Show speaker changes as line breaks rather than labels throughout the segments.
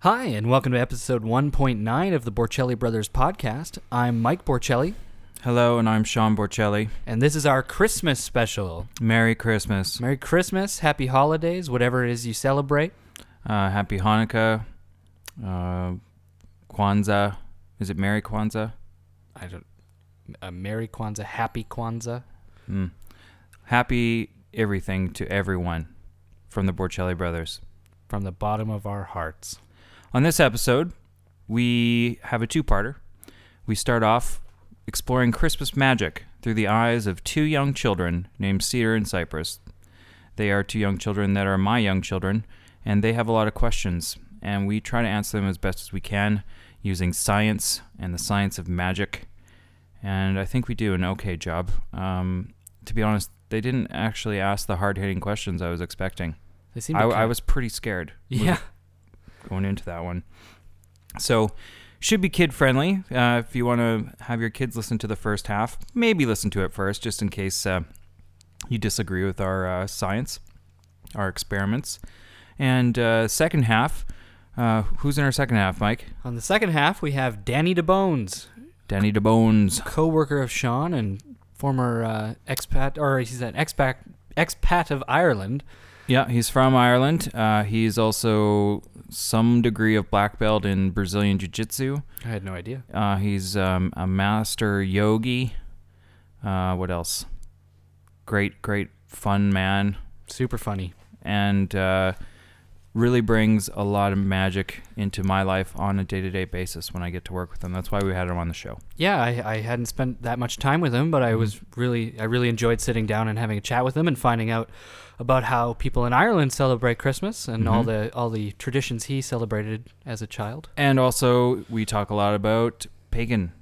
Hi, and welcome to episode 1.9 of the Borcelli Brothers podcast. I'm Mike Borcelli,
Hello, and I'm Sean Borcelli.
and this is our Christmas special.
Merry Christmas.
Merry Christmas, happy holidays, whatever it is you celebrate.
Uh, happy Hanukkah. Uh, Kwanzaa. Is it Merry Kwanzaa?
I don't. A Merry Kwanzaa, Happy Kwanzaa.
Mm. Happy everything to everyone from the Borcelli brothers.
From the bottom of our hearts.
On this episode, we have a two parter. We start off exploring Christmas magic through the eyes of two young children named Cedar and Cypress. They are two young children that are my young children, and they have a lot of questions, and we try to answer them as best as we can using science and the science of magic. And I think we do an okay job. Um, to be honest, they didn't actually ask the hard hitting questions I was expecting.
They seem.
I,
to
I
kin-
was pretty scared
Yeah.
going into that one. So, should be kid friendly. Uh, if you want to have your kids listen to the first half, maybe listen to it first, just in case uh, you disagree with our uh, science, our experiments. And uh, second half, uh, who's in our second half, Mike?
On the second half, we have Danny DeBones,
Danny DeBones.
co-worker of Sean and former uh, expat, or he's an expat expat of Ireland.
Yeah, he's from Ireland. Uh, he's also some degree of black belt in Brazilian Jiu Jitsu.
I had no idea.
Uh, he's um, a master yogi. Uh, what else? Great, great, fun man,
Super funny.
and uh, really brings a lot of magic into my life on a day-to-day basis when I get to work with him. That's why we had him on the show.
Yeah, I, I hadn't spent that much time with him, but I was really I really enjoyed sitting down and having a chat with him and finding out about how people in Ireland celebrate Christmas and all
Mhm.
the all the traditions he celebrated as a child.
And also, we talk a lot about pagan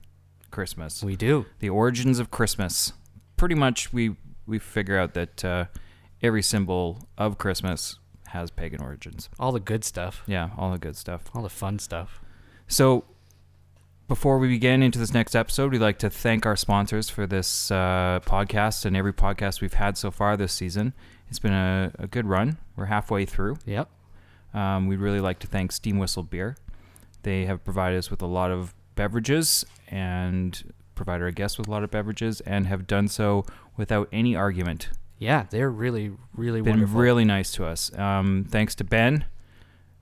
Christmas,
We do.
the origins of Christmas. Pretty much, we we figure out that uh, every symbol of Christmas has pagan origins.
All the good stuff.
Yeah, all the good stuff.
All the fun stuff.
So, before we begin into this next episode, we'd like to thank our sponsors for this uh, podcast and every podcast we've had so far this season. It's been a, a good run. We're halfway through.
Yep.
Um, we'd really like to thank Steam Whistle Beer. They have provided us with a lot of beverages and provided our guests with a lot of beverages and have done so without any argument.
Yeah, they're really, really
Been
wonderful.
really nice to us. Um, thanks to Ben.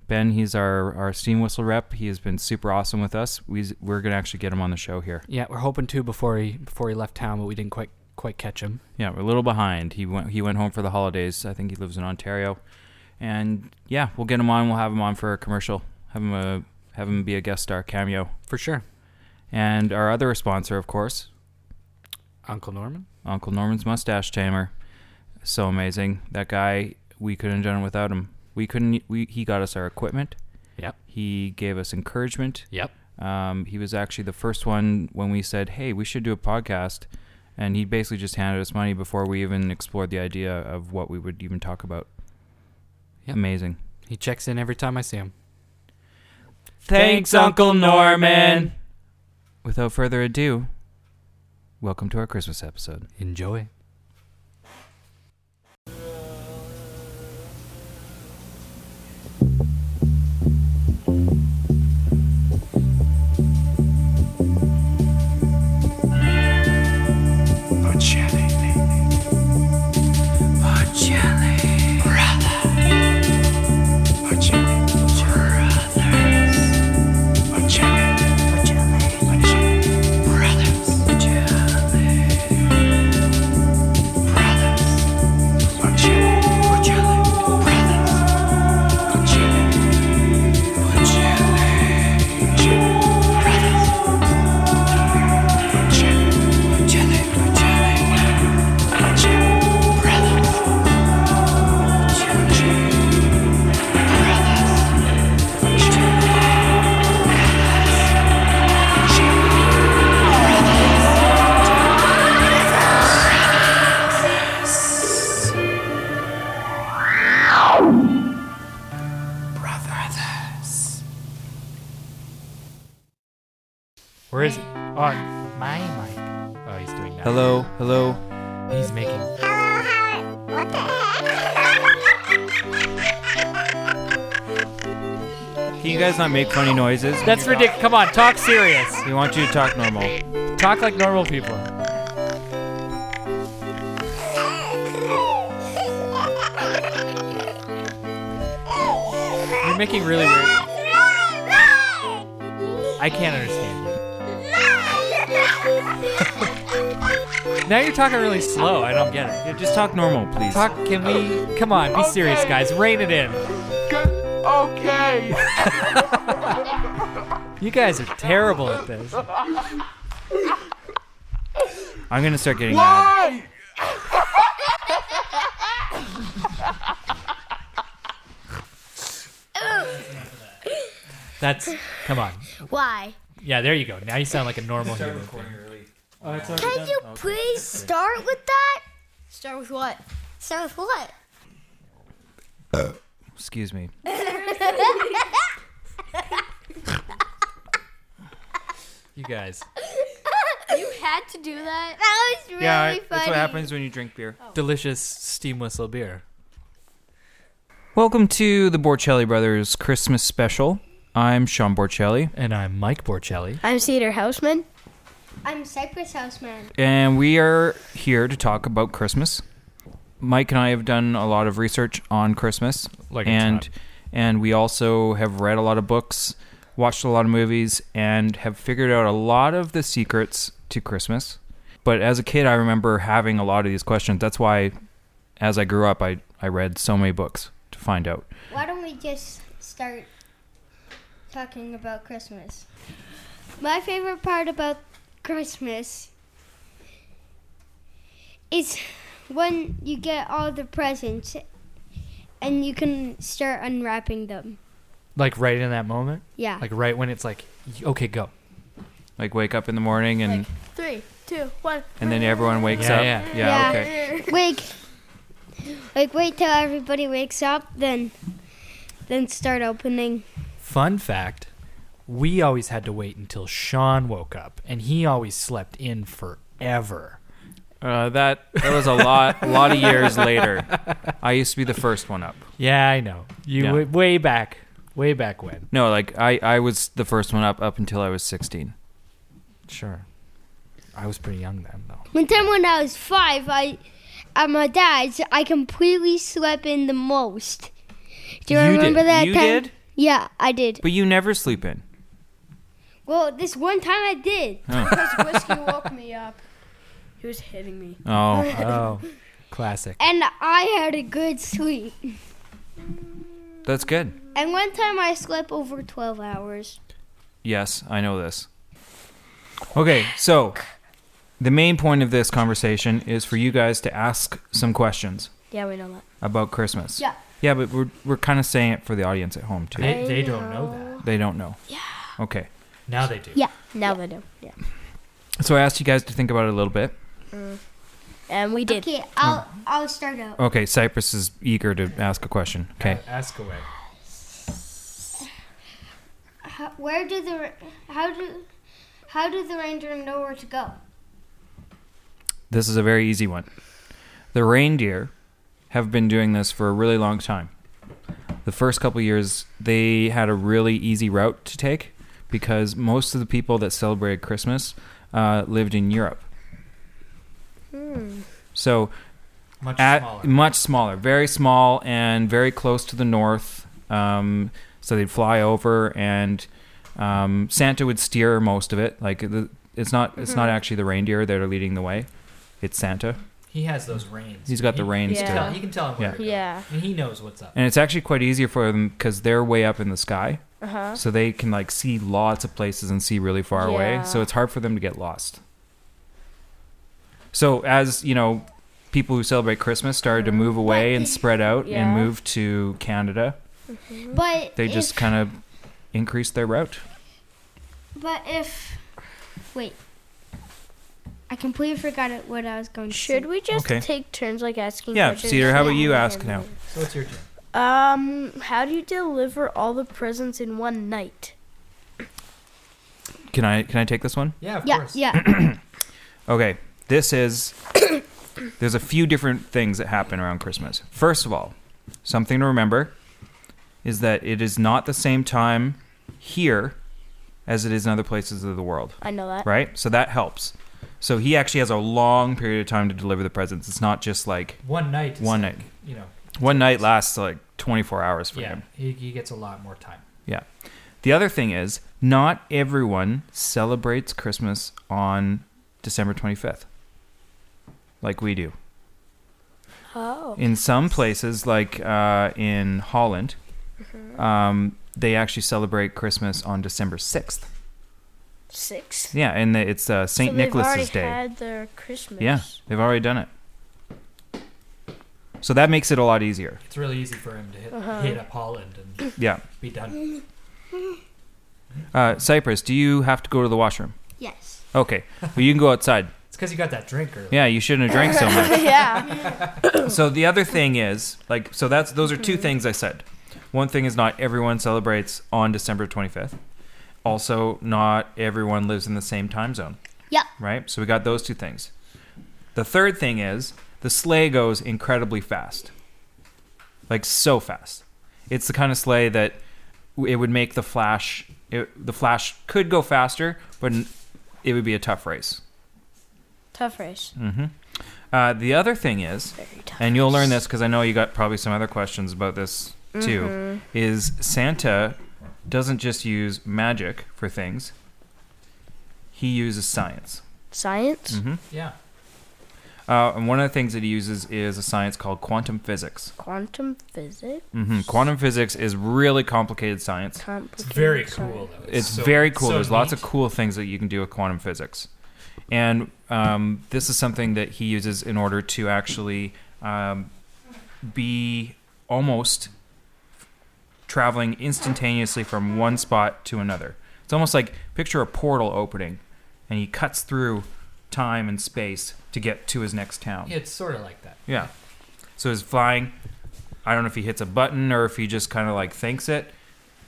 Ben, he's our, our steam whistle rep. He has been super awesome with us. We, we're going to actually get him on the show here.
yeah, we're hoping to before he before he left town, but we didn't quite quite catch him.
Yeah, we're a little behind. He went he went home for the holidays. I think he lives in Ontario, and yeah, we'll get him on. We'll have him on for a commercial. Have him a have him be a guest star cameo.
For sure.
And our other sponsor, of course,
Uncle Norman?
Uncle Norman's Mustache Tamer. So amazing that guy. We couldn't have done it without him. We couldn't. We he got us our equipment.
Yep.
He gave us encouragement.
Yep.
Um, he was actually the first one when we said, "Hey, we should do a podcast," and he basically just handed us money before we even explored the idea of what we would even talk about.
Yep.
Amazing.
He checks in every time I see him.
Thanks, Uncle Norman. Without further ado, welcome to our Christmas episode.
Enjoy. Where is it? On my mic. Oh, he's doing that.
Hello, hello.
He's making.
Hello, Howard. What the heck?
Can you guys not make funny noises? when
That's
you're talking?
ridiculous. Come on, talk serious.
We want you to talk normal.
Talk like normal people. You're making really weird. I can't understand you. Now you're talking really slow. I don't get it.
Yeah, just talk normal, please.
Talk. Can we? Come on, be serious, guys. Rein it in.
Okay.
You guys are terrible at this.
I'm gonna start getting mad.
Why?
That's. Come on.
Why?
Yeah, there you go. Now you sound like a normal human.
Can you please start with that? Start with what? Start with what?
Excuse me.
You guys.
You had to do that. That was really
yeah,
funny.
that's what happens when you drink beer.
Oh. Delicious steam whistle beer.
Welcome to the Borcelli Brothers Christmas special. I'm Sean Borcelli,
And I'm Mike Borcelli.
I'm Cedar Houseman.
I'm Cypress House Man.
and we are here to talk about Christmas. Mike and I have done a lot of research on Christmas,
Like it's
and
hot.
and we also have read a lot of books, watched a lot of movies, and have figured out a lot of the secrets to Christmas. But as a kid, I remember having a lot of these questions. That's why, as I grew up, I I read so many books to find out.
Why don't we just start talking about Christmas? My favorite part about Christmas is when you get all the presents and you can start unwrapping them.
Like right in that moment.
Yeah.
Like right when it's like, y- okay, go.
Like wake up in the morning and
Three, two, one.
and then everyone wakes
Yeah,
up.
yeah.
Yeah.
okay.
Wake. Like wait till everybody wakes up then then start opening.
Fun fact we always had to wait until Sean woke up, and he always slept in forever.
Uh, that that was a lot a lot of years later. I used to be the first one up.
Yeah, I know. You
Yeah.
wa- way back, way back when.
No, like I I was the first one up up until I was 16.
Sure. I was pretty young then, though.
One time when I was five, I at my dad's, I completely slept in the most. Do you,
You did.
remember that
You
time?
did?
Yeah, I did.
But you never sleep in.
Well, this one time I did.
Because whiskey woke me up. He was hitting me.
Oh,
Oh, classic.
And I had a good sleep.
that's good.
And one time I slept over 12 hours.
Yes, I know this. Okay, so the main point of this conversation is for you guys to ask some questions
Yeah, we know that.
about Christmas.
Yeah.
Yeah, but we're we're kind of saying it for the audience at home too.
They, they don't know that.
They don't know. Yeah. Okay.
Now they do.
Now they do. Yeah.
So I asked you guys to think about it a little bit.
And we did.
Okay, I'll I'll start out.
Okay, Cyprus is eager to ask a question. Okay.
Ask away.
How, where do the how do how do the reindeer know where to go?
This is a very easy one. The reindeer have been doing this for a really long time. The first couple years, they had a really easy route to take because most of the people that celebrated Christmas uh, lived in Europe. So,
Much
at,
smaller.
much smaller, very small, and very close to the north. Um, so they'd fly over, and um, Santa would steer most of it. Like the, it's not it's not actually the reindeer that are leading the way; it's Santa.
he has those reins.
He's got the
He-
reins
he can
too.
tell- He can tell him where
Yeah.
to go.
Yeah.
And he knows what's up.
And it's actually quite easier for them because they're way up in the sky.
Uh huh.
So they can like see lots of places and see really far away.
Yeah.
So it's hard for them to get lost. So as, you know, people who celebrate Christmas started to move away and spread out
Yeah.
and move to Canada,
But
they
if-
just kind of increased their route.
But if wait, I completely forgot it- what I was going to
Should we just
Okay.
take turns like asking?
Yeah,
questions?
Cedar, how about you ask now?
So it's your turn.
Um, how do you deliver all the presents in one night?
Can I can I take this one?
Yeah, of
Yeah,
course.
yeah.
Okay, this is. there's a few different things that happen around Christmas. First of all, something to remember is that it is not the same time here as it is in other places of the world,
I know that.
right? So that helps. So he actually has a long period of time to deliver the presents. It's not just like
One night. is
One
like,
night.
You know.
one night lasts like 24 hours for
Yeah.
him.
He, he gets a lot more time.
Yeah. The other thing is, not everyone celebrates Christmas on December 25th like we do.
Oh.
In some places, like uh, in Holland,
Mm-hmm.
um, they actually celebrate Christmas on December 6th.
Six.
Yeah, and the, it's uh, St.
so they've already
Nicholas's Day.
had their Christmas.
yeah, they've already done it. So that makes it a lot easier.
It's really easy for him to hit,
Uh-huh.
hit up Holland and
Yeah.
be done.
Uh, Cypress, do you have to go to the washroom?
Yes.
Okay. Well, you can go outside.
It's because you got that drink earlier.
Yeah, you shouldn't have drank so much.
yeah.
So the other thing is like so that's those are
Mm-hmm.
two things I said. One thing is not everyone celebrates on December 25th. Also, not everyone lives in the same time zone.
Yep.
Right? So we got those two things. The third thing is the sleigh goes incredibly fast. Like so fast. It's the kind of sleigh that w- it would make the flash it, the flash could go faster, but n- it would be a tough race.
Tough race.
Mhm. Uh, the other thing is
Very tough.
and you'll learn this because I know you got probably some other questions about this too. Is Santa doesn't just use magic for things; he uses science.
Science.
Mm-hmm.
Yeah.
Uh, and one of the things that he uses is a science called quantum physics.
Quantum physics.
hmm Quantum physics is really complicated science.
It's very
complicated
cool, though.
It's
so-
very cool.
so
There's lots
neat.
of cool things that you can do with quantum physics, and um, this is something that he uses in order to actually um, be almost traveling instantaneously from one spot to another. It's almost like picture a portal opening, and he cuts through time and space to get to his next town.
It's sort of like that.
Yeah. So he's flying. I don't know if he hits a button or if he just kind of like thinks it.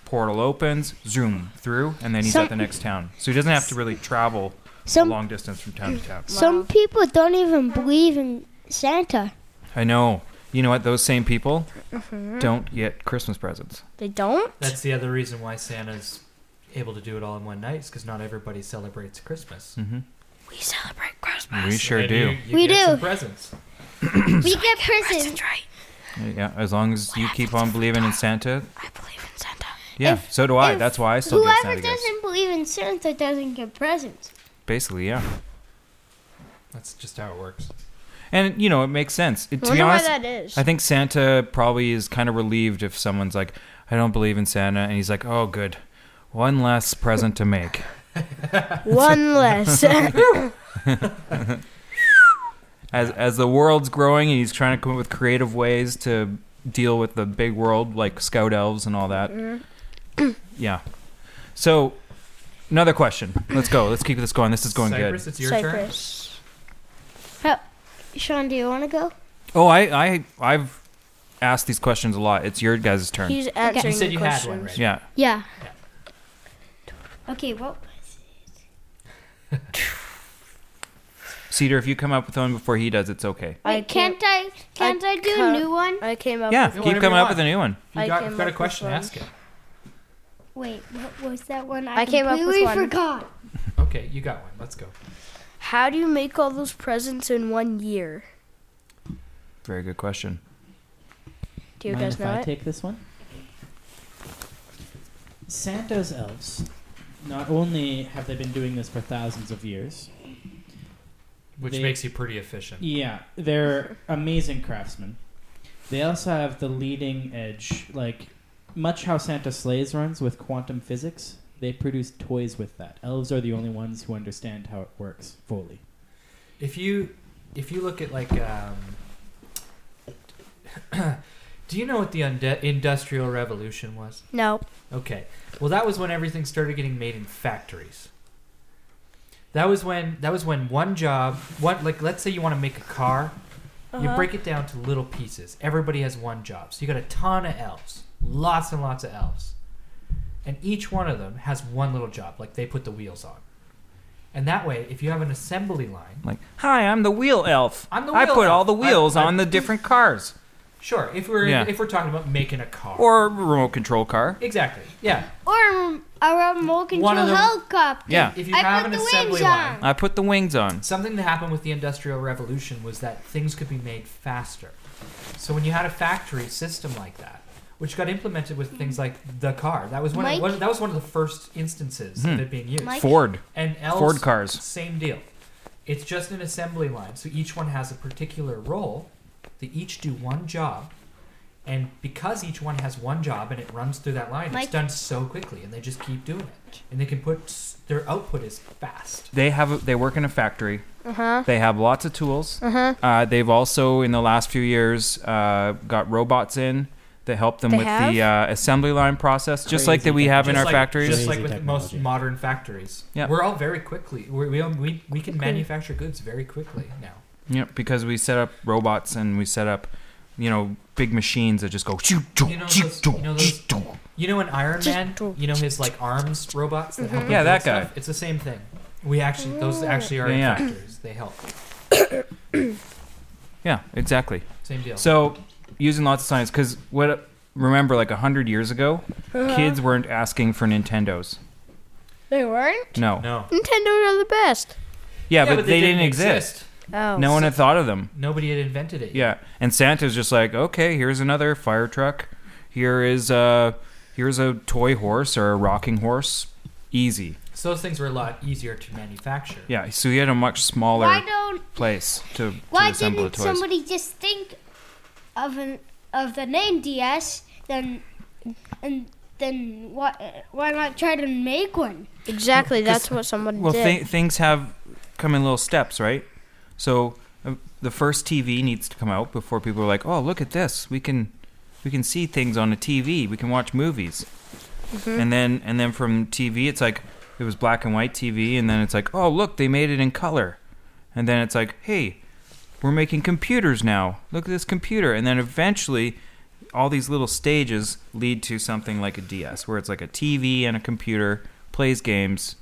Portal opens, zoom through, and then he's at the
Some-
next town. So he doesn't have to really travel a
Some Mm-hmm.
long distance from town to town.
some people don't even believe in Santa.
I know. You know what? Those same people
Mm-hmm.
don't get Christmas presents.
They don't.
That's the other reason why Santa's able to do it all in one night is because not everybody celebrates Christmas.
We celebrate Christmas.
We Mm, sure
And
do.
you- you
We
get
do.
some presents.
we get presents.
That's right.
Yeah, as long as you keep on believing in Santa.
I believe in Santa.
Yeah,
If-
so do I.
if
That's why I still get
Whoever
Santa gifts.
doesn't believe in Santa doesn't get presents.
Basically, yeah.
That's just how it works.
And, you know, it makes sense. It, to be
Wonder
honest,
why that is.
I think Santa probably is kind of relieved if someone's like, I don't believe in Santa. And he's like, oh, good. One less present to make.
One less.
As, as the world's growing and he's trying to come up with creative ways to deal with the big world, like scout elves and all that. yeah. So, another question. Let's go. Let's keep this going. This is going
Cypress, it's your turn.
Cypress.
Sean, do you want to go?
good. Oh, I, I, I've asked these questions a lot. It's your guys' turn.
He's answering
You said
the
you had
questions.
one, right?
yeah.
Yeah.
Yeah.
Okay. Well,
Cedar, if you come up with one before he does, it's okay.
I
wait, can't I can't I, do
can't-
a new one?
I came up
Yeah,
with
keep
whatever you
coming up
want.
with a new one.
You
I
got,
came
got a
up with
question,
one.
ask it.
Wait, what was that one? I,
I came up with
completely
one.
forgot.
Okay, you got one. Let's go.
How do you make all those presents in one year?
Very good question.
Do you
Mind
guys
if
know
I
it?
take this one? Santa's elves. Not only have they been doing this for thousands of years,
Which
They-
makes you pretty efficient.
yeah, they're amazing craftsmen. They also have the leading edge, like much how Santa Slays runs with quantum physics. They produce toys with that. Elves are the only ones who understand how it works fully.
If you if you look at like um, do you know what the unde- industrial revolution was?
No.
Okay. Well, that was when everything started getting made in factories. That was when that was when one job, one like let's say you want to make a car,
Uh-huh.
you break it down to little pieces. Everybody has one job. So you got a ton of elves, lots and lots of elves. And each one of them has one little job, like they put the wheels on. And that way, if you have an assembly line,
Like, hi, I'm the wheel elf.
I'm the
I
wheel
put
elf.
all the
I-
wheels
I-
on the different cars.
Sure, if we're
Yeah.
if we're talking about making a car.
or a remote control car.
exactly. Yeah.
Or a remote control
One of the-
helicopter.
Yeah.
If you
I
have
put
an
the
assembly
wings
line.
on.
I put the wings on.
Something that happened with the Industrial Revolution was that things could be made faster. So when you had a factory system like that, which got implemented with things like the car, that was one, of,
Mm. Mike?
one that was one of the first instances of it being used.
Mike?
Ford.
And L's,
Hmm. Ford cars.
same deal. It's just an assembly line, so each one has a particular role. They each do one job, and because each one has one job and it runs through that line,
Mike?
it's done so quickly, and they just keep doing it, and they can put s- their output is fast.
They have. A, they work in a factory.
Uh huh.
They have lots of tools.
Uh huh.
Uh, they've also, in the last few years, uh, got robots in that help them
They
with the uh, assembly line process, just
Crazy
like that we have in
Just
our
like-
factories.
just like
Crazy
with most
technology.
modern factories.
Yeah.
we're all very quickly. We're, we all- we we can manufacture goods very quickly now.
Yep, because we set up robots and we set up, you know, big machines that just go.
You know those- you know those- You know, in Iron Man, you know his like arms robots. That help him
Mm-hmm. Yeah,
build
that
stuff?
guy.
It's the same thing. We actually, those actually are in
Yeah, yeah.
factories. They help.
Yeah, exactly.
Same deal.
So using lots of science, because what remember, like a hundred years ago, kids weren't asking for Nintendos.
They weren't.
No.
no.
Nintendos are the best.
Yeah, but, they, didn't, exist.
Oh.
No one had thought of them.
Nobody had invented it. yet.
Yeah, and Santa's just like, okay, here's another fire truck. Here is a here's a toy horse or a rocking horse. Easy.
So those things were a lot easier to manufacture.
Yeah. So he had a much smaller
Why don't?
place to, to
Why
assemble the
didn't
toys.
somebody just think of an of the name DS? Then and then why why not try to make one?
Exactly. That's what someone
Well,
did.
th- things have come in little steps, right? So uh, the first TV needs to come out before people are like, "Oh, look at this! We can, we can see things on a TV. We can watch movies."
Mm-hmm.
And then, and then from TV, it's like it was black and white TV, and then it's like, "Oh, look! They made it in color." And then it's like, "Hey, we're making computers now. Look at this computer." And then eventually. All these little stages lead to something like a DS, where it's like a TV and a computer, plays games,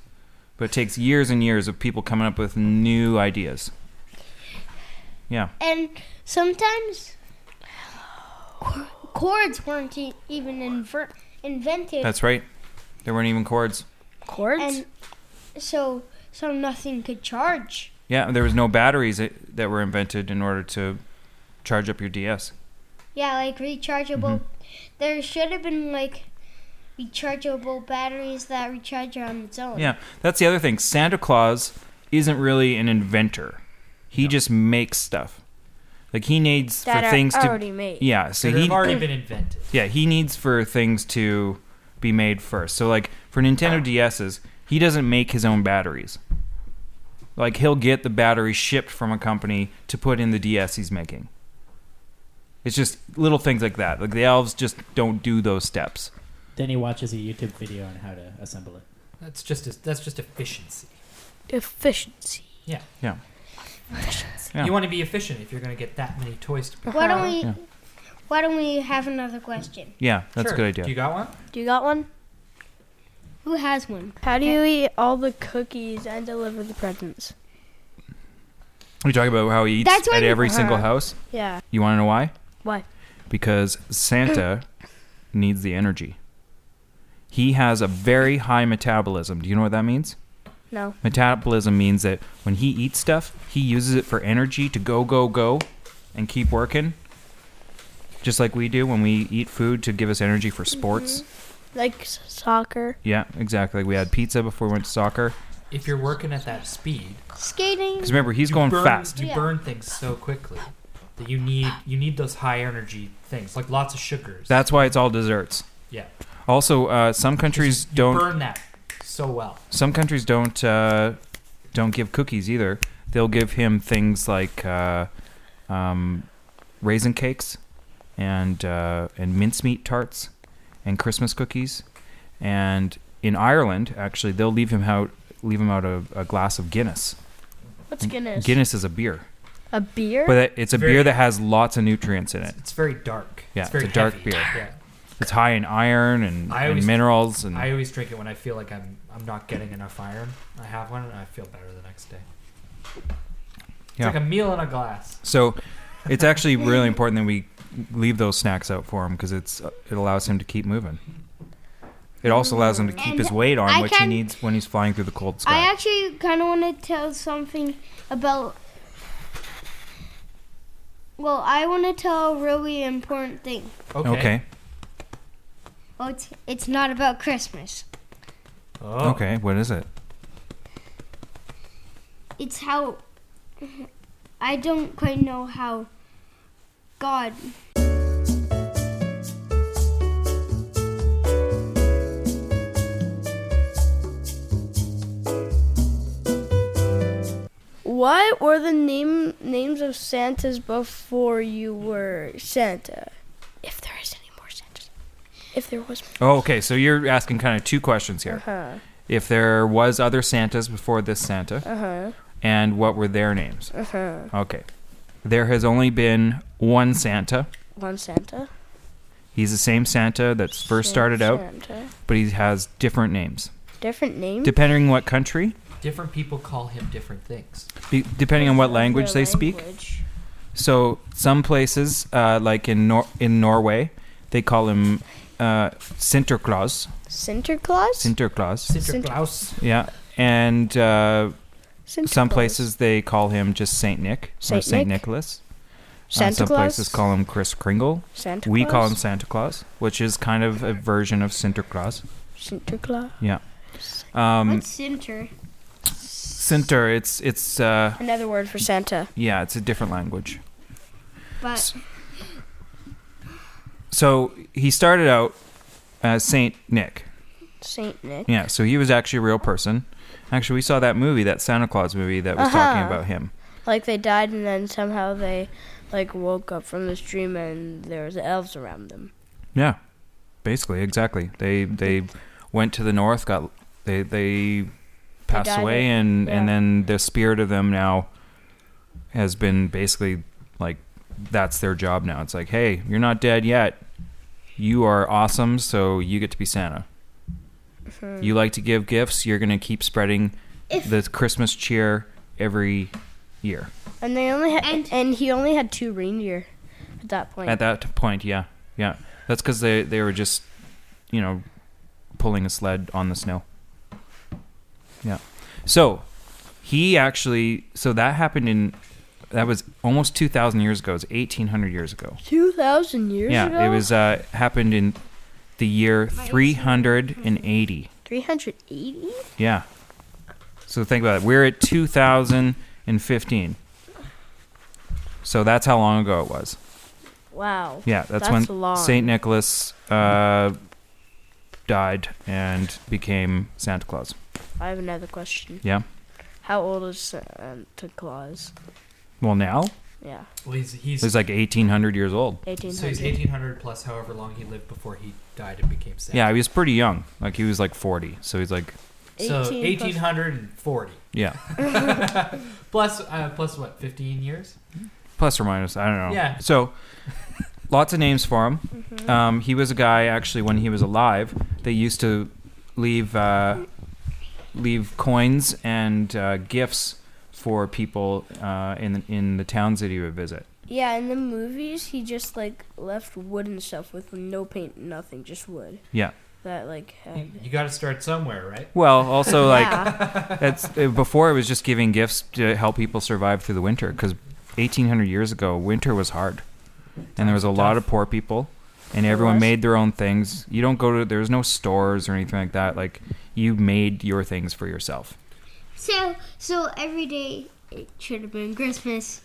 but it takes years and years of people coming up with new ideas. Yeah.
And sometimes qu- chords weren't e- even inver- invented.
That's right. There weren't even cords.
Cords.
and so so nothing could charge.
Yeah, there was no batteries that, that were invented in order to charge up your DS.
Yeah, like rechargeable.
Mm-hmm.
There should have been like rechargeable batteries that recharge on its own.
Yeah, that's the other thing. Santa Claus isn't really an inventor. He just makes stuff. Like he needs
that
for
are
things to
already made.
Yeah, so
So they've
he
already been invented.
Yeah, he needs for things to be made first. So like for Nintendo DS's, he doesn't make his own batteries. Like he'll get the battery shipped from a company to put in the DS he's making. It's just little things like that. Like the elves just don't do those steps.
Then he watches a YouTube video on how to assemble it.
That's just that's just efficiency.
Efficiency.
Yeah.
You want to be efficient if you're going to get that many toys to play.
Why don't we?
Yeah.
Why don't we have another question?
Yeah, that's
Sure.
a good
Do you
idea.
got one?
Do you got one?
Who has one?
How do you eat all the cookies and deliver the presents?
We talk about how he eats
That's why
at
we-
every single
Uh-huh.
house.
Yeah.
You want to know why?
Why?
Because Santa needs the energy. He has a very high metabolism. Do you know what that means?
No.
Metabolism means that when he eats stuff, he uses it for energy to go, go, go and keep working. Just like we do when we eat food to give us energy for sports.
Mm-hmm.
Like s- soccer.
Yeah, exactly. We had pizza before we went to soccer.
If you're working at that speed,
Skating.
Because remember, he's
you
going
burn-
fast.
You
Yeah.
burn things so quickly that you need you need those high energy things like lots of sugars.
That's why it's all desserts.
yeah.
Also, uh, some countries
You
don't.
burn that so well.
Some countries don't uh, don't give cookies either. They'll give him things like uh, um, raisin cakes and uh, and mincemeat tarts and Christmas cookies. And in Ireland, actually, they'll leave him out leave him out a, a glass of Guinness.
What's Guinness?
Mm, Guinness is a beer,
A beer?
but it- it's a
Very-
beer that has lots of nutrients in it.
It's very dark.
Yeah,
it's, very
it's a dark
heavy.
beer.
Yeah.
It's high in iron and,
I
and
always-
minerals and
I always drink it when I feel like I'm I'm not getting enough iron. I have one and I feel better the next day. It's
Yeah.
like a meal in a glass.
So it's actually really important that we leave those snacks out for him because it's it allows him to keep moving. It also allows him to keep
And
his weight on,
I
which
can-
he needs when he's flying through the cold sky.
I actually kind of want to tell something about. Well, I want to tell a really important thing.
Okay.
okay.
Well, it's, it's not about Christmas.
Oh.
Okay. What is it?
It's how I don't quite know how God.
What were the name names of Santas before you were Santa? If there is any more Santas. If there was
Oh, okay. So you're asking kind of two questions here.
Uh-huh.
If there was other Santas before this Santa,
Uh-huh.
and what were their names?
Uh-huh.
Okay. There has only been one Santa.
One Santa.
He's the same Santa that's first
Same
started out,
Santa.
but he has different names.
Different name.
Depending on what country,
Different people call him different things.
be- depending on what language they
Their
speak.
language.
So some places, uh, like in Nor- in Norway, they call him uh, Sinterklaas.
Sinterklaas?
Sinterklaas.
Sinterklaas.
Yeah, and uh,
Sinterklaas.
some places uh, they call him just Saint Nick or
Saint
Saint
Nick?
Nicholas. Uh,
Santa
some
Claus.
places call him Chris Kringle.
Santa
We call
Claus?
him Santa Claus, which is kind of a version of Sinterklaas.
Sinterklaas.
Yeah. Um,
What's Sinter?
Sinter, it's it's uh,
Another word for Santa.
yeah, it's a different language.
But
So he started out as Saint Nick.
Saint Nick.
Yeah, so he was actually a real person. Actually, we saw that movie, that Santa Claus movie that was talking
Uh-huh.
about him.
Like they died and then somehow they like woke up from this dream and there was elves around them.
Yeah, basically, exactly. They they went to the north, got they they passed
died
away,
it,
and and
yeah.
then the spirit of them now has been basically like that's their job now. It's like, hey, you're not dead yet. You are awesome, so you get to be Santa.
Hmm.
You
Mm.
like to give gifts. You're gonna keep spreading
If-
the Christmas cheer every year.
And they only had and,
And-
he only had two reindeer at that point.
At that point, yeah, yeah. That's because they they were just, you know, pulling a sled on the snow. Yeah. So he actually, so that happened in, that was almost two thousand years ago. It's eighteen hundred years ago.
two thousand years
yeah,
ago?
it was uh happened in the year three hundred and eighty.
three hundred eighty?
Yeah. So think about it. We're at two thousand and fifteen. So that's how long ago it was.
Wow.
Yeah, that's,
That's
when
long.
Saint Nicholas uh, died and became Santa Claus.
I have another question.
Yeah.
How old is uh, Santa Claus?
Well, now
Yeah.
Well, he's he's,
he's like eighteen hundred years old.
Eighteen
so he's
hundred.
1800 plus however long he lived before he died and became Santa.
Yeah, he was pretty young. Like he was like forty. So he's like,
So
18 plus-
1840
yeah,
plus uh, plus what 15 years?
plus or minus. I don't know.
Yeah.
So lots of names for him.
Mm-hmm.
Um, he was a guy actually when he was alive. They used to leave uh, leave coins and uh, gifts for people uh, in the, in the towns that he would visit.
Yeah, in the movies he just like left wood and stuff with no paint, nothing, just wood.
Yeah.
That like had
You got to start somewhere, right?
Well, also like
yeah.
That's uh, before it was just giving gifts to help people survive through the winter because 1800 years ago winter was hard and there was a lot of poor people and everyone
was.
made their own things you don't go to there was no stores or anything like that like you made your things for yourself
so so every day it should have been Christmas.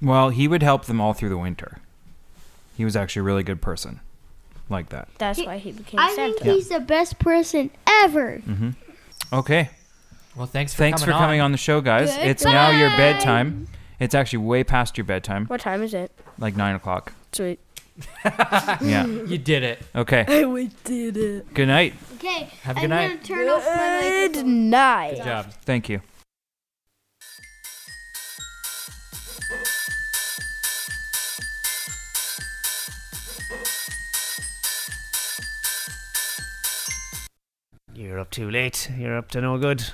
well he would help them all through the winter he was actually a really good person like that
That's why he became
I
Santa.
think he's the best person ever.
Mm.
okay
Well, thanks for
thanks
coming
for coming on the show guys it's now your bedtime it's actually way past your bedtime
What time is it?
like nine o'clock
Sweet.
yeah
You did it.
okay
I we did it.
good night
Okay,
Have a
I'm
good night.
gonna turn off my microphone.
Good night.
job.
thank you
You're up too late. You're up to no good.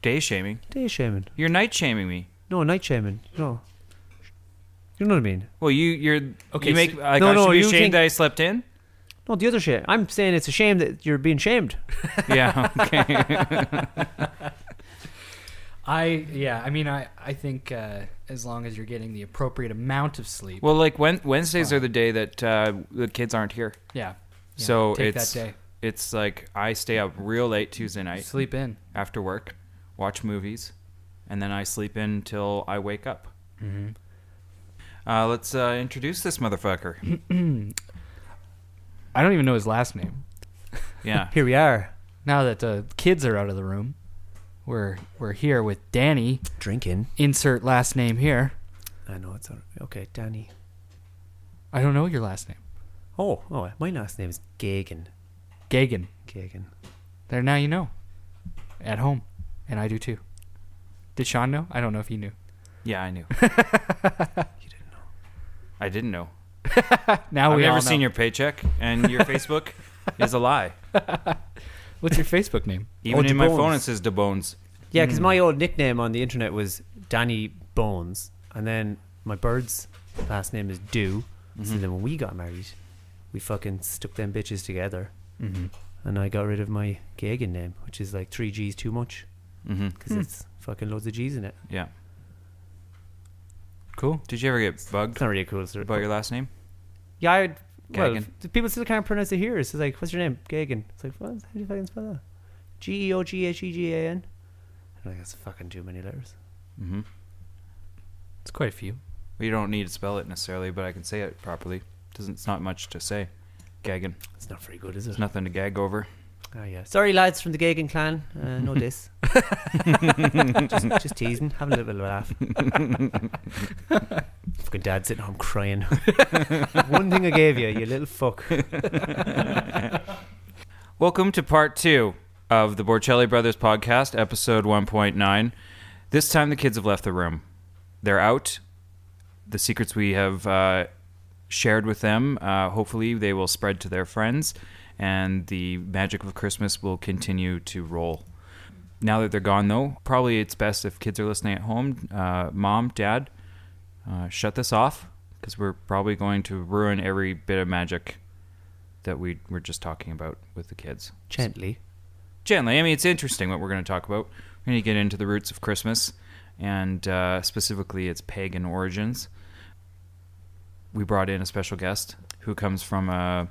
day shaming
Day shaming.
You're night shaming me.
No, night shaming. No. You're you know what I mean?
Well, you you're
Okay,
okay. You make
so-
like
No,
I should
no,
be
you
ashamed
think-
that I slept in.
No, the other shit. I'm saying it's a shame that you're being shamed.
Yeah. Okay.
I yeah, I mean I I think uh, as long as you're getting the appropriate amount of sleep.
well, like Wed Wednesdays are the day that uh, the kids aren't here,
yeah. yeah,
so
take
it's
that day.
it's like I stay up real late Tuesday night
Sleep in.
after work, watch movies, and then I sleep in till I wake up. Mm-hmm. Uh, let's uh, introduce this motherfucker.
I don't even know his last name.
Yeah.
Here we are,
Now that uh, kids are out of the room, we're we're here with Danny.
drinking.
Insert last name here.
I know it's all, okay, Danny.
I don't know your last name.
Oh, oh, my last name is Gagan.
Gagan.
Gagan.
There now you know. At home, and I do too. Did Sean know? I don't know if he knew.
Yeah, I knew. you didn't know. I didn't know.
Now
I've
we
never
all
seen
know.
your paycheck, and your Facebook is a lie.
What's your Facebook name?
Even
Oh,
in my
DeBones.
phone, it says DeBones.
Yeah, because my old nickname on the internet was Danny Bones, and then my bird's last name is Dew. So then when we got married, we fucking stuck them bitches together, Mm-hmm. and I got rid of my Gagan name, which is like three G's too much
Mm-hmm.
because it's fucking loads of G's in it.
Yeah.
Cool.
Did you ever get bugged
It's not really a cool story.
about your last name?
yeah, I, would- well,
Gagan.
the people still can't pronounce it here. It's like, what's your name? Gagan. It's like, what? How do you fucking spell that? G e o g h e g a n. I'm like, that's fucking too many letters.
Mm-hmm.
It's quite a few.
Well, you don't need to spell it necessarily, but I can say it properly. Doesn't it's not much to say. Gagging.
It's not very good, is it?
There's nothing to gag over.
Oh yeah. Sorry, lads from the Gagan clan. Uh, no diss. just, just teasing, having a little bit of a laugh. Fucking dad sitting home crying. One thing I gave you, you little fuck.
Welcome to part two of the Borcelli Brothers podcast, episode 1.9. This time the kids have left the room. They're out. The secrets we have uh, shared with them, uh, hopefully, they will spread to their friends, and the magic of Christmas will continue to roll. Now that they're gone, though, probably it's best if kids are listening at home, uh, mom, dad, uh, shut this off because we're probably going to ruin every bit of magic that we were just talking about with the kids.
Gently.
Gently, I mean, it's interesting what we're going to talk about. We're going to get into the roots of Christmas and uh, specifically its pagan origins. We brought in a special guest who comes from a,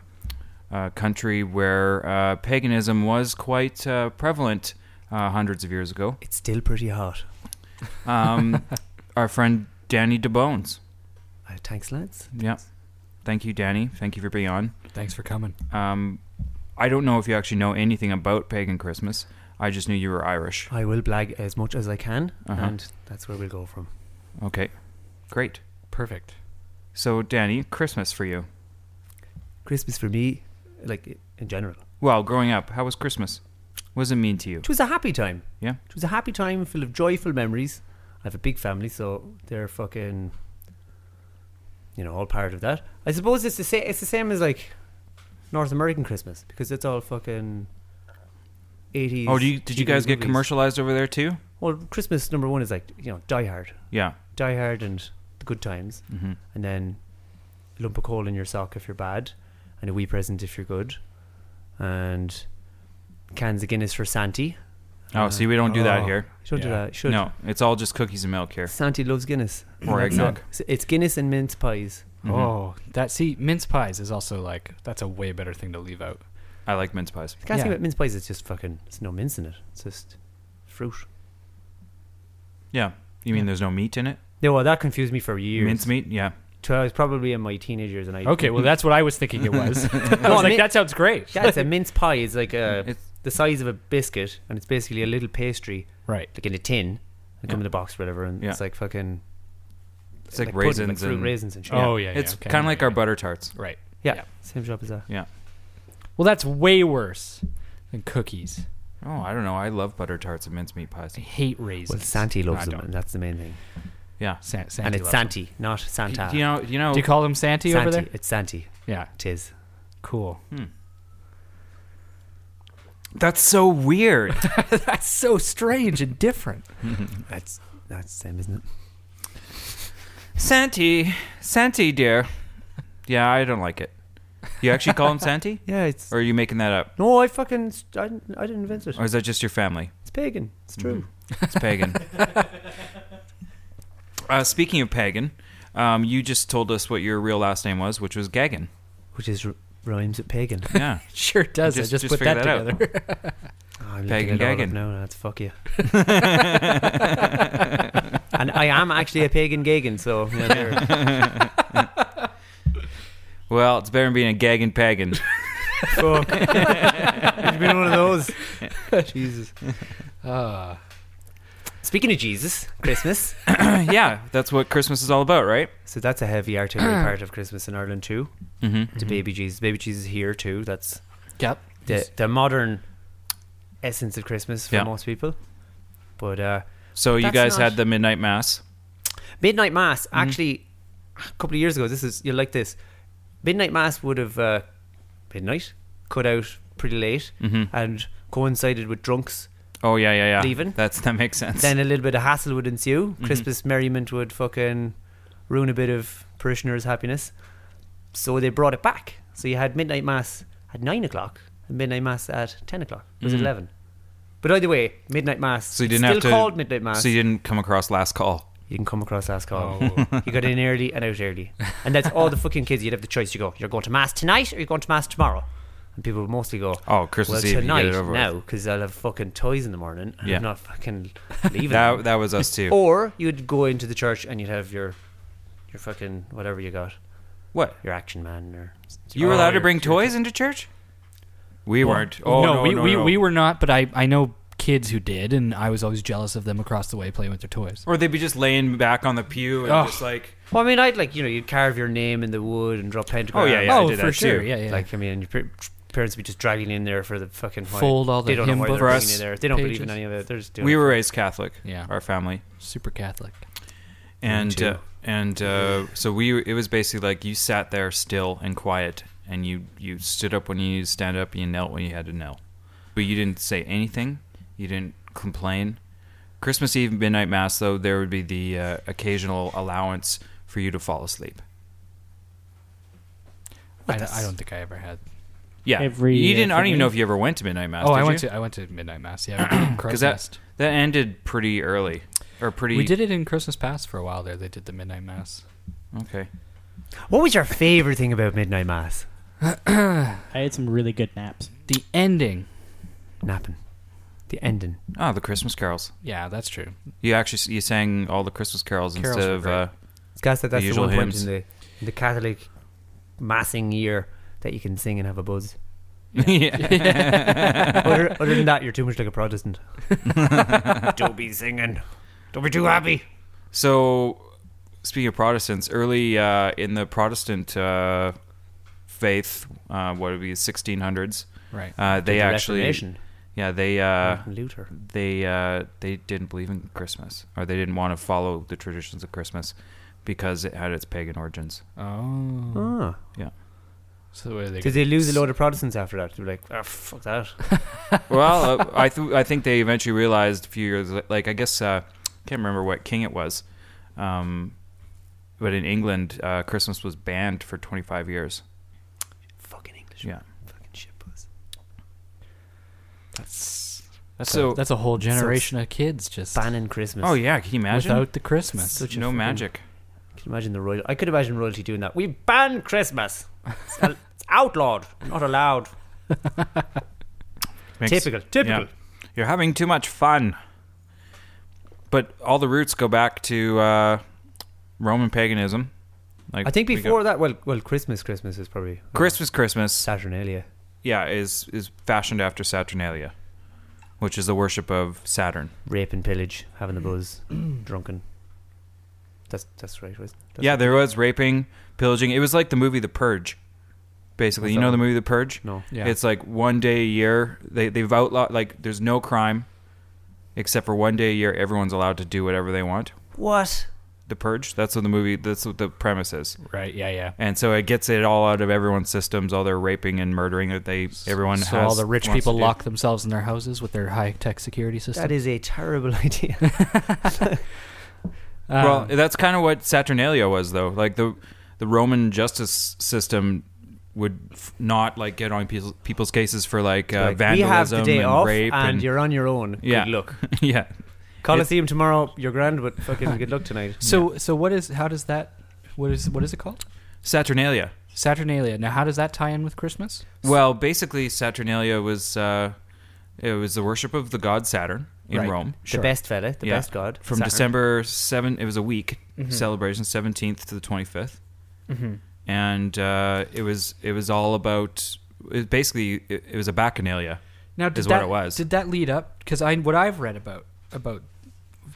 a country where uh, paganism was quite uh, prevalent uh, hundreds of years ago.
It's still pretty hot.
Um, our friend Danny DeBones.
Uh, thanks, lads.
Yeah. Thank you, Danny. Thank you for being on.
Thanks for coming.
Um, I don't know if you actually know anything about pagan Christmas. I just knew you were Irish.
I will blag as much as I can,
Uh-huh.
and that's where we'll go from.
Okay, great.
Perfect.
So, Danny, Christmas for you.
Christmas for me, like in general,
Well, growing up, how was Christmas? What does it mean to you?
it was a happy time.
Yeah.
It was a happy time full of joyful memories. I have a big family, so they're fucking, you know, all part of that. I suppose it's the same. It's the same as like North American Christmas because it's all fucking eighties.
Oh, do you, did you guys get commercialized over there too?
Well, Christmas number one is like you know Die Hard,
Yeah.
Die Hard, and the Good Times,
Mhm.
and then a lump of coal in your sock if you're bad, and a wee present if you're good, and cans of Guinness for Santi.
Oh, see, we don't do that
Oh,
here.
Should do that. Should
No, it's all just cookies and milk here.
Santi loves Guinness.
Or
That's
eggnog.
it. So It's Guinness and mince pies.
Oh, that see, mince pies is also like that's a way better thing to leave out.
I like mince pies.
The casting
Yeah.
about mince pies is just fucking. There's no mince in it. It's just fruit.
Yeah. You mean there's no meat in it?
No, well, that confused me for years.
Mince meat? Yeah.
So I was probably in my teenage years, and I
Okay, well that's what I was thinking it was. I
No,
was like,
min-
that sounds great.
That's a mince pie. It's like a
It's-
the size of a biscuit, and it's basically a little pastry,
Right.
like in a tin, and come in a box, or whatever, and
Yeah.
it's like fucking.
It's like,
pudding,
raisins
fruit
and
raisins and shit.
Oh, yeah, yeah,
It's
okay.
kind of like
Yeah,
our
yeah.
butter tarts.
Right.
yeah,
yeah.
same shop as that.
Yeah.
Well, that's way worse than cookies.
Oh, I don't know. I love butter tarts and mince meat pies.
I hate
Well,
raisins.
Santi
I
loves them,
don't.
and that's the main thing.
Yeah.
San- Santi
and it's
loves
Santi, not Santa.
You know, you know,
them. Do you call them Santi,
Santi,
over there?
it's Santi.
Yeah.
Tis.
Cool.
that's so weird.
that's so strange and different.
That's that's the same, isn't it?
Santi, Santi, dear. Yeah, I don't like it. You actually call him Santi,
Yeah, it's.
or are you making that up,
No, I fucking. st- I, didn't- I didn't invent it.
or is that just your family?
It's pagan. It's
Mm.
true.
It's pagan. uh, speaking of pagan, um, you just told us what your real last name was, which was Gagan.
Which is r- rhymes with pagan.
Yeah.
Sure does. I
Just-
just,
just
put
figure
that,
that out.
together.
Oh, I'm
Pagan
looking it all up
Gagan.
No, that's fuck you. and I am actually a pagan Gagan, so yeah, there.
well, it's better than being a Gagan pagan.
fuck. It's been one of those. Jesus.
Ah.
Speaking of Jesus, Christmas.
yeah, that's what Christmas is all about, right?
So that's a heavy artillery part of Christmas in Ireland too.
Mm-hmm.
To baby Jesus, baby Jesus here too. That's
yep.
the the modern essence of Christmas for
Yeah.
most people. But uh,
So you
That's
guys
not-
had the midnight mass.
Midnight Mass
Mm-hmm.
actually a couple of years ago. This is you like this. Midnight Mass would have uh, midnight cut out pretty late
Mm-hmm.
and coincided with drunks.
Oh yeah, yeah, yeah.
Leaving.
That's that makes sense.
Then a little bit of hassle would ensue.
Mm-hmm.
Christmas merriment would fucking ruin a bit of parishioners' happiness. So they brought it back. So you had midnight mass at nine o'clock and midnight mass at ten o'clock. It was at
Mhm.
eleven. But either way, midnight mass.
So you
it's
didn't have
still
to-
called midnight mass.
so you didn't come across last call.
You can come across last call.
Oh.
you got in early and out early. And that's all the fucking kids you'd have the choice to go. You're going to mass tonight or you're going to mass tomorrow. And people would mostly go,
Oh,
well,
Christmas Eve. you
tonight
get it over with.
now, because I'll have fucking toys in the morning and
Yeah.
I'm not fucking leaving.
That, that was us too.
or you'd go into the church and you'd have your your fucking whatever you got,
What?
your action man or.
You were allowed to
your-
bring toys into church? We weren't. Oh
no, we, we,
no.
we were not, but I, I know kids who did, and I was always jealous of them across the way playing with their toys.
Or they'd be just laying back on the pew and
Ugh.
just like.
Well, I mean, I'd like you know you'd carve your name in the wood and draw pentagrams.
Oh yeah, yeah. I
oh,
did
for
that
sure.
Too.
Yeah, yeah.
Like I mean, your par- parents would be just dragging you in there for the fucking why-
Fold all the
They don't
hymn
know why they're
books,
bringing you there. They don't believe in
pages.
any of it. They're just doing
We
it
were
for-
raised Catholic.
Yeah.
Our family.
super Catholic.
and
too.
uh, and uh, so we it was basically like you sat there still and quiet and you you stood up when you needed to stand up you knelt when you had to kneel but you didn't say anything you didn't complain christmas eve midnight mass though there would be the uh, occasional allowance for you to fall asleep
I, I don't think I ever had.
yeah
Every,
you
uh,
didn't i don't even
Friday?
know if you ever went to midnight mass
Oh,
did
I
you?
went to I went to midnight mass. Yeah, because
that that ended pretty early or pretty
we did it in Christmas Pass for a while. There, they did the midnight mass.
okay
What was your favorite thing about midnight mass?
I had some really good naps.
The ending.
Napping, the ending.
oh the christmas carols
Yeah, that's true.
you actually you sang all the christmas carols,
Carols
instead
were
of
great.
uh,
It's gas that that's the,
usual
one point
hymns.
in the in the Catholic massing year that you can sing and have a buzz.
uh,
other, other than that, you're too much like a Protestant. Don't be singing. Don't be too happy.
So, speaking of Protestants, early uh, in the Protestant uh, faith, uh, what would be 1600s,
Right.
uh, they
The
actually,
Reformation,
yeah, they uh,
Martin Luther.
they uh, they didn't believe in Christmas, or they didn't want to follow the traditions of Christmas because it had its pagan origins.
Oh,
Ah.
so where they
Did they lose a load of Protestants after that? They were like, ah, fuck that.
well, uh, I th- I think they eventually realized a few years la- like I guess uh, can't remember what king it was, um, but in England, uh, Christmas was banned for 25 years.
Fucking English.
Yeah.
Fucking shitbus.
that's that's
So-
a, that's a whole generation of kids just
Banning Christmas.
Oh yeah, can you imagine?
without the Christmas.
Such a
no
fucking-
magic.
Can you imagine the royal? I could imagine royalty doing that. We ban Christmas. It's, al- it's outlawed. Not allowed.
Makes-
typical. Typical.
Yeah. You're having too much fun. But all the roots go back to uh, Roman paganism. Like
I think
we go-
before that, well, well, Christmas, Christmas is probably
Christmas, Christmas,
Saturnalia.
yeah, is is fashioned after Saturnalia, which is the worship of Saturn.
rape and pillage, having the
Mm.
buzz, drunken. That's that's right, wasn't it? That's
yeah,
right.
there was raping, pillaging. It was like the movie The Purge. Basically,
What's
you
that
know the
one?
movie The Purge.
No.
yeah.
It's like one day a year. They they've outlawed like there's no crime, except for one day a year. Everyone's allowed to do whatever they want.
What?
The Purge. That's what the movie. That's what the premise is.
right. Yeah, yeah.
and so it gets it all out of everyone's systems, all their raping and murdering that they everyone
so
has.
all the rich
wants
people
to do.
lock themselves in their houses with their high tech security system.
That is a terrible idea.
Um,
well, that's kind of what Saturnalia was, though. Like the the Roman justice system would f- not like get on people's, people's cases for like, uh,
Like, we
vandalism
have the day
and
off,
rape
and, you're on your own.
Yeah.
Good luck.
yeah.
Coliseum tomorrow. You're grand, but fucking good luck tonight.
so so what is how does that what is what is it called?
Saturnalia.
Saturnalia. Now how does that tie in with Christmas?
Well, basically, Saturnalia was uh, it was the worship of the god Saturn in
Right.
Rome
The best fella, the
Yeah.
best god.
from
Saturn. Mm-hmm.
December seven. It was a week celebration, seventeenth to the twenty and uh, it was it was all about it basically it, it was a bacchanalia.
Now did
Is what
that
it was.
did that lead up? Because I what I've read about about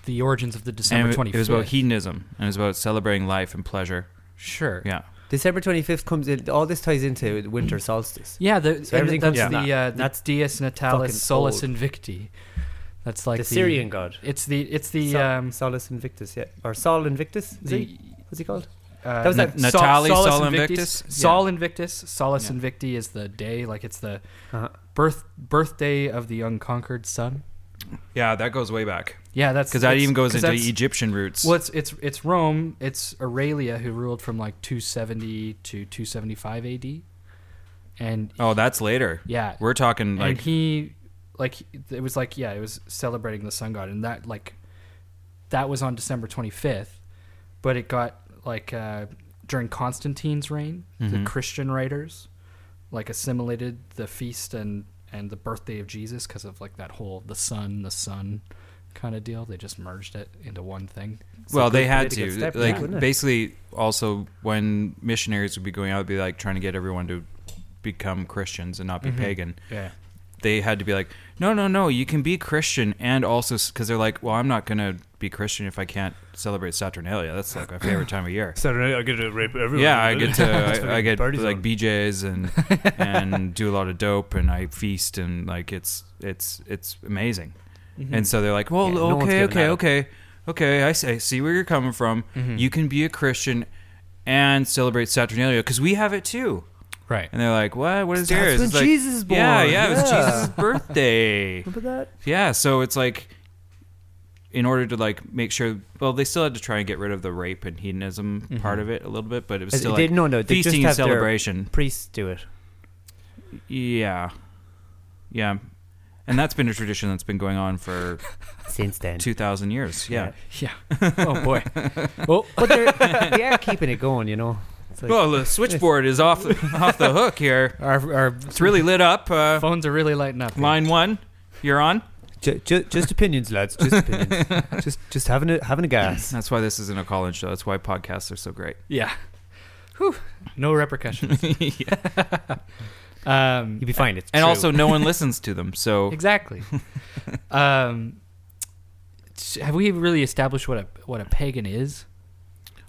the origins of the
And
December
it,
twenty fifth.
it was about hedonism and it was about celebrating life and pleasure.
Sure.
Yeah,
December 25th comes. In, all this ties into the winter solstice.
Yeah, Mm. the,
So
and
everything
that's
comes from
the
that.
uh, that's Dies
fucking
Natalis Solus
old.
Invicti. That's like
the
the,
Syrian god.
It's the it's the
Sol-
um
Solus Invictus, yeah, or Sol Invictus. Is he?
the
What's he called?
uh,
That was
Sol-
that
Na- Natali
Solus
Sol
Invictus.
Invictus? Yeah.
Sol Invictus. Solus Invicti is the day, like it's the
Uh-huh.
birth birthday of the unconquered sun.
yeah, that goes way back
Yeah, that's
because that
it's-
even goes
'cause
into
that's-
Egyptian roots.
Well, it's it's it's Rome. It's Aurelia who ruled from like 270 to 275 A.D. And
oh, that's later.
yeah,
We're talking
and
like
he like it was like yeah, it was celebrating the sun god, and that like that was on December 25th, but it got like uh, during Constantine's reign,
Mhm.
the Christian writers like assimilated the feast and and the birthday of Jesus because of like that whole the sun the sun kind of deal. They just merged it into one thing.
well, they
good
had
political
to
step,
like
yeah, wouldn't it?
basically also when missionaries would be going out, it'd be like trying to get everyone to become Christians and not
Mm-hmm.
be pagan.
Yeah.
They had to be like, no, no, no, you can be Christian and also because they're like, well, I'm not gonna be Christian if I can't celebrate Saturnalia. That's like my favorite time of year.
Saturday, I get to rape everyone.
Yeah, I get to I, I get
Party
like
zone.
BJ's and and do a lot of dope and I feast and like it's it's it's amazing.
Mm-hmm.
And so they're like, well,
Yeah, no one's
okay,
giving
okay,
that up.
okay, okay. I see, I see where you're coming from.
Mm-hmm.
You can be a Christian and celebrate Saturnalia because we have it too.
Right.
And they're like, what? What is
That's
yours?
when
It's like,
Jesus is born.
Yeah, yeah, it was
Yeah.
Jesus' birthday.
Remember that?
Yeah, so it's like in order to like make sure well they still had to try and get rid of the rape and hedonism part of it a little bit but it was
Mm-hmm. As-
still
they-
like
no, no, they just
feasting and
have their-
celebration
Priests do it.
yeah yeah and that's been a tradition that's been going on for
Since then,
2000 years yeah,
Yeah. Oh boy.
well, but they're, they are keeping it going. You know, it's like,
well the switchboard is off the, off the hook here
Our, our
it's really lit up uh,
phones are really lighting up. here.
line one you're on
ju- ju- just opinions, lads. Just opinions. just just having a having a gas.
that's why this isn't a college show that's why podcasts are so great
Yeah. Whew. No repercussions. um,
You'd be fine. It's
and
true.
also no one listens to them so
exactly. um, s- have we really established what a what a pagan is?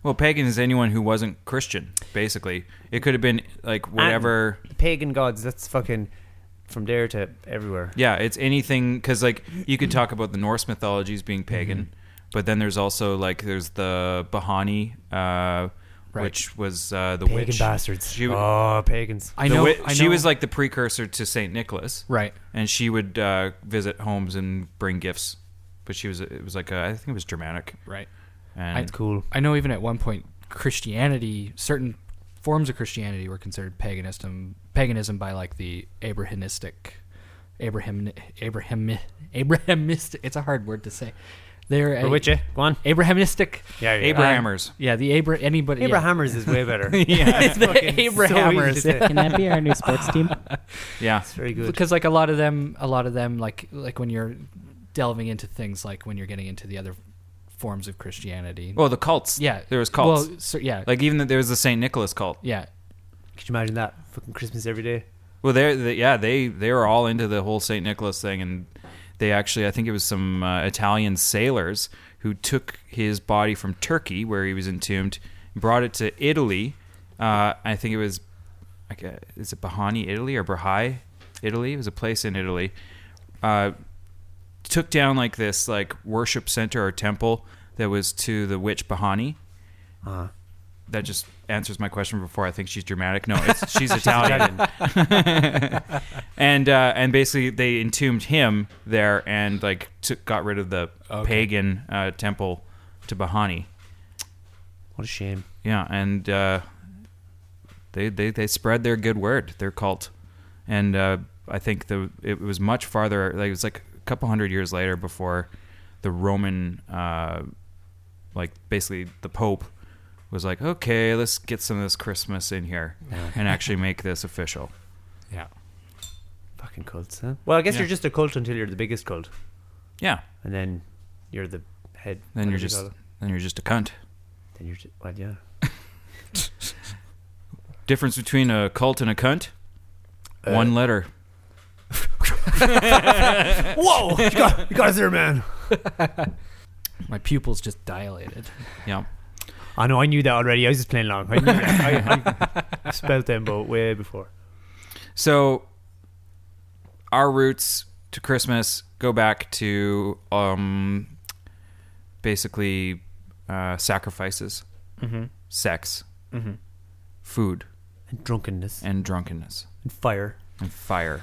Well, pagan is anyone who wasn't Christian, basically. It could have been like whatever.
pagan gods. That's fucking from there to everywhere.
yeah, it's anything because like you could talk about the Norse mythologies being
Mm-hmm.
pagan, but then there's also like there's the Bahani, uh,
Right.
which was uh, the
Pagan
witch.
bastards.
She-
oh, pagans.
I
The
know,
wi-
I know.
she was like the precursor to Saint Nicholas,
right.
and she would uh, visit homes and bring gifts. But she was it was like a, I think it was Germanic,
Right.
and
Cool.
I know. Even at one point, Christianity, certain forms of Christianity, were considered paganism. Paganism by like the Abrahanistic, Abraham, Abraham, Abrahamist. It's a hard word to say. They're a,
Witcher. Go on.
Abrahamnistic.
Yeah, Um, yeah.
Abrahamers.
Yeah, the Abra anybody. yeah.
Abrahamers is way better.
yeah,
the Abrahamers.
Can that be our new sports team?
yeah,
Very good.
because like a lot of them a lot of them like like when you're delving into things like when you're getting into the other forms of christianity
Well, Oh, the cults.
yeah
there was cults.
well so, yeah
like even the, there was the Saint Nicholas cult.
yeah
Could you imagine that? Fucking Christmas every day.
Well, they're they, yeah, they they were all into the whole Saint Nicholas thing, and they actually I think it was some uh, Italian sailors who took his body from Turkey where he was entombed, brought it to Italy. Uh, I think it was, like, uh, is it Bahani, Italy, or Bahai, Italy? It was a place in Italy. Uh, took down like this like worship center or temple that was to the witch Bahani. That just answers my question before. I think she's Germanic. No, it's, she's Italian. and uh, and basically they entombed him there and like took, got rid of the pagan uh, temple to Bahani.
What a shame.
Yeah, and uh, they, they they spread their good word, their cult, and uh, I think the it was much farther. Like it was like a couple hundred years later before the Roman, uh, like basically the Pope was like, okay, let's get some of this Christmas in here and actually make this official. Yeah,
Fucking cults, huh? Well, I guess
Yeah.
you're just a cult until you're the biggest cult,
yeah.
and then you're the head.
Then
what
you're
do they
just
call it?
then you're just a cunt.
Then you're just, well, yeah.
Difference between a cult and a cunt? One letter. Eh.
Whoa! You got, you got us there, man.
My pupils just dilated.
Yeah.
I know. I knew that already. I was just playing along. I, knew that. I, I spelt them both way before.
So our roots to Christmas go back to um basically uh sacrifices, sex, food,
And drunkenness
and drunkenness
and fire
and fire.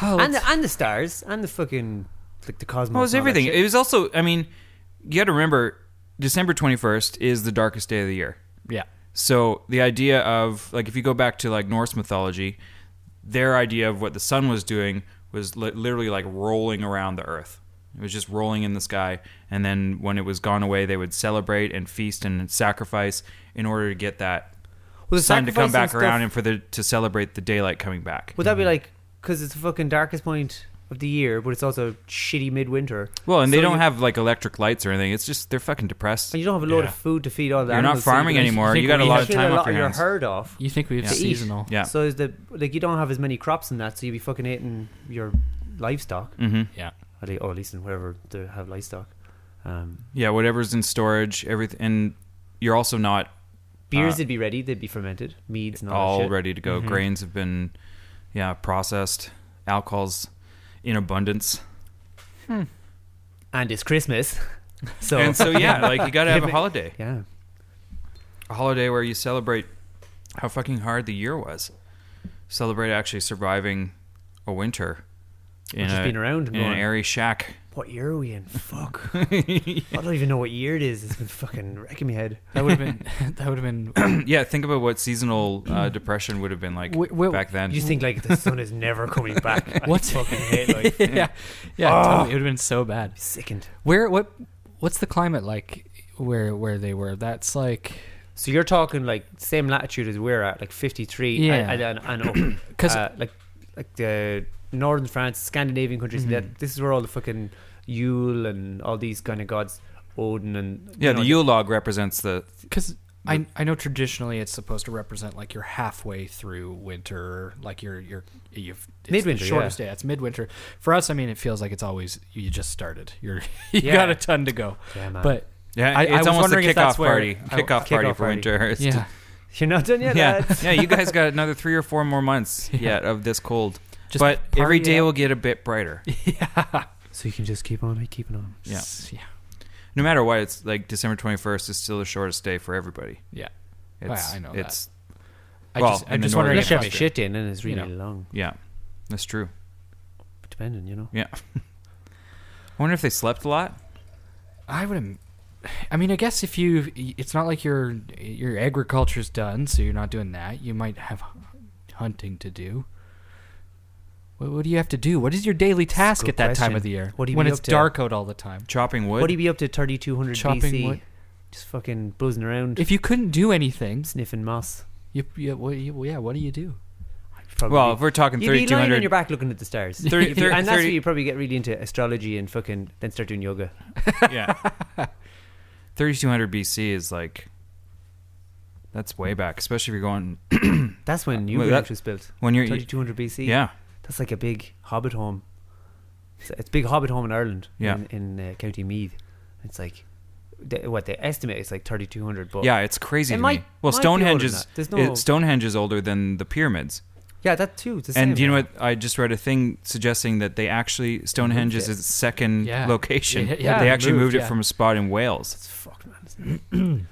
and the, and the stars and the fucking like the cosmos.
Well, it was
and all that
everything.
shit.
It was also I mean, you got to remember December 21st is the darkest day of the year.
Yeah.
So the idea of like if you go back to like Norse mythology, their idea of what the sun was doing was li- literally like rolling around the earth. It was just rolling in the sky, and then when it was gone away, they would celebrate and feast and sacrifice in order to get that
Well, the
sun to come
sacrifice
back
and
around
stuff-
and for the to celebrate the daylight coming back.
Would that be like because it's the fucking darkest point of the year, but it's also shitty midwinter.
Well, and they
So
don't
you-
have like electric lights or anything. It's just they're fucking depressed.
And you don't have a load
Yeah.
of food to feed all the
You're not
animals, so you
farming
can-
anymore.
think
You got a
we
lot
have
of
kill
time
a
off your
lot of your
hands.
herd off.
You think we have
Yeah.
To eat.
seasonal?
Yeah.
So is the like you don't have as many crops and that, so you'd be fucking eating your livestock.
Mm-hmm.
At le- or at least in wherever they have livestock. Um,
Yeah, whatever's in storage, everything, and you're also not
beers
Uh,
would be ready; they'd be fermented. Meads and all,
all
that shit. Mm-hmm.
ready to go. Grains have been, yeah, processed. Alcohol's in abundance,
And it's Christmas, so
and so yeah, like you got to have a holiday,
yeah.
a holiday where you celebrate how fucking hard the year was. Celebrate actually surviving a winter in,
Just
a-
being
in
around and
an
going-
airy shack.
What year are we in? Fuck. I don't even know what year it is. It's been fucking wrecking my head.
That would have been. That would have been.
yeah, think about what seasonal uh, depression would have been like
Wh- wh-
back then.
Mm-hmm. You just think like the sun is never coming back.
What?
I fucking hate like
yeah, yeah. Totally. It would have been so bad.
sickened.
Where? What? What's the climate like? Where? Where they were? That's like.
So you're talking like same latitude as we're at, like 53.
Yeah.
And, and, and, and up,
'Cause-
uh, like like the northern France, Scandinavian countries. That this is where all the fucking Yule and all these kind of gods, Odin and
yeah,
you know,
the Yule log represents the
Because I I know traditionally it's supposed to represent like you're halfway through winter, like you're you're you've it's the
Midwinter,
shortest day. It's midwinter for us. I mean, it feels like it's always you just started. You're you
Yeah.
got a ton to go,
Yeah,
Uh,
man.
but
yeah.
I- I
it's
was
almost a
wondering if
kickoff
that's where-
party,
I-
kickoff party
kickoff
for
party.
winter. It's
yeah.
you're not done yet.
yeah,
lads.
yeah. You guys got another three or four more months yet of this cold.
Just
but every
party
day
out.
will get a bit brighter.
So you can just keep on keeping on.
Yeah.
yeah,
No matter what, it's like December twenty first is still the shortest day for everybody.
yeah.
It's,
Yeah, I know that.
It's
I
Well,
just
in
I'm
the
just wondering
northern
if
Unless you have
Austria.
your shit in, and it's
You
really
know.
long.
yeah, that's true.
Depending, you know.
Yeah. I wonder if they slept a lot.
I would. im- I mean, I guess if you, it's not like your your agriculture's done, so you're not doing that. You might have hunting to do. What, what do you have to do? What is your daily task
good
at that time
question.
of the year?
What do you
when
be
it's
up to?
dark out all the time?
Chopping wood.
What do you be up to? 3200
Chopping
BC.
wood.
Just fucking buzzing around,
If you couldn't do anything,
sniffing moss.
you, you, what, you yeah, what do you do?
Probably.
well, if we're talking
You'd be
thirty two
lying on
hundred.
your back looking at the stars.
Thirty-
If you-
thir-
and that's
thirty-
where you probably get really into astrology and fucking then start doing yoga.
yeah. Thirty two hundred BC is like. That's way back, especially if you're going
That's when New
Well,
York
that-
was built.
when you're
3200 BC.
yeah
That's like a big hobbit home. It's, it's a big hobbit home in Ireland.
Yeah.
In, in uh, County Meath. It's like, they, what they estimate is like 3200. But
yeah it's crazy
It
to
might-
me. Well,
might be older
Stonehenge
than
is
that. There's
it-
no-
Stonehenge is older than the pyramids.
Yeah, that too. It's the
And
same.
do you know what? I just read a thing suggesting that they actually Stonehenge is
it.
its second
Yeah.
location.
Yeah, yeah,
they
they
actually moved,
moved,
it
yeah.
from a spot in Wales.
It's fucked, man.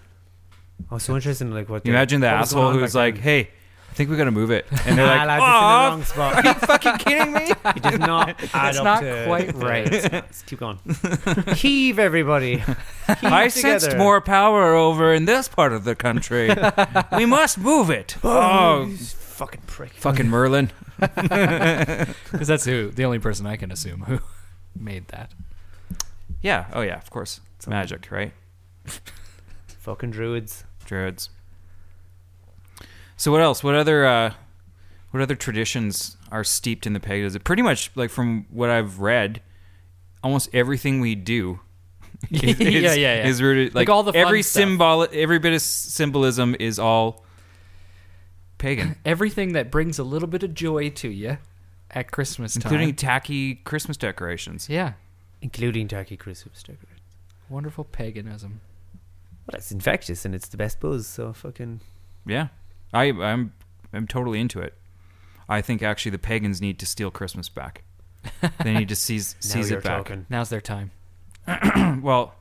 It's- oh, so interesting. Like what?
Can you
they-
imagine the
what was going
asshole
on
who
back
was like,
then.
"Hey, I think we gotta move it. And they're
Nah,
like,
lads,
"Aw,
it's in the wrong spot.
Are you fucking kidding me?
It does not add
It's
up
not
to-
quite right.
It's not. Let's keep going. Heave, everybody.
I sensed
together.
more power over in this part of the country. we must move it. Oh,
Fucking prick.
fucking Merlin.
because that's who the only person I can assume who made that.
Yeah. Oh, yeah. Of course. It's magic, right?
Fucking druids.
Druids. So what else? What other? Uh, what other traditions are steeped in the paganism? Pretty much, like from what I've read, almost everything we do. Is, is-
Yeah, yeah, yeah.
Is rooted like,
Like all the fun
every
stuff.
symbol, every bit of symbolism is all pagan,
Everything that brings a little bit of joy to you at Christmas time,
including tacky Christmas decorations.
yeah,
Including Turkey Christmas decorations.
wonderful paganism.
Well, it's infectious and it's the best buzz, so fucking.
Yeah, I, I'm I'm totally into it. I think actually the pagans need to steal Christmas back. they need to seize
Now
seize
you're
it back.
talking.
Now's their time.
Well,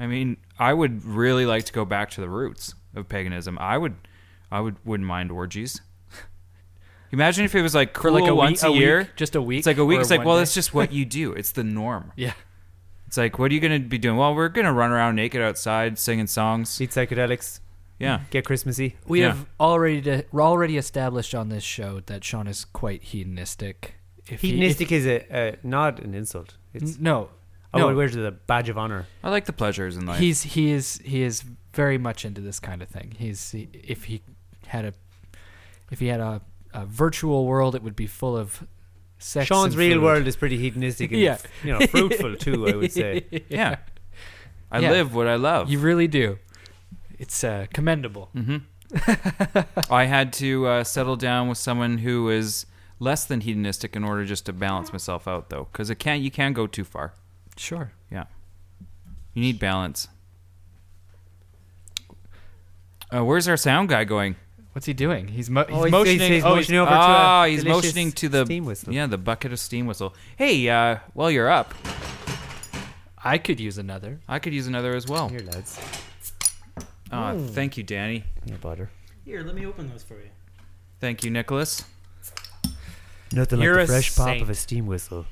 I mean, I would really like to go back to the roots of paganism. I would, I would wouldn't mind orgies. Imagine if it was like
For like
cool
a
once
week,
a, year.
week, just a week.
It's like a week.
or
It's like
one
well,
day.
it's just what you do. It's the norm.
yeah.
It's like what are you gonna be doing? Well, we're gonna run around naked outside singing songs.
Eat psychedelics.
Yeah,
Get Christmassy.
We
Yeah.
have already de- we're already established on this show that Sean is quite hedonistic. If he-
Hedonistic is a, uh, not an insult.
if-
It's
no,
I would
no.
wear it as a badge of honor.
I like the pleasures in life.
He's he is he is very much into this kind of thing. He's he, if he had a if he had a, a virtual world, it would be full of sex. and
Sean's real
food.
world is pretty hedonistic and
Yeah.
f- you know fruitful too. I would say
yeah. I
Yeah.
live what I love.
You really do. It's uh, commendable.
hmm I had to uh, settle down with someone who is less than hedonistic in order just to balance myself out, though, because it can't. You can go too far.
Sure.
Yeah, you need balance. Uh, where's our sound guy going?
What's he doing? He's, mo- he's
he's-
motioning.
he's- he's
oh,
motioning over to
Ah,
a
he's
delicious
motioning to the
steam whistle.
Yeah, the bucket of steam whistle. Hey, uh, well, you're up.
I could use another.
I could use another as well.
Here, lads.
Ah, thank you, Danny.
No butter.
Here, let me open those for you.
Thank you, Nicholas.
Nothing
You're
like
a
the fresh pop
saint.
of a steam whistle.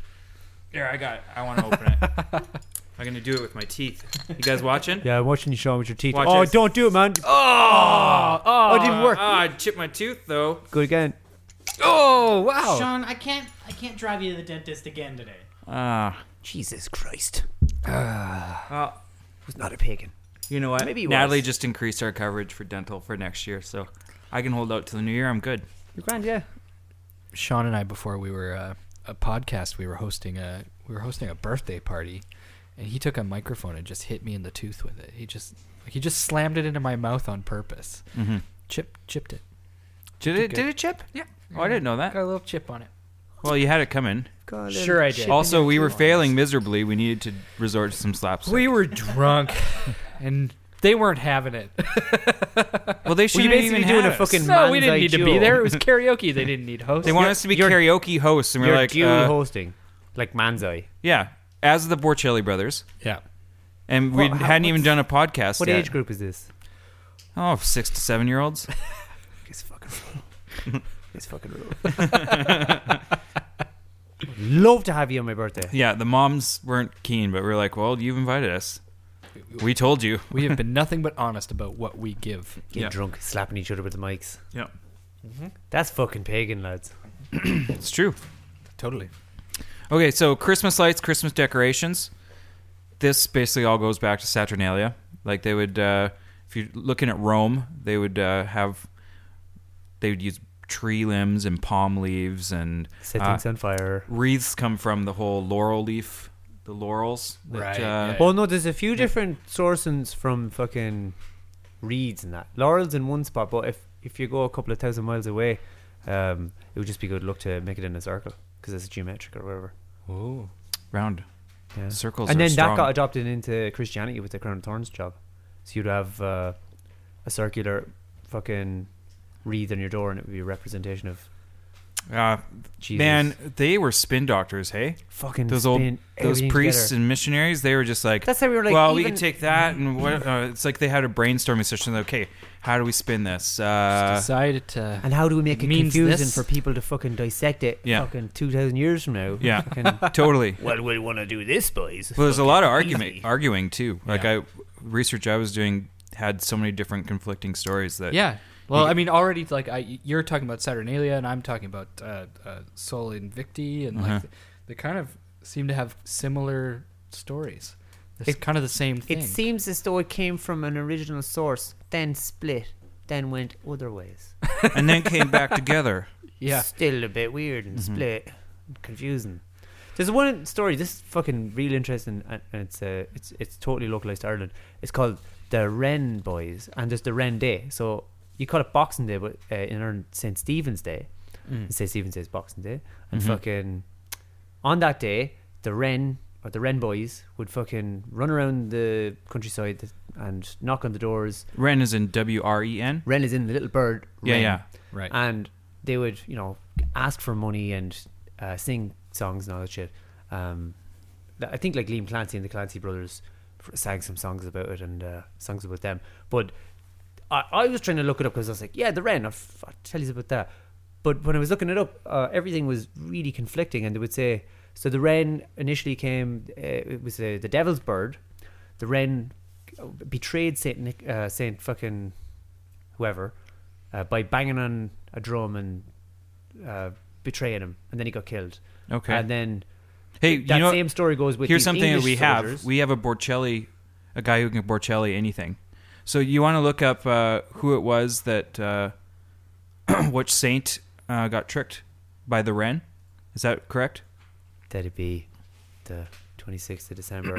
Here, I got. It. I want to open it. I'm gonna do it with my teeth. You guys watching?
Yeah, I'm watching you, Sean, with your teeth.
Watch
oh,
this.
don't do it, man.
Oh, oh,
it didn't work.
Ah, I chipped my tooth though.
Go again.
Oh, wow.
Sean, I can't I can't drive you to the dentist again today.
Ah,
Jesus Christ.
uh,
Who's not a pagan?
you know what?
Maybe he
Natalie
was.
just increased our coverage for dental for next year, so I can hold out till the new year. I'm good.
You're grand, yeah.
Sean and I before we were uh, a podcast we were hosting a we were hosting a birthday party and he took a microphone and just hit me in the tooth with it. He just like he just slammed it into my mouth on purpose.
Mhm.
Chip chipped it.
Did it?
good.
Did it chip? Yeah. Oh, I didn't know that.
Got a little chip on it.
Well, you had it coming.
Got a
Sure I
little
did.
chip
Also,
in your
we were
teeth.
failing miserably. We needed to resort to some slaps.
We were drunk and they weren't having it.
Well, they
Were you
shouldn't have
basically
even
doing
had
a fucking
us.
no, we didn't
manzai
need to be
duel?
there. It was karaoke. They didn't need hosts.
They want us to be karaoke hosts, and we
You're
we're like,
dual
uh,
hosting, like Manzai.
yeah, as the Borcelli brothers,
yeah.
and we
Well, how-
hadn't even done a podcast
What
yet.
age group is this?
Oh, six to seven year olds.
It's fucking It's fucking Love to have you on my birthday.
Yeah, the moms weren't keen, but we are like, well, you've invited us. We told you.
We have been nothing but honest about what we give.
Getting
Yeah.
drunk, slapping each other with the mics.
Yeah.
That's fucking pagan, lads.
It's true.
Totally.
Okay, so Christmas lights, Christmas decorations. This basically all goes back to Saturnalia. Like they would, uh, if you're looking at Rome, they would uh, have, they would use tree limbs and palm leaves and
Set
uh,
things on fire.
wreaths come from the whole laurel leaf, the laurels. That,
Right,
uh,
yeah.
Well, Oh, no, there's a few different sources from fucking reeds and that. Laurel's in one spot, but if if you go a couple of thousand miles away, um, it would just be good luck to make it in a circle because it's geometric or whatever.
Oh.
round
Yeah.
circles.
and
are
then
strong.
that got adopted into Christianity with the crown of thorns job. So you'd have uh, a circular fucking wreath on your door, and it would be a representation of
Uh,
Jesus.
Man, they were spin doctors, hey?
Fucking
those old
spin
those
everything
priests
together.
and missionaries. They were just like,
That's how we were like,
Well, we
even-
could take that and what? Uh, it's like they had a brainstorming session. Like, okay, how do we spin this? Uh,
decided to.
And how do we make it
means
confusing
this.
for people to fucking dissect it?
Yeah.
Fucking two thousand years from now.
Yeah,
Fucking-
totally.
Well, we want to do this, boys.
Well, there's a lot of
Fucking
argument,
easy.
arguing too. Like I research I was doing had so many different conflicting stories that
Yeah. Well,
you-
I mean, already like I, you're talking about Saturnalia, and I'm talking about uh, uh, Sol Invicti, and
Uh-huh.
like they kind of seem to have similar stories. It's kind of the same thing.
It seems as though it came from an original source, then split, then went other ways.
and then came back together.
Yeah.
Still a bit weird and
Mhm.
split, confusing. There's one story. This is fucking real interesting, and and it's uh, it's it's totally localized to Ireland. It's called the Wren Boys, and there's the Wren Day. So you call it Boxing Day, but uh, in Ireland, Saint Stephen's Day.
Mm.
Saint Stephen's Day is Boxing Day, and
Mhm.
fucking on that day, the Wren or the Wren Boys would fucking run around the countryside and knock on the doors
Ren is in W R E N.
Ren is in the little bird.
Yeah,
Ren.
yeah. Right.
And they would, you know, ask for money and uh, sing songs and all that shit. Um, th- I think like Liam Clancy and the Clancy brothers f- sang some songs about it and uh, songs about them. But I, I was trying to look it up because I was like, yeah, the Ren. I'll, f- I'll tell you about that. But when I was looking it up, uh, everything was really conflicting, and they would say so. The Wren initially came; uh, it was uh, the Devil's Bird. The Wren betrayed Saint Nick, uh, Saint fucking whoever uh, by banging on a drum and uh, betraying him, and then he got killed.
Okay.
and then
Hey,
that
you know
same story goes with
here's
these
something
English
that we
soldiers.
have. We have a Borcelli, a guy who can Borcelli anything. So you want to look up uh, who it was that uh, which saint uh, got tricked by the Ren? Is that correct?
That'd be the 26th of December,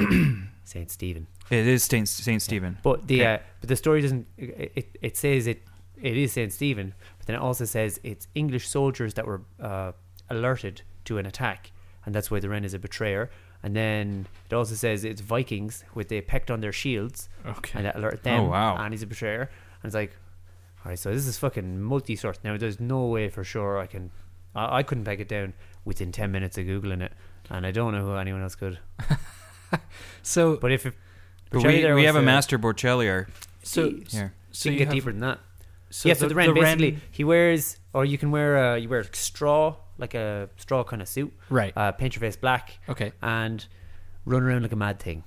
Saint Stephen.
It is Saint Saint Stephen.
But the
Okay.
uh, but the story doesn't. It, it it says it it is Saint Stephen, but then it also says it's English soldiers that were uh, alerted to an attack, and that's why the Ren is a betrayer. And then it also says it's Vikings, who they pecked on their shields,
Okay.
and that alerted them.
Oh, wow.
And he's a betrayer, and it's like, all right, so this is fucking multi-source. Now there's no way for sure I can, I, I couldn't peg it down within ten minutes of googling it, and I don't know who anyone else could.
so,
But if, if
But
Charlie
we,
there
we
was
have a
a-
master Borcellier.
so,
Here.
so
you
you
can get
have-
deeper than that.
So
yeah, so
the-
the Ren
the Ren-
basically he wears, or you can wear uh, you wear straw like a straw kind of suit,
Right.
Uh, paint your face black,
Okay.
and run around like a mad thing.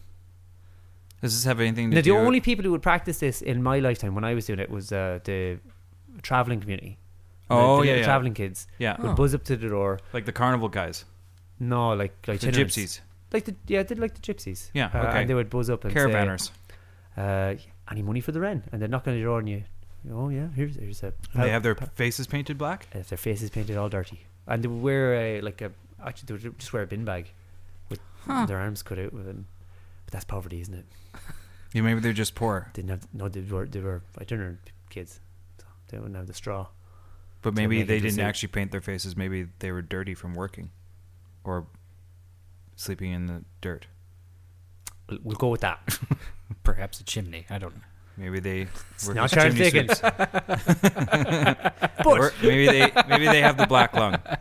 Does this have anything to
Now,
do?
the only people who would practice this in my lifetime when I was doing it was uh, the traveling community. The-
Oh,
the
yeah,
little
yeah.
traveling kids.
Yeah.
would
Oh.
buzz up to the door.
like the carnival guys,
No, like like
the
itinerants.
gypsies,
Like the yeah, they like the gypsies.
Yeah,
Uh,
okay.
and they would buzz up and say,
caravanners.
uh, any money for the Ren? And they're knocking on your door and you, oh yeah, here's here's a.
And they have their faces painted black.
and if their faces painted all dirty, and they would wear a like a actually they would just wear a bin bag with their arms cut out with them. But that's poverty, isn't it?
Yeah, maybe they're just poor,
Didn't have no, they were they were itinerant kids, so they wouldn't have the straw.
but
So
maybe
make it
they
just
didn't
a-
actually paint their faces. Maybe they were dirty from working, or sleeping in the dirt.
We'll, we'll go with that.
perhaps a chimney. I don't know.
Maybe they were
not Charles Dickens. but
maybe they maybe they have the black lung.
uh,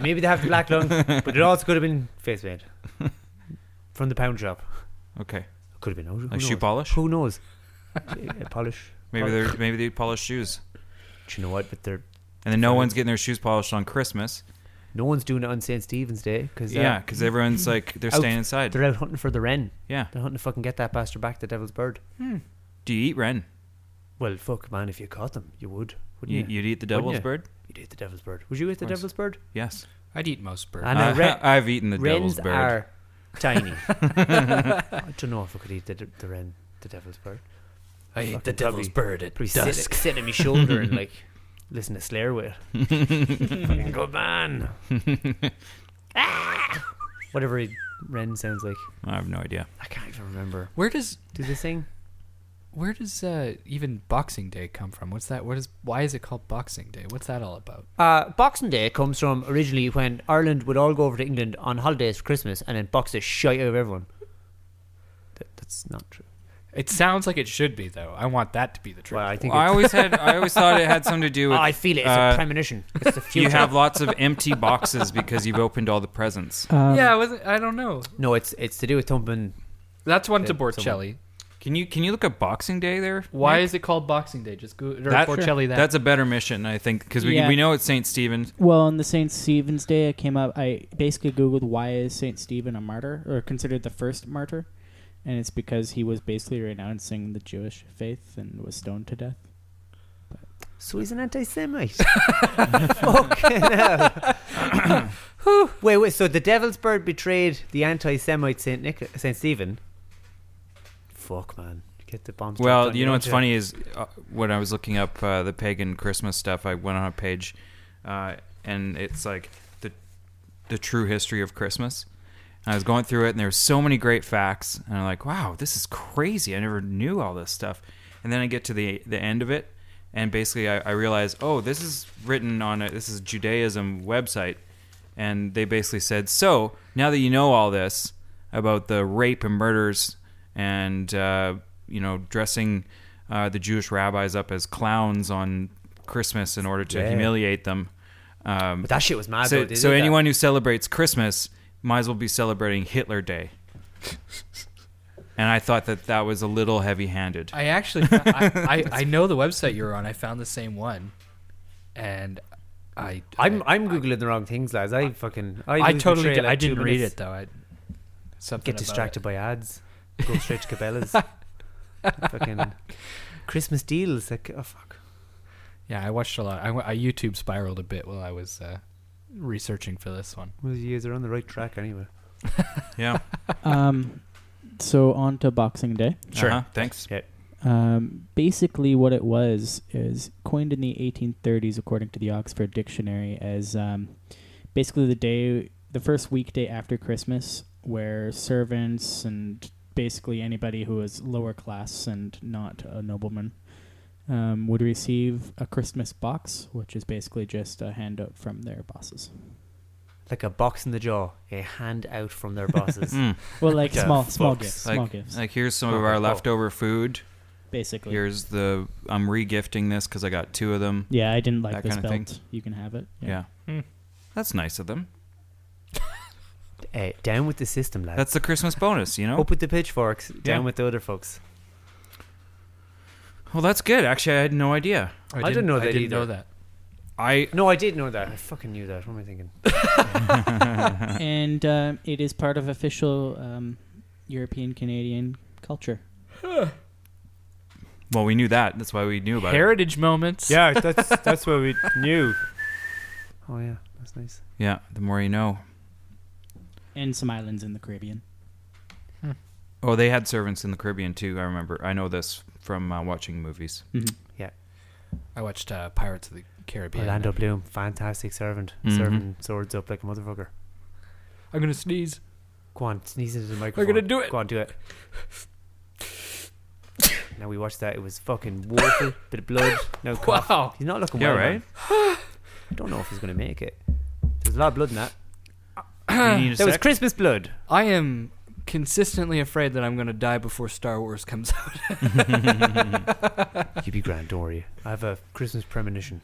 maybe they have the black lung, but it also could have been face paint from the pound shop.
Okay,
Could have been. Who, who
like
knows?
shoe polish.
Who knows? Uh, polish.
Maybe
polish.
they're maybe they polish shoes,
Do you know what? But they're
and then no one's getting their shoes polished on Christmas.
no one's doing it on Saint Stephen's Day because
Yeah, because everyone's like they're
Out.
staying inside.
they're out hunting for the wren.
Yeah.
They're hunting to fucking get that bastard back, the devil's bird.
Do you eat wren?
Well, fuck, man, if you caught them, you would, wouldn't
You,
you?
you'd eat the
Wouldn't
devil's
you?
bird.
You'd eat the devil's bird. Would you eat the
course.
devil's bird?
Yes.
I'd eat most birds.
And a wren-
I, have eaten the devil's
Wrens
bird.
are tiny. I don't know if I could eat the, the wren, the devil's bird.
I
fucking
ate the devil's bird at
Probably sit,
dusk.
sit on my shoulder and like listen to Slayer with. Fucking good man. Ah! Whatever he- wren sounds like.
I have no idea.
I can't even remember.
Where does
Do they sing?
where does uh, even Boxing Day come from? What's that? What is why is it called Boxing Day? What's that all about?
Uh, Boxing Day comes from originally when Ireland would all go over to England on holidays for Christmas and then box the shite out of everyone. That, that's not true.
It sounds like it should be though. I want that to be the truth.
Well, I think
I always had. I always thought it had something to do with. uh,
Oh, I feel it. It's a premonition. It's the
You
future.
have lots of empty boxes because you've opened all the presents.
yeah, I wasn't. I don't know.
No, it's it's to do with thumping.
That's one to
Yeah,
Borcelli.
Can you can you look up Boxing Day there?
Why
Nick?
is it called Boxing Day? Just go or
That-
Borcelli. That
That's a better mission, I think, because we
Yeah.
we know it's Saint Stephen.
Well, on the St. Stephen's Day, I came up. I basically Googled why is St. Stephen a martyr or considered the first martyr, and it's because he was basically renouncing the Jewish faith and was stoned to death.
So he's an anti-Semite. Fucking hell. Whew. wait, wait. So the devil's bird betrayed the anti-Semite Saint Nick, Saint Stephen. Fuck, man. Get the bombs. dropped
Well,
on
you know what's
don't
funny is uh, when I was looking up uh, the pagan Christmas stuff, I went on a page, uh, and it's like the the true history of Christmas. And I was going through it, and there were so many great facts, and I'm like, wow, this is crazy. I never knew all this stuff. And then I get to the the end of it, and basically I, I realize, oh, this is written on a this is Judaism website, and they basically said, so now that you know all this about the rape and murders and uh, you know dressing uh, the Jewish rabbis up as clowns on Christmas in order to
Yeah.
humiliate them. Um,
But that shit was mad, though,
So,
they
so
did that.
anyone who celebrates Christmas might as well be celebrating Hitler Day. and I thought that that was a little heavy-handed.
I actually, fo- I, I, I know the website you're on. I found the same one, and I,
I'm I'm googling the wrong things, lads. I fucking I,
I,
lose my
totally,
trail
did,
like
I
two
didn't read
minutes.
it though. I something
Get
about
distracted
it.
by ads. Go straight to Cabela's. fucking Christmas deals. Like, oh fuck.
Yeah, I watched a lot. I, went- I YouTube spiraled a bit while I was uh, researching for this one.
Well, you guys are on the right track anyway.
yeah.
Um, so on to Boxing Day.
Sure. Uh-huh. Thanks.
Okay.
Um, basically, what it was is coined in the 1830s, according to the Oxford Dictionary, as um, basically the day, the first weekday after Christmas, where servants and basically anybody who was lower class and not a nobleman um, would receive a Christmas box, which is basically just a handout from their bosses.
Like a box in the jaw, a handout from their bosses.
Mm.
Well, like
Yeah,
small, small
fucks.
gifts, small
Like,
gifts,
like here's some of
Oh,
our
oh.
leftover food.
basically.
Here's the I'm regifting this because I got two of them.
yeah, I didn't like
that
this
kind of thing.
belt. You can have it.
Yeah. That's nice of them.
Eh, down with the system, lads.
That's the Christmas bonus, you know.
Up with the pitchforks, down
Yeah.
with the other folks.
Well, that's good. Actually, I had no idea.
I
didn't know that
I didn't
either.
know that.
I
No, I did know that. I fucking knew that. What am I thinking?
and um, it is part of official um, European Canadian culture.
well, we knew that. That's why we knew about it.
Heritage moments.
Yeah, that's that's what we knew. Oh yeah, that's nice.
Yeah. The more you know.
And some islands in the Caribbean.
Oh, they had servants in the Caribbean too. I remember. I know this from uh, watching movies.
I watched uh, Pirates of the Caribbean.
Orlando Bloom, fantastic servant,
Mhm.
serving swords up like a motherfucker.
I'm gonna sneeze.
Go on, sneeze into the microphone.
gonna do it.
Go on, do it. now we watched that. It was fucking water, bit of blood. No cough.
Wow.
He's not looking
Yeah,
well.
right?
man. I don't know if he's gonna make it. There's a lot of blood in that.
You need a
There was
sec?
Christmas blood.
I am consistently afraid that I'm gonna die before Star Wars comes out.
You'd be grand, don't worry. I have a Christmas premonition.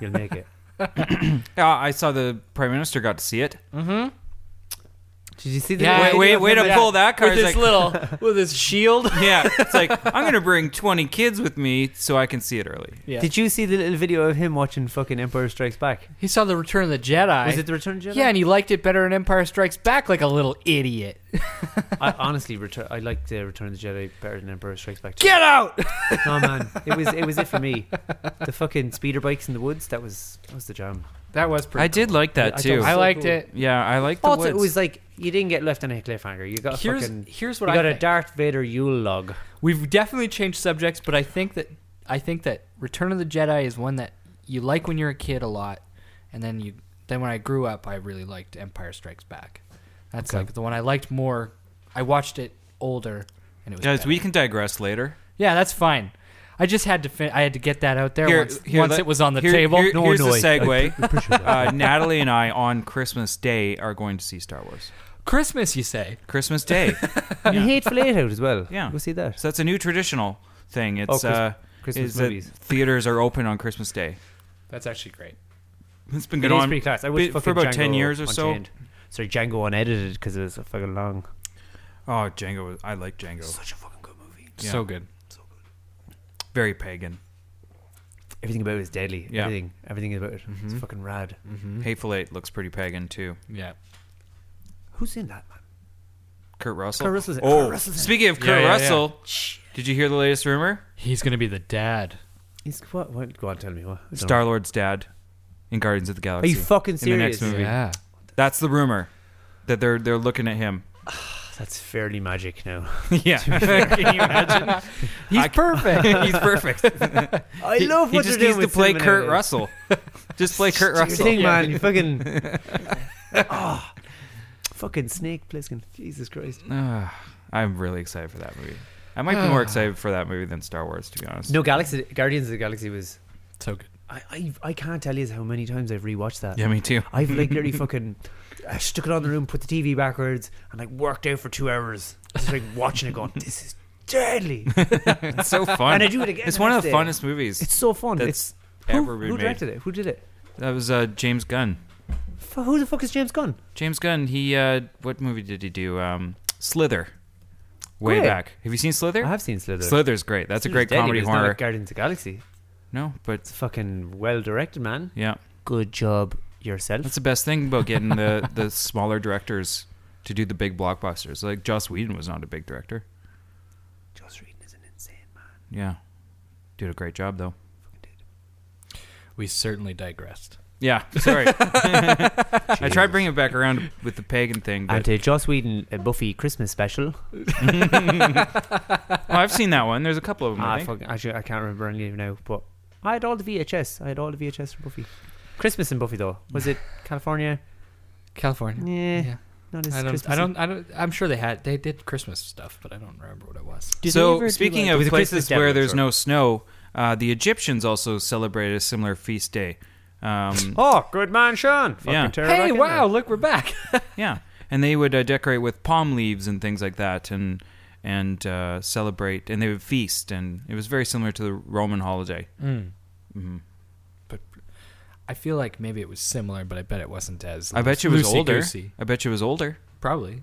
You'll make it.
Yeah, I saw the prime minister got to see it.
Did you see the?
Yeah,
wait,
I
wait,
do
wait to
remember
pull
that.
that card. It's like,
little, with this shield.
yeah, it's like I'm gonna bring 20 kids with me so I can see it early.
Yeah.
Did you see the little video of him watching fucking Empire Strikes Back?
He saw the Return of the Jedi.
Was it the Return of the Jedi?
yeah, and he liked it better in Empire Strikes Back, like a little idiot.
I honestly, return, I like the Return of the Jedi better than Empire Strikes Back.
Get out!
No man, it was it was it for me. The fucking speeder bikes in the woods. That was that was the jam.
That was pretty.
I did like that
I
too.
thought-
I liked
cool.
it.
yeah, I liked the
Also,
woods.
it was like you didn't get left on a cliffhanger. You got a
Here's
fucking.
here's
You
what I
got a
think.
Darth Vader Yule log.
We've definitely changed subjects, but I think that I think that Return of the Jedi is one that you like when you're a kid a lot, and then you then when I grew up, I really liked Empire Strikes Back. That's like the one I liked more. I watched it older, and it was
Guys,
better.
we can digress later.
yeah, that's fine. I just had to fin- I had to get that out there
Here-
once,
here,
once
let-
it was on the
here-
table.
here-
No,
here's
no,
the
I-
segue. Uh, Natalie and I on Christmas Day are going to see Star Wars.
Christmas, you say?
Christmas Day.
And Hateful Eight out as well.
Yeah,
go see that.
So that's a new traditional thing. It's
Chris-
uh,
Christmas
is that
movies.
theaters are open on Christmas Day.
That's actually great.
It's been
It
going
is
on
pretty class. I watched
bi- for
fucking
about
Django
ten years or so.
Unchained. Sorry, Django unedited because it was so fucking long.
Oh, Django! was- I like Django.
Such a fucking good movie.
Yeah.
So good.
Very pagan.
Everything about it is deadly.
Yeah. Mm-hmm.
Everything, everything about it. It's fucking rad.
Hateful Eight looks pretty pagan too.
Yeah.
Who's in that man?
Kurt Russell.
Kurt Russell's in-
oh,
Kurt Russell's in-
speaking of
Yeah,
Kurt
yeah, yeah.
Russell, did you hear the latest rumor?
He's gonna be the dad.
He's what? What? Go on, tell me what. I don't
Star Lord's dad in Guardians of the
know. Are
Galaxy.
you fucking
in the next
serious?
movie.
Yeah.
That's the rumor that they're they're looking at him.
That's fairly magic now.
yeah,
Can you imagine? He's
I-
perfect.
he's perfect.
I
He-
love
he
what
just
they're
needs
doing
to
with
play
cinema
Kurt
nowadays.
Russell. Just play Kurt
Do your
Russell.
thing, man. You fucking. oh, fucking snake Plissken. Jesus Christ.
Ah, I'm really excited for that movie. I might be more excited for that movie than Star Wars, to be honest.
No, Galaxy Guardians of the Galaxy was.
So good.
I, I I can't tell you how many times I've rewatched that.
Yeah, me too.
I've like literally fucking I stuck it on the room, put the TV backwards, and like worked out for two hours, just like watching it, going, "This is deadly."
It's so fun.
And I do it again.
It's
the
one of
next
the
day.
funnest movies
It's so fun.
that's
it's who,
ever been
who
made.
directed it? Who did it?
That was uh, James Gunn.
F- who the fuck is James Gunn?
James Gunn. He uh, what movie did he do? Um, Slither. Way
Great.
back. Have you seen Slither?
I have seen Slither.
Slither's great. That's a great
deadly,
comedy
but it's not
horror.
like Guardians of the Galaxy.
no, but
It's fucking well directed, man.
yeah,
Good job yourself.
that's the best thing about getting the the smaller directors to do the big blockbusters. Like Joss Whedon was not a big director.
Joss Whedon is an insane man.
Yeah, did a great job though.
We certainly digressed.
Yeah, sorry. I tried bringing it back around with the pagan thing, but
And uh, Joss Whedon, a Buffy Christmas special.
Oh, I've seen that one. There's a couple of them. I
Ah, I,
think.
fucking, actually, I can't remember any of them now, but I had all the VHS. I had all the VHS from Buffy. Christmas in Buffy though. Was it California?
California.
Yeah.
Yeah.
Not as
I don't,
Christmassy.
I don't. I don't. I'm sure they had. They did Christmas stuff, but I don't remember what it was.
Do they ever
so
do,
speaking
like-
It
of
was a Christmas
places
demo,
where there's
sorry.
no snow, uh, the Egyptians also celebrated a similar feast day. Um,
Oh, good man, Sean. Fucking
Yeah.
tear it back
Hey!
in
Wow!
there.
Look, we're back.
yeah, and they would uh, decorate with palm leaves and things like that, and and uh, celebrate, and they would feast, and it was very similar to the Roman holiday.
Mm-hmm.
Mhm.
I feel like maybe it was similar, but I bet it wasn't as.
I bet you it was older.
loosey-goosey.
I bet you it was older.
Probably.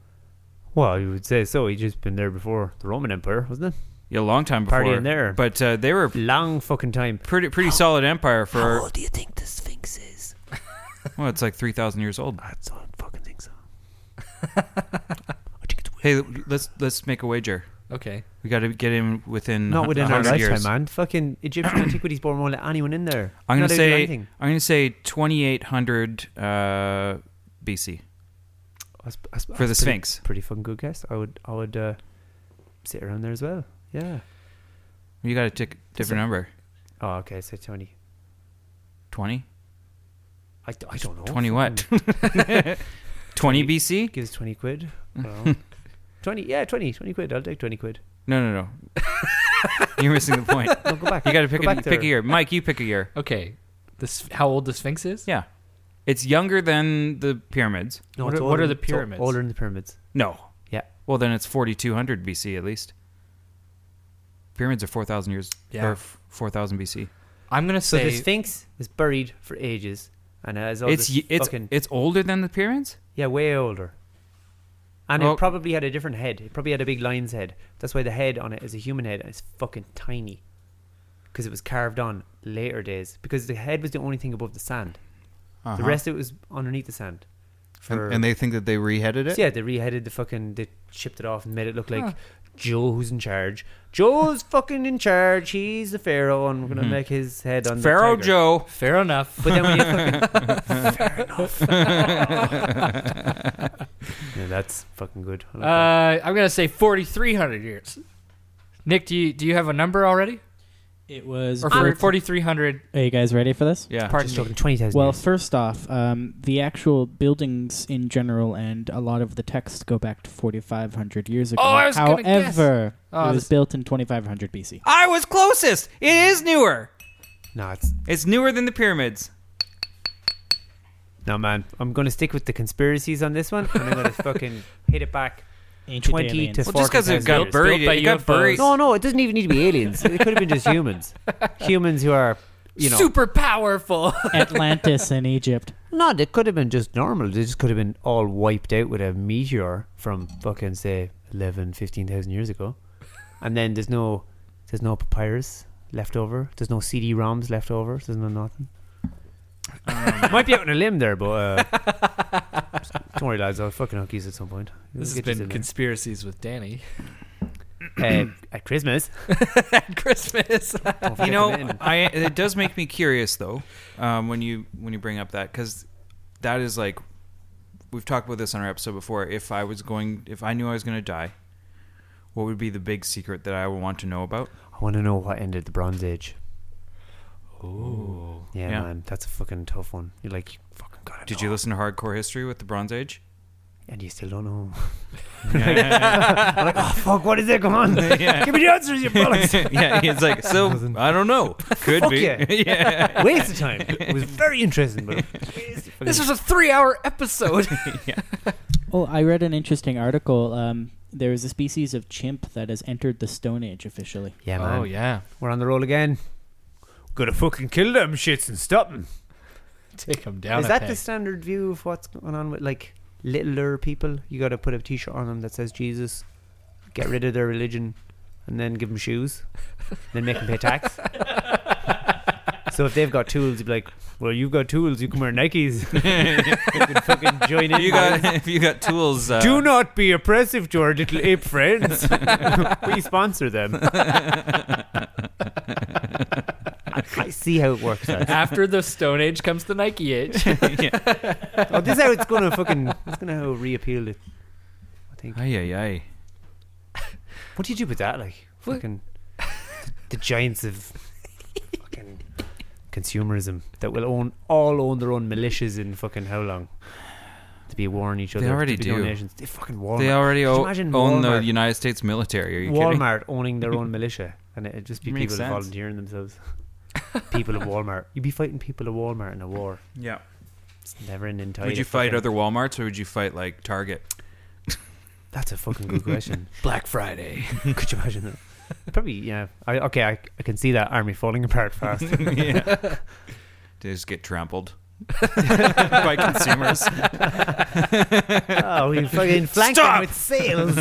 Well, you would say so. He'd just been there before the Roman Empire, wasn't
Yeah, a long time before.
Party in there.
but uh, they were
it? Long fucking time.
pretty pretty solid empire for.
do you think the Sphinx is?
Well, it's like three thousand years old.
I don't fucking think so.
Hey, let's let's make a wager.
Okay.
We got to get in within
Not within our
100
lifetime,
years.
man. Fucking Egyptian antiquities board won't let anyone in there.
I'm
Not
gonna
out of
say
anything.
I'm gonna say 2800 uh, BC
That's- that's- that's
for the
pretty-
Sphinx.
Pretty fucking good guess. I would, I would uh, sit around there as well. Yeah.
You got a tick different number.
Oh, okay. So twenty.
20,
I, d- I don't know.
20 what?
Fucking
20 BC?
Give us twenty quid. Well, twenty. Yeah, twenty. Twenty quid. I'll take twenty quid.
No, no, no. You're missing the point.
No, go back.
You got to pick
go
a
back
pick a
there.
year. Mike, you pick a year.
Okay. This how old the Sphinx is?
Yeah, it's younger than the pyramids.
No,
What
it's
are- what
older-
are the
it's o-
pyramids?
Older than the pyramids.
No.
Yeah.
Well, then it's 4200 BC at least. Pyramids are 4000 years
Yeah.
or f- 4000 BC.
I'm gonna
So
say
the Sphinx was buried for ages, and has all
It's
this
y- it's
fucking
it's older than the pyramids?
yeah, way older. And
Well-
it probably had a different head. It probably had a big lion's head. That's why the head on it is a human head, and it's fucking tiny. Because it was carved on later days. Because the head was the only thing above the sand.
Uh-huh.
The rest of it was underneath the sand. For,
and, and they think that they reheaded it.
So yeah, they reheaded the fucking. They shipped it off and made it look like Joe who's in charge. Joe's fucking in charge. He's the pharaoh, and we're gonna make his head on
Mm-hmm. Pharaoh
the tiger.
Joe.
fair enough.
But then when you fucking yeah, that's fucking good. I like that.
Uh, I'm gonna say 4,300 years. Nick, do you do you have a number already?
It was.
Or
for-
for 4,300?
Are you guys ready for this?
Yeah.
Pardon
Just
me.
talking twenty thousand.
Well, first off, um, the actual buildings in general and a lot of the text go back to 4,500 years ago.
Oh, I was gonna guess.
However,
Oh,
it was
this-
built in 2,500 BC.
I was closest. It is newer.
no, it's
It's newer than the pyramids.
No, man. I'm going to stick with the conspiracies on this one, and I'm going to fucking hit it back.
Ancient
20
aliens.
to
Well,
40
just 'cause it got Built- buried, built by it got UFOs. buried.
No, no, it doesn't even need to be aliens. It could have been just humans. Humans who are, you know.
super powerful.
Atlantis in Egypt. No, it could have been just normal. They just could have been all wiped out with a meteor from fucking say 11, 15,000 years ago. And then there's no there's no papyrus left over. There's no CD-ROMs left over. There's no nothing. Might be out on a limb there, but uh, don't worry, lads. I'll fucking hook yous at some point.
This has
Get yous
been
in there.
conspiracies with Danny.
Uh, at Christmas.
at Christmas.
you know, I it does make me curious though um, when you when you bring up that because that is like we've talked about this on our episode before. If I was going, if I knew I was going to die, what would be the big secret that I would want to know about?
I want to know what ended the Bronze Age.
Oh,
Yeah, man, that's a fucking tough one. You're like, you fucking got
Did you listen to Hardcore History with the Bronze Age?
And you still don't know. I'm like, oh fuck, what is that going on?
Yeah.
Give me the answers, you bollocks.
yeah, it's like so. I don't know. Could
Fuck
be.
yeah.
yeah.
Waste of time. It was very interesting, but
This was a three-hour episode.
Well, Oh, I read an interesting article. Um, there is a species of chimp that has entered the Stone Age officially.
Oh, Yeah, man.
Oh, yeah.
We're on the roll again. Gotta fucking kill them shits and stop them.
Take them down.
Is
a
that
peg.
the standard view of what's going on with like littler people? You gotta put a t shirt on them that says Jesus, get rid of their religion, and then give them shoes, then make them pay tax. so if they've got tools, you'd be like, well, you've got tools, you can wear Nikes. you can fucking join in.
If you got
boys.
if you got tools. Uh,
Do not be oppressive to our little ape friends. we sponsor them. I see how it works out.
After the Stone Age comes the Nike Age.
Oh, this is how it's gonna fucking it's gonna how reappeal it. I think.
Ay ay ay.
What do you do with that? Like
What?
fucking the giants of fucking consumerism that will own all own their own militias in fucking how long? To be warring each other.
They already
to be
do.
Donations. They fucking Walmart.
They already
Could you
o-
imagine
own
Walmart,
the United States military. Are you kidding?
Walmart owning their own militia, and it'd just be
Makes
people
sense.
volunteering themselves. people of Walmart. You'd be fighting people of Walmart in a war.
Yeah.
It's never an entire.
Would you fight other WalMarts or would you fight like Target?
That's a fucking good question.
Black Friday.
Could you imagine that? Probably, yeah. I, okay, I, I can see that army falling apart fast.
yeah. They just get trampled by consumers.
oh, we fucking flanked them with sales.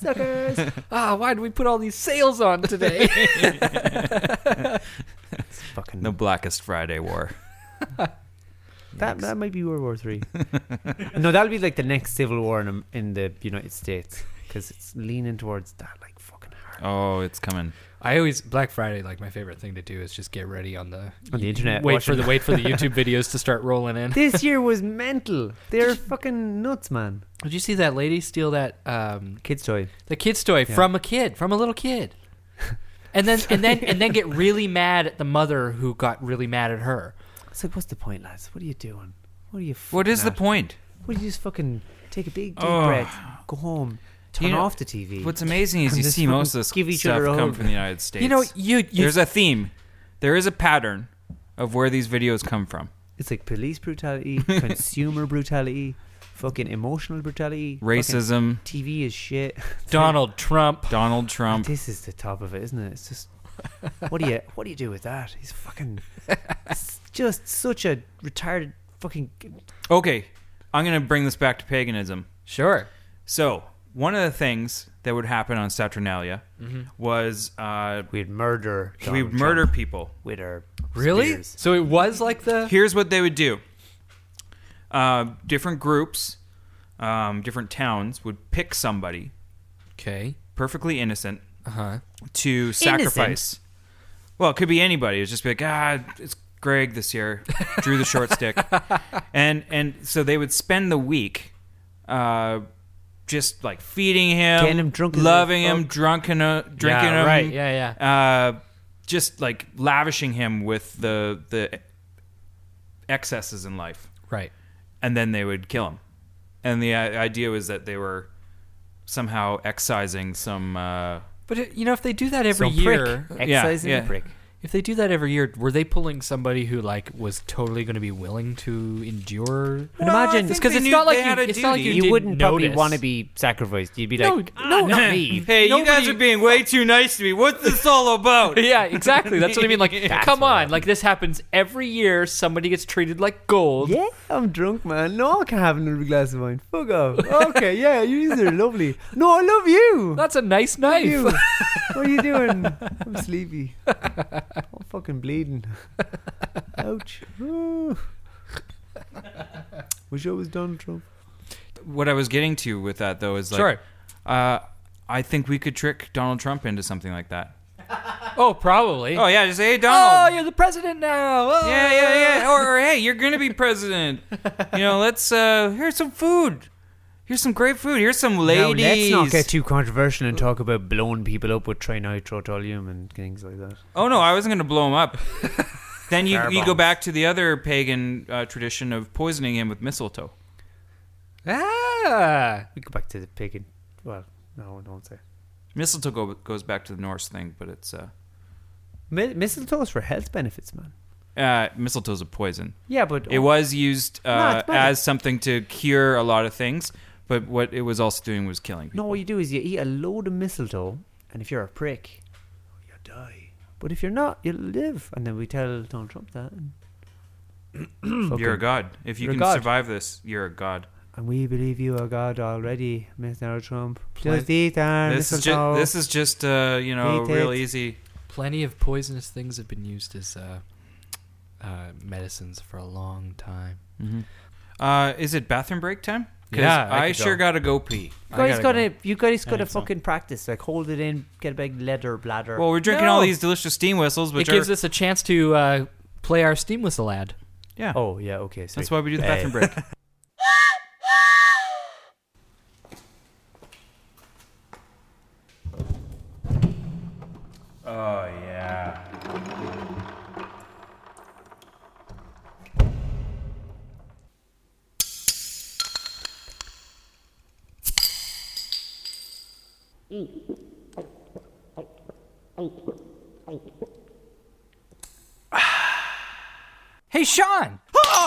Suckers.
Ah, why did we put all these sales on today?
fucking
The Blackest Friday War.
That, that might be World War Three. no, that'll be like the next civil war in, Am- in the United States because it's leaning towards that, like fucking hard.
Oh, it's coming.
I always Black Friday. Like my favorite thing to do is just get ready on the
On the internet,
Wait
watching-
for the wait for the YouTube videos to start rolling in.
This year was mental. They're fucking nuts, man.
Did you see that lady steal that um,
Kids toy.
the kid's toy
Yeah.
from a kid, from a little kid, and then and then and then get really mad at the mother who got really mad at her?
It's like, what's the point, lads? What are you doing? What are you?
What
fucking
is the
at?
point?
Would you just fucking take a big deep
Oh.
breath, go home, turn
You know,
off the TV?
What's amazing is
And
you
just
see most of
fucking
this
give each
stuff
other a
come
hug.
from the United States.
You know, you you
there's a theme. There is a pattern of where these videos come from.
It's like police brutality, consumer brutality, fucking emotional brutality, fucking
Racism,
TV is shit.
Donald Trump.
Donald Trump.
This is the top of it, isn't it? It's just what do you what do you do with that? He's fucking it's just such a retarded fucking.
Okay, I'm going to bring this back to paganism.
Sure.
So, one of the things that would happen on Saturnalia was uh,
We'd murder.
we
Mm-hmm. Donald
would murder
Trump
people.
with our
Really?
spears.
So it was like the
Here's what they would do uh, different groups, um, different towns would pick somebody
okay.
perfectly innocent
Uh huh.
to sacrifice. Well, it could be anybody. It's just be like, ah, it's Greg this year, drew the short stick, and and so they would spend the week, uh, just like feeding him,
Getting him drunk as
loving
a
him,
fuck.
drunken, uh, drinking
Yeah,
him,
right, yeah,
uh, just like lavishing him with the the excesses in life
Right.
and then they would kill him. And the i- idea was that they were somehow excising some. Uh,
But it, you know, if they do that every
So prick.
year,
yeah,
Excising
yeah.
the prick.
If they do that every year, were they pulling somebody who like was totally going to be willing to endure?
Well, Imagine- I think
it's because
they
it's
knew
not
they
like
had
you.
a
It's not like
duty.
you,
You
didn't
wouldn't probably
notice.
wanna be sacrificed. You'd be like,
no,
"Ah,
no,
not me."
Hey, you guys are being way too nice to me. What's this all about?
yeah, exactly. That's what I mean. Like,
That's
come on. Like this happens every year. Somebody gets treated like gold.
Yeah, I'm drunk, man. No, I can have another glass of wine. Fuck off. Okay, yeah, you guys are lovely. No, I love you.
That's a nice knife.
you. What are you doing? I'm sleepy. I'm fucking bleeding. Ouch. Ooh. Wish I was Donald Trump.
what I was getting to with that though is like,
Sure.
uh, I think we could trick Donald Trump into something like that.
Oh, probably.
Oh yeah, just say, hey Donald.
Oh, you're the president now. Oh.
yeah, yeah, yeah. Or, or hey, you're gonna be president. You know, let's uh, here's some food. Here's some great food. Here's some ladies.
Now, let's not get too controversial and talk about blowing people up with trinitrotoluene and things like that.
Oh no, I wasn't going to blow him up. then you,
Fire
you go
bombs.
back to the other pagan uh, tradition of poisoning him with mistletoe.
Ah.
We go back to the pagan. Well, no, don't say.
Mistletoe go, goes back to the Norse thing, but it's uh,
Mi- mistletoe's for health benefits, man.
uh, mistletoe's a poison.
Yeah, but-
it was used
No,
uh,
it's magic.
as something to cure a lot of things. But what it was also doing was killing. people.
No, what you do is you eat a load of mistletoe, and if you're a prick, you'll die. But if you're not, you'll live. And then we tell Donald Trump that. Fucking-
You're a god. If you
You're a
can
god.
survive this, you're a god.
And we believe you are God already, Mr. Donald Trump.
Plen-
Just eat our
this is
mistletoe.
just this is just uh, you know
Eat
real
it.
easy.
Plenty of poisonous things have been used as uh, uh, medicines for a long time.
Uh, is it bathroom break time? 'Cause
Yeah, I
I,
could
sure
go.
gotta go pee.
You guys gotta, you guys
I
gotta
think so.
fucking practice. Like hold it in, get a big leather bladder.
Well, we're drinking
No.
all these delicious steam whistles,
It
which
gives
are
us a chance to uh, play our steam whistle ad.
yeah.
oh yeah, okay. Sorry.
That's why we do the
Hey.
bathroom break. oh yeah.
Hey, Sean!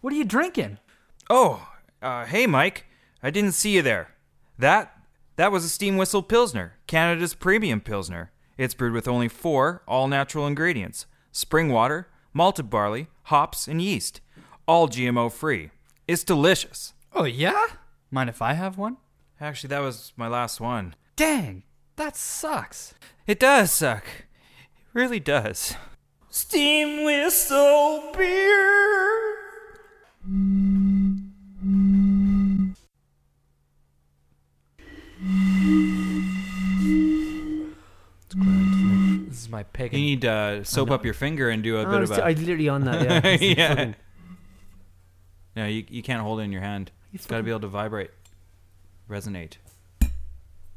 what are you drinking?
Oh, uh, hey, Mike. I didn't see you there. That that was a steam whistle pilsner, Canada's premium pilsner. It's brewed with only four all-natural ingredients: spring water, malted barley, hops, and yeast, all GMO-free. It's delicious.
Oh, yeah? Mind if I have one?
Actually, that was my last one.
Dang, that sucks.
It does suck. It really does.
Steam whistle beer.
This is my
You
pagan.
need to soap up your finger and do a
Oh,
bit
I
of
was-
a.
I literally on that. Yeah. It's
Yeah.
fucking-
No, you, you can't hold it in your hand. It's got to be able to vibrate, resonate.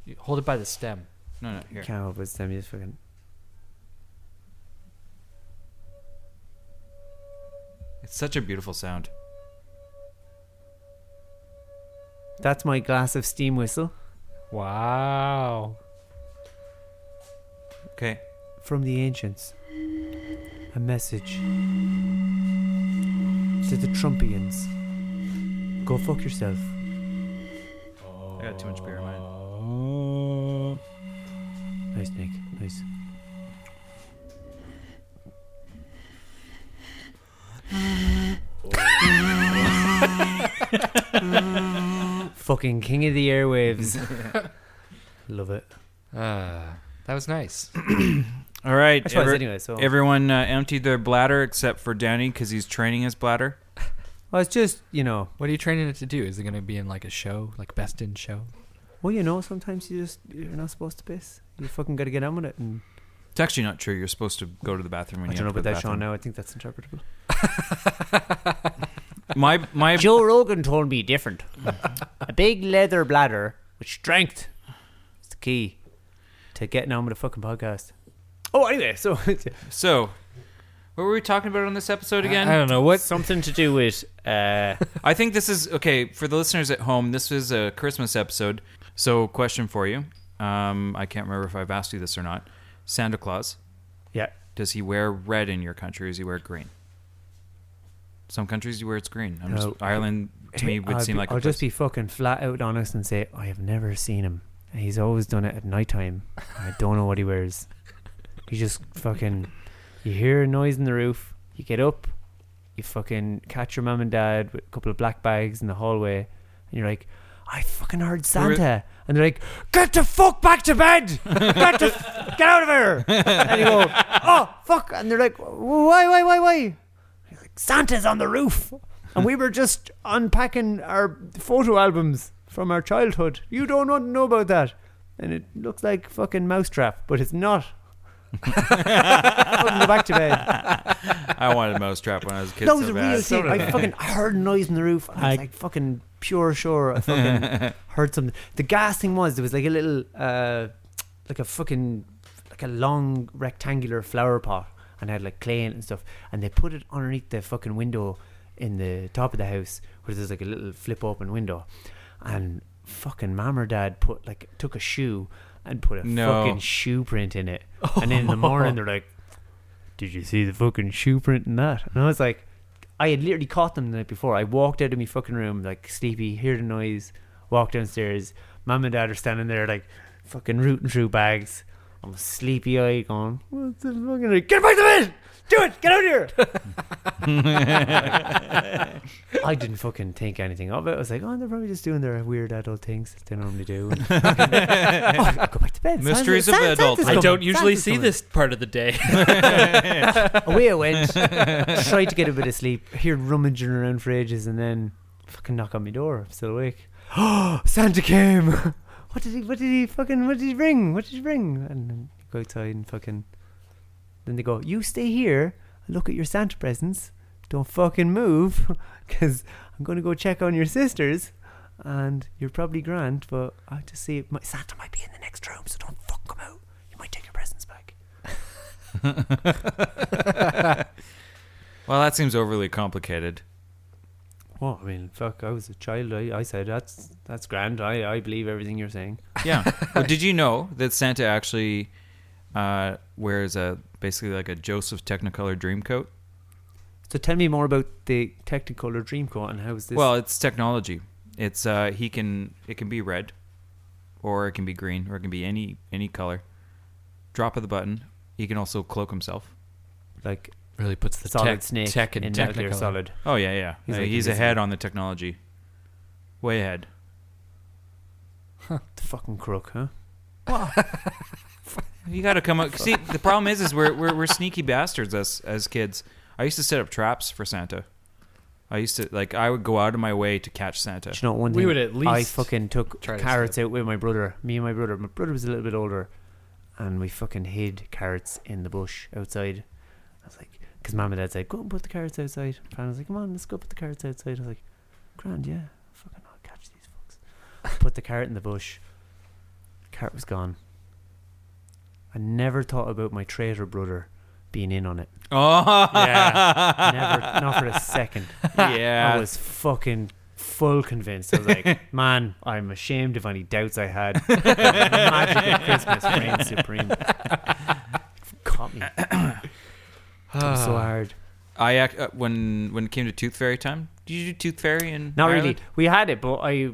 You Hold it by the stem.
No, no, here.
can't help it. It's them. You just fucking.
It's such a beautiful sound.
That's my glass of steam whistle
Wow.
Okay.
from the ancients. A message to the Trumpians. Go fuck yourself.
I got too much beer in mine.
Nice, Nick. Nice. Fucking king of the airwaves. Love it.
Uh, that was nice.
All right.
Oh. I suppose
every-
anyway, so-
Everyone uh, emptied their bladder except for Danny because he's training his bladder.
Well, it's just, you know,
What are you training it to do? Is it going to be in like a show, like best in show?
well, you know, sometimes you just, you're not supposed to piss. You fucking gotta get on with it. And
It's actually not true. You're supposed to go to the bathroom when
I
you
don't know
have to
about
go to the
that, Sean,
bathroom.
now. I think that's interpretable.
My my
Joe Rogan told me different. a big leather bladder with strength is the key to getting on with a fucking podcast. Oh, anyway, so
so. What were we talking about on this episode again?
I don't know what.
something to do with uh,
I think this is okay for the listeners at home. This is a Christmas episode, so question for you. Um, I can't remember if I've asked you this or not. Santa Claus,
Yeah.
Does he wear red in your country or does he wear green? Some countries you wear it's green. I'm
No.
just, Ireland to me would
I'll
seem
be-
like a
I'll
place-
just be fucking flat out honest and say I have never seen him. He's always done it at nighttime. I don't know what he wears. He just fucking. You hear a noise in the roof. You get up. You fucking catch your mum and dad with a couple of black bags in the hallway, and you're like, I fucking heard
We're-
Santa, and they're like, Get the fuck back to bed. Get the f- get out of here. And you go, Oh fuck, and they're like, Why, why, why, why? You're like, Santa's on the roof and we were just unpacking our photo albums from our childhood. You don't want to know about that. And it looks like fucking mousetrap, but it's not. fucking go back to bed.
I wanted mousetrap when I was a kid.
that was
so
a
bad.
real thing. I fucking I heard a noise in the roof. And I, was like fucking pure sure. I fucking heard something. The gas thing was there was like a little, uh, like a fucking, like a long rectangular flower pot, and I had like clay in it and stuff. And they put it underneath the fucking window in the top of the house where there's like a little flip open window, and fucking mom or dad put like took a shoe and put a
No.
fucking shoe print in it, and then in the morning they're like. Did you see the fucking shoe print in that? And I was like, I had literally caught them the night before. I walked out of my fucking room, like sleepy, hear the noise, walk downstairs. Mum and dad are standing there, like fucking rooting through bags. I'm sleepy eyed, going, What the fucking get back to bed! Do it! Get out of here! I didn't fucking think anything of it. I was like, oh, they're probably just doing their weird adult things that they normally do. And fucking, oh, go back to bed.
Mysteries of
Santa's
adulthood.
coming.
I don't
usually
Santa's
see
coming."
this part of the day.
Away I went, tried to get a bit of sleep, here rummaging around for ages, and then fucking knock on my door. I'm still awake. Oh, Santa came. What did he? What did he fucking? What did he bring? What did he bring? And then go outside and fucking. Then they go, you stay here, look at your Santa presents. Don't fucking move, because I'm gonna go check on your sisters, and you're probably grand, but I have to see it. My, Santa might be in the next room, so don't fuck him out. You might take your presents back.
well, that seems overly complicated.
Well, I mean, fuck, I was a child. I, I said, that's that's grand. I, I believe everything you're saying.
Yeah. well, did you know that Santa actually uh, wears a basically like a Joseph Technicolor dream coat?
So tell me more about the Technicolor Dreamcoat and how is this?
Well, it's technology. It's uh, he can it can be red, or it can be green, or it can be any any color. Drop of the button. He can also cloak himself.
Like
really puts the
Solid
tech,
Snake
tech and
in Metal Gear
technical
Solid.
Oh yeah, yeah.
He's
He's,
like
he's
invisible.
ahead on the technology. Way ahead.
the fucking crook, huh?
You got to come up. See, the problem is, is we're we're, we're sneaky bastards as as kids. I used to set up traps for Santa. I used to like I would go out of my way to catch Santa.
Do you know one
We
thing?
would at
I
least
fucking took
try to
carrots out with my brother. Me and my brother. My brother was a little bit older, and we fucking hid carrots in the bush outside. I was like, because mum and dad said, go and put the carrots outside. Fran was like, come on, let's go put the carrots outside. I was like, grand, yeah, fucking, I'll catch these fucks. put the carrot in the bush. carrot was gone. I never thought about my traitor brother being in on it.
Oh.
yeah, never, not for a second.
Yeah.
I was fucking full convinced. I was like, man, I'm ashamed of any doubts I had. The magic of Christmas reigns supreme. Caught me. it was so hard.
I act uh, when when it came to Tooth Fairy time. Did you do Tooth Fairy and
Not really. We had it, but I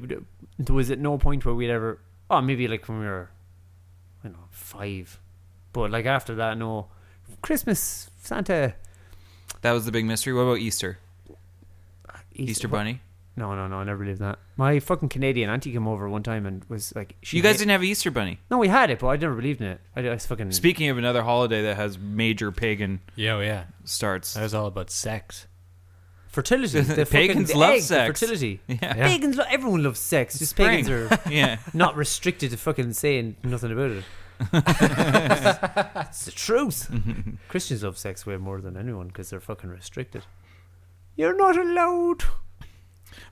there was at no point where we'd ever. Oh, maybe like when we were, I don't know, five. But like after that, no. Christmas, Santa,
That was the big mystery. What about Easter? Easter, Bunny.
No, no, no. I never lived that. My fucking Canadian auntie came over one time and was like, she
you guys
hate-
didn't have an Easter Bunny.
No, we had it, but I never believed in it. I, I was fucking.
Speaking of another holiday that has major pagan
Yeah, oh, yeah.
starts. That
was all about sex.
Fertility. The
pagans
fucking, the
love
egg, the
sex.
fertility.
Yeah.
Pagans. Lo- everyone loves sex. Just
Spring.
pagans are
Yeah.
not restricted to fucking saying nothing about it. it's the truth. Christians love sex way more than anyone because they're fucking restricted. You're not allowed.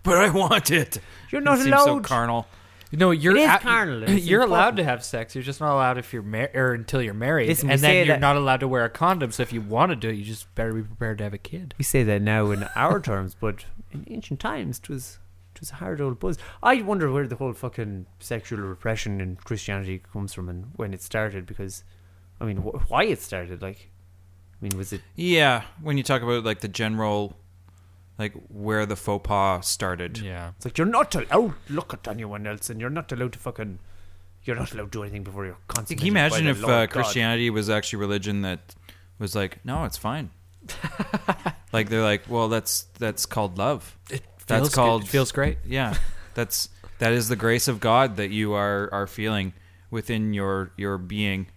But I want it.
You're not
it seems so
allowed.
carnal.
No, you're
It is
a-
carnal, it's
You're allowed
important.
to have sex. You're just not allowed if you're mar- or until you're married,
Listen, we
and
say
then you're
that-
not allowed to wear a condom. So if you want to do it, you just better be prepared to have a kid.
We say that now in our terms, but in ancient times, 'twas 'twas a hard old buzz. I wonder where the whole fucking sexual repression in Christianity comes from and when it started, because I mean, wh- why it started. Like, mean, was it?
Yeah, when you talk about like the general, like where the faux pas started.
Yeah,
It's like you're not allowed to look at anyone else, and you're not allowed to fucking. You're not allowed to do anything before you're consummated.
Can you imagine
by the
if
Lord
uh,
God.
Christianity was actually religion that was like, no, it's fine. like they're like, well, that's that's called love. It
feels good. It feels great.
Yeah, that's that is the grace of God that you are are feeling within your your being.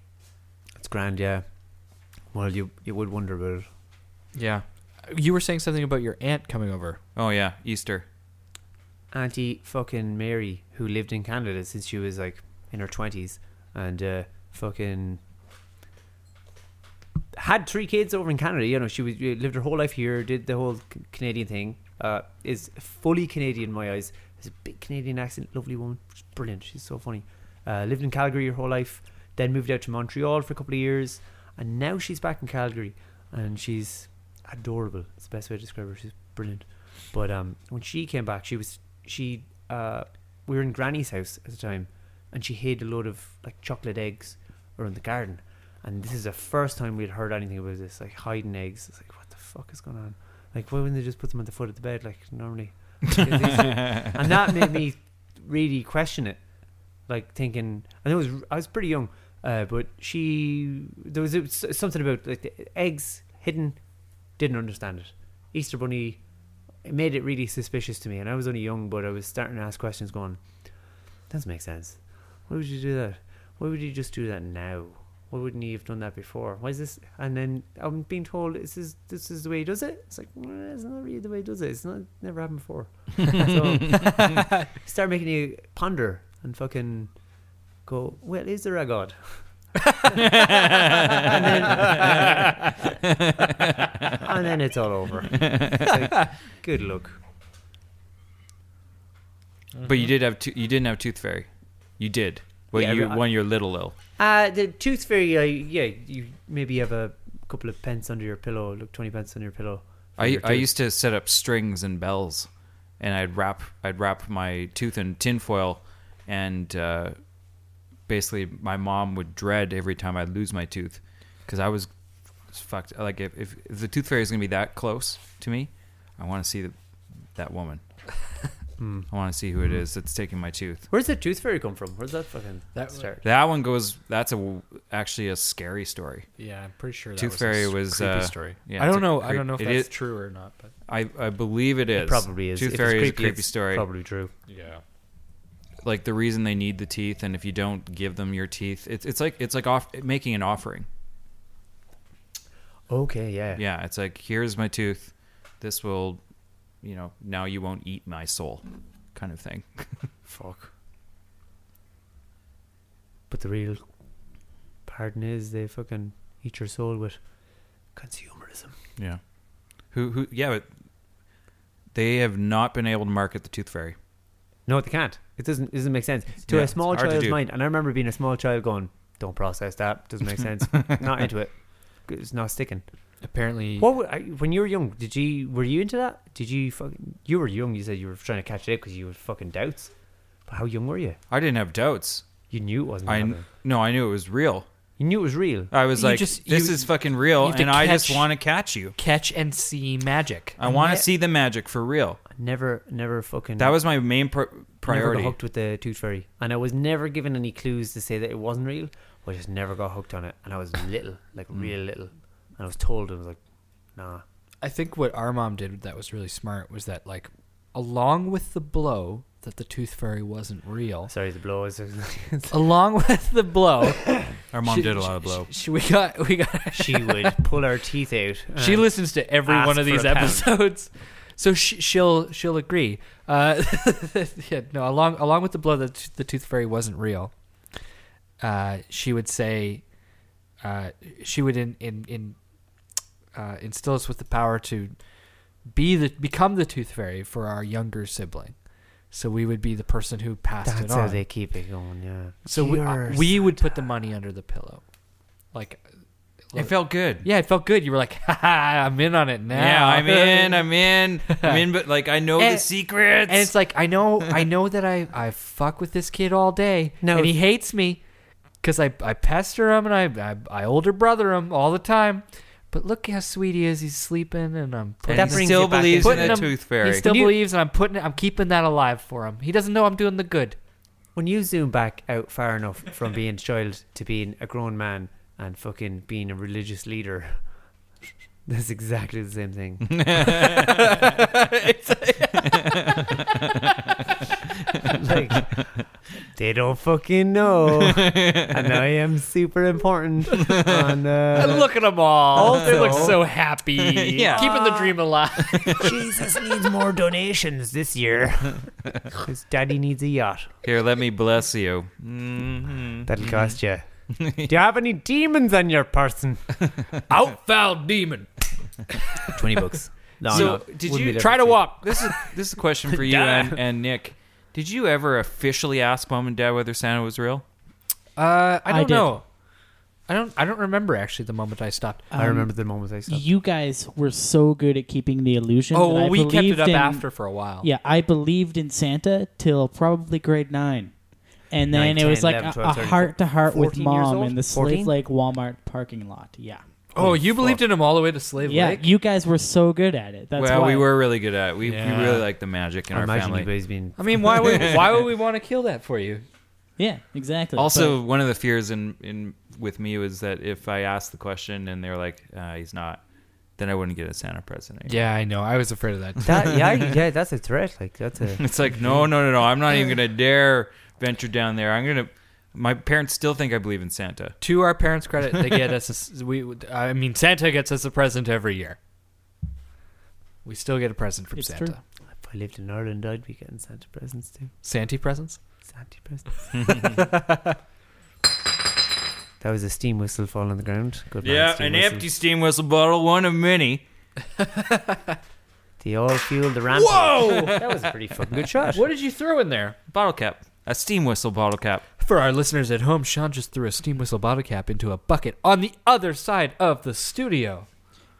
It's grand, yeah. Well, you you would wonder about it.
yeah. You were saying something about your aunt coming over.
Oh yeah, Easter.
Auntie fucking Mary, who lived in Canada since she was like in her twenties, and uh, fucking had three kids over in Canada. You know, she was uh, lived her whole life here, did the whole c- Canadian thing. Uh, is fully Canadian in my eyes. Has a big Canadian accent. Lovely woman. She's brilliant. She's so funny. Uh, lived in Calgary her whole life. Then moved out to Montreal for a couple of years, and now she's back in Calgary, and she's adorable. It's the best way to describe her. She's brilliant. But um, when she came back, she was she uh, we were in Granny's house at the time, and she hid a load of like chocolate eggs around the garden. And this is the first time we'd heard anything about this, like hiding eggs. It's like what the fuck is going on? Like why wouldn't they just put them at the foot of the bed like normally? Like, is this- and that made me really question it, like thinking. And it was I was pretty young, uh, but she there was, it was something about like the eggs hidden. Didn't understand it. Easter bunny it made it really suspicious to me. And I was only young, but I was starting to ask questions, going, "Doesn't make sense. Why would you do that? Why would you just do that now? Why wouldn't he have done that before? Why is this?" And then I'm being told this is this is the way he does it. It's like well, it's not really the way he does it. It's not never happened before. so start making you ponder and fucking go. Well, is there a god? and, then, and then it's all over. It's like, good luck.
But you did have to, you didn't have tooth fairy. You did. Well,
Yeah,
you
I-
when you're little ill.
Uh, the tooth fairy, uh, yeah, you maybe have a couple of pence under your pillow, like 20 pence under your pillow. for
I
your
I
tooth.
used to set up strings and bells, and I'd wrap I'd wrap my tooth in tinfoil, and uh, basically my mom would dread every time I'd lose my tooth, because I was fucked. Like if, if if the tooth fairy is gonna be that close to me, I want to see the, that woman. I want to see who it is that's taking my tooth.
Where's the tooth fairy come from? Where's that fucking
That-
start?
That one goes. That's a actually a scary story.
Yeah, I'm pretty sure that
Tooth
was a
Fairy
s-
was
creepy
uh,
story.
Yeah,
I
it's
don't
a
know- I
creep-
don't know if
it
that's
is-
true or not, but-
I I believe it is.
probably is.
Tooth
If it's
Fairy is a
creepy,
creepy
it's
story.
probably true.
Yeah.
Like the reason they need the teeth, and if you don't give them your teeth, it's it's like it's like off making an offering.
Okay, yeah.
Yeah, it's like here's my tooth. This will, you know, now you won't eat my soul, kind of thing.
Fuck. But the real pardon is they fucking eat your soul with consumerism.
Yeah. Who who? Yeah, but they have not been able to market the tooth fairy.
No, they can't. It doesn't doesn't make sense to
Yeah,
a small
it's hard to
child's
do.
mind. And I remember being a small child going, "Don't process that. Doesn't make sense. not into it. It's not sticking."
Apparently,
What were, I, when you were young, did you were you into that? Did you fucking you were young? You said you were trying to catch it because you had fucking doubts. But how young were you?
I didn't have doubts.
You knew it wasn't.
I
happening.
no, I knew it was real.
You knew it was real.
I was
You
like,
just-
this
you-
is fucking
you
real,
have to
and I just
catch-
want to catch you.
catch and see magic.
I want to
Yeah.
see the magic for real.
never, never fucking.
That was my main pr-
never got
priority.
hooked with the tooth fairy, and I was never given any clues to say that it wasn't real. I just never got hooked on it, and I was little, like real little, and I was told I was like, nah.
I think what our mom did that was really smart was that like, along with the blow that the tooth fairy wasn't real,
Sorry, the blow is.
along with the blow,
Our mom
she-
did a lot of
she-
blow.
she- we got we got.
she would pull her teeth out.
she
and-
listens to every
ask
one of
for
these
a pound.
episodes, so she, she'll she'll agree. Uh, yeah, no, along along with the blow that t- the tooth fairy wasn't real, uh, she would say, uh, she would in in, in uh, instill us with the power to be the become the tooth fairy for our younger sibling. So we would be the person who passed
That's
it on.
how they keep it going. Yeah.
so we, uh,
Cheers.
we would put the money under the pillow, like
It felt good.
yeah, it felt good. You were like, ha, ha, I'm in on it now.
Yeah, I'm in. I'm in. I'm in. But like, I know the
And-
secrets.
and it's like I know, I know that I I fuck with this kid all day,
No.
and he hates me because I I pester him and I I, I older brother him all the time. But look how sweet he is. He's sleeping, and I'm
And he
putting-
still
putting
believes in
him-
a tooth fairy.
He still
When you-
believes, and I'm putting. I'm keeping that alive for him. He doesn't know I'm doing the good.
When you zoom back out far enough from being child to being a grown man and fucking being a religious leader, that's exactly the same thing. like, they don't fucking know, and I am super important. And, uh,
And look at them all. they look
also-
so happy. keeping the dream alive.
Jesus needs more donations this year. His daddy needs a yacht.
Here, let me bless you. Mhm.
That'll cost you. Do you have any demons on your person? Out,
foul demon.
Twenty bucks. No,
so,
no.
did
Wouldn't be
you
that
try to
cheap.
walk? This is this is a question for you
Duh.
and, and Nick. Did you ever officially ask mom and dad whether Santa was real?
Uh, I
I
don't
did.
know. I don't. I don't remember actually the moment I stopped.
I remember
the moment I stopped.
You guys were so good at keeping the illusion.
Oh,
that
well,
I
we kept it
believed
up
in-
after for a while.
Yeah, I believed in Santa till probably grade nine, and then
Nine,
it was
10,
like
11,
a-
12,
a
13,
heart to heart with
14 years
mom
old?
in the Slave
14?
Lake Walmart parking lot. Yeah.
Oh, you believed in him all the way to Slave
yeah,
Lake.
you guys were so good at it. That's
well,
why.
we were really good at it. We,
Yeah.
we really liked the magic in
I
our
imagine
family.
you guys being-
I mean, why would why would we want to kill that for you?
Yeah, exactly.
Also, one of the fears in, in with me was that if I asked the question and they were like, uh, "He's not," then I wouldn't get a Santa present. anymore.
Yeah, I know. I was afraid of that.
That- yeah, yeah, that's a threat. Like that's a.
It's like, no, no, no, no. I'm not even gonna dare venture down there. I'm gonna. My parents still think I believe in Santa.
To our parents' credit, they get us. A, we, I mean, Santa gets us a present every year. We still get a present from
It's
Santa.
true. If I lived in Ireland, I'd be getting Santa presents too.
Santa presents.
Santa presents. that was a steam whistle falling on the ground. Good man,
Yeah,
steam
an
whistle.
empty steam whistle bottle, one of many.
The all fueled the rampage.
Whoa!
that was a pretty fucking good shot.
What did you throw in there?
Bottle cap. A steam whistle bottle cap.
For our listeners at home, Sean just threw a steam whistle bottle cap into a bucket on the other side of the studio.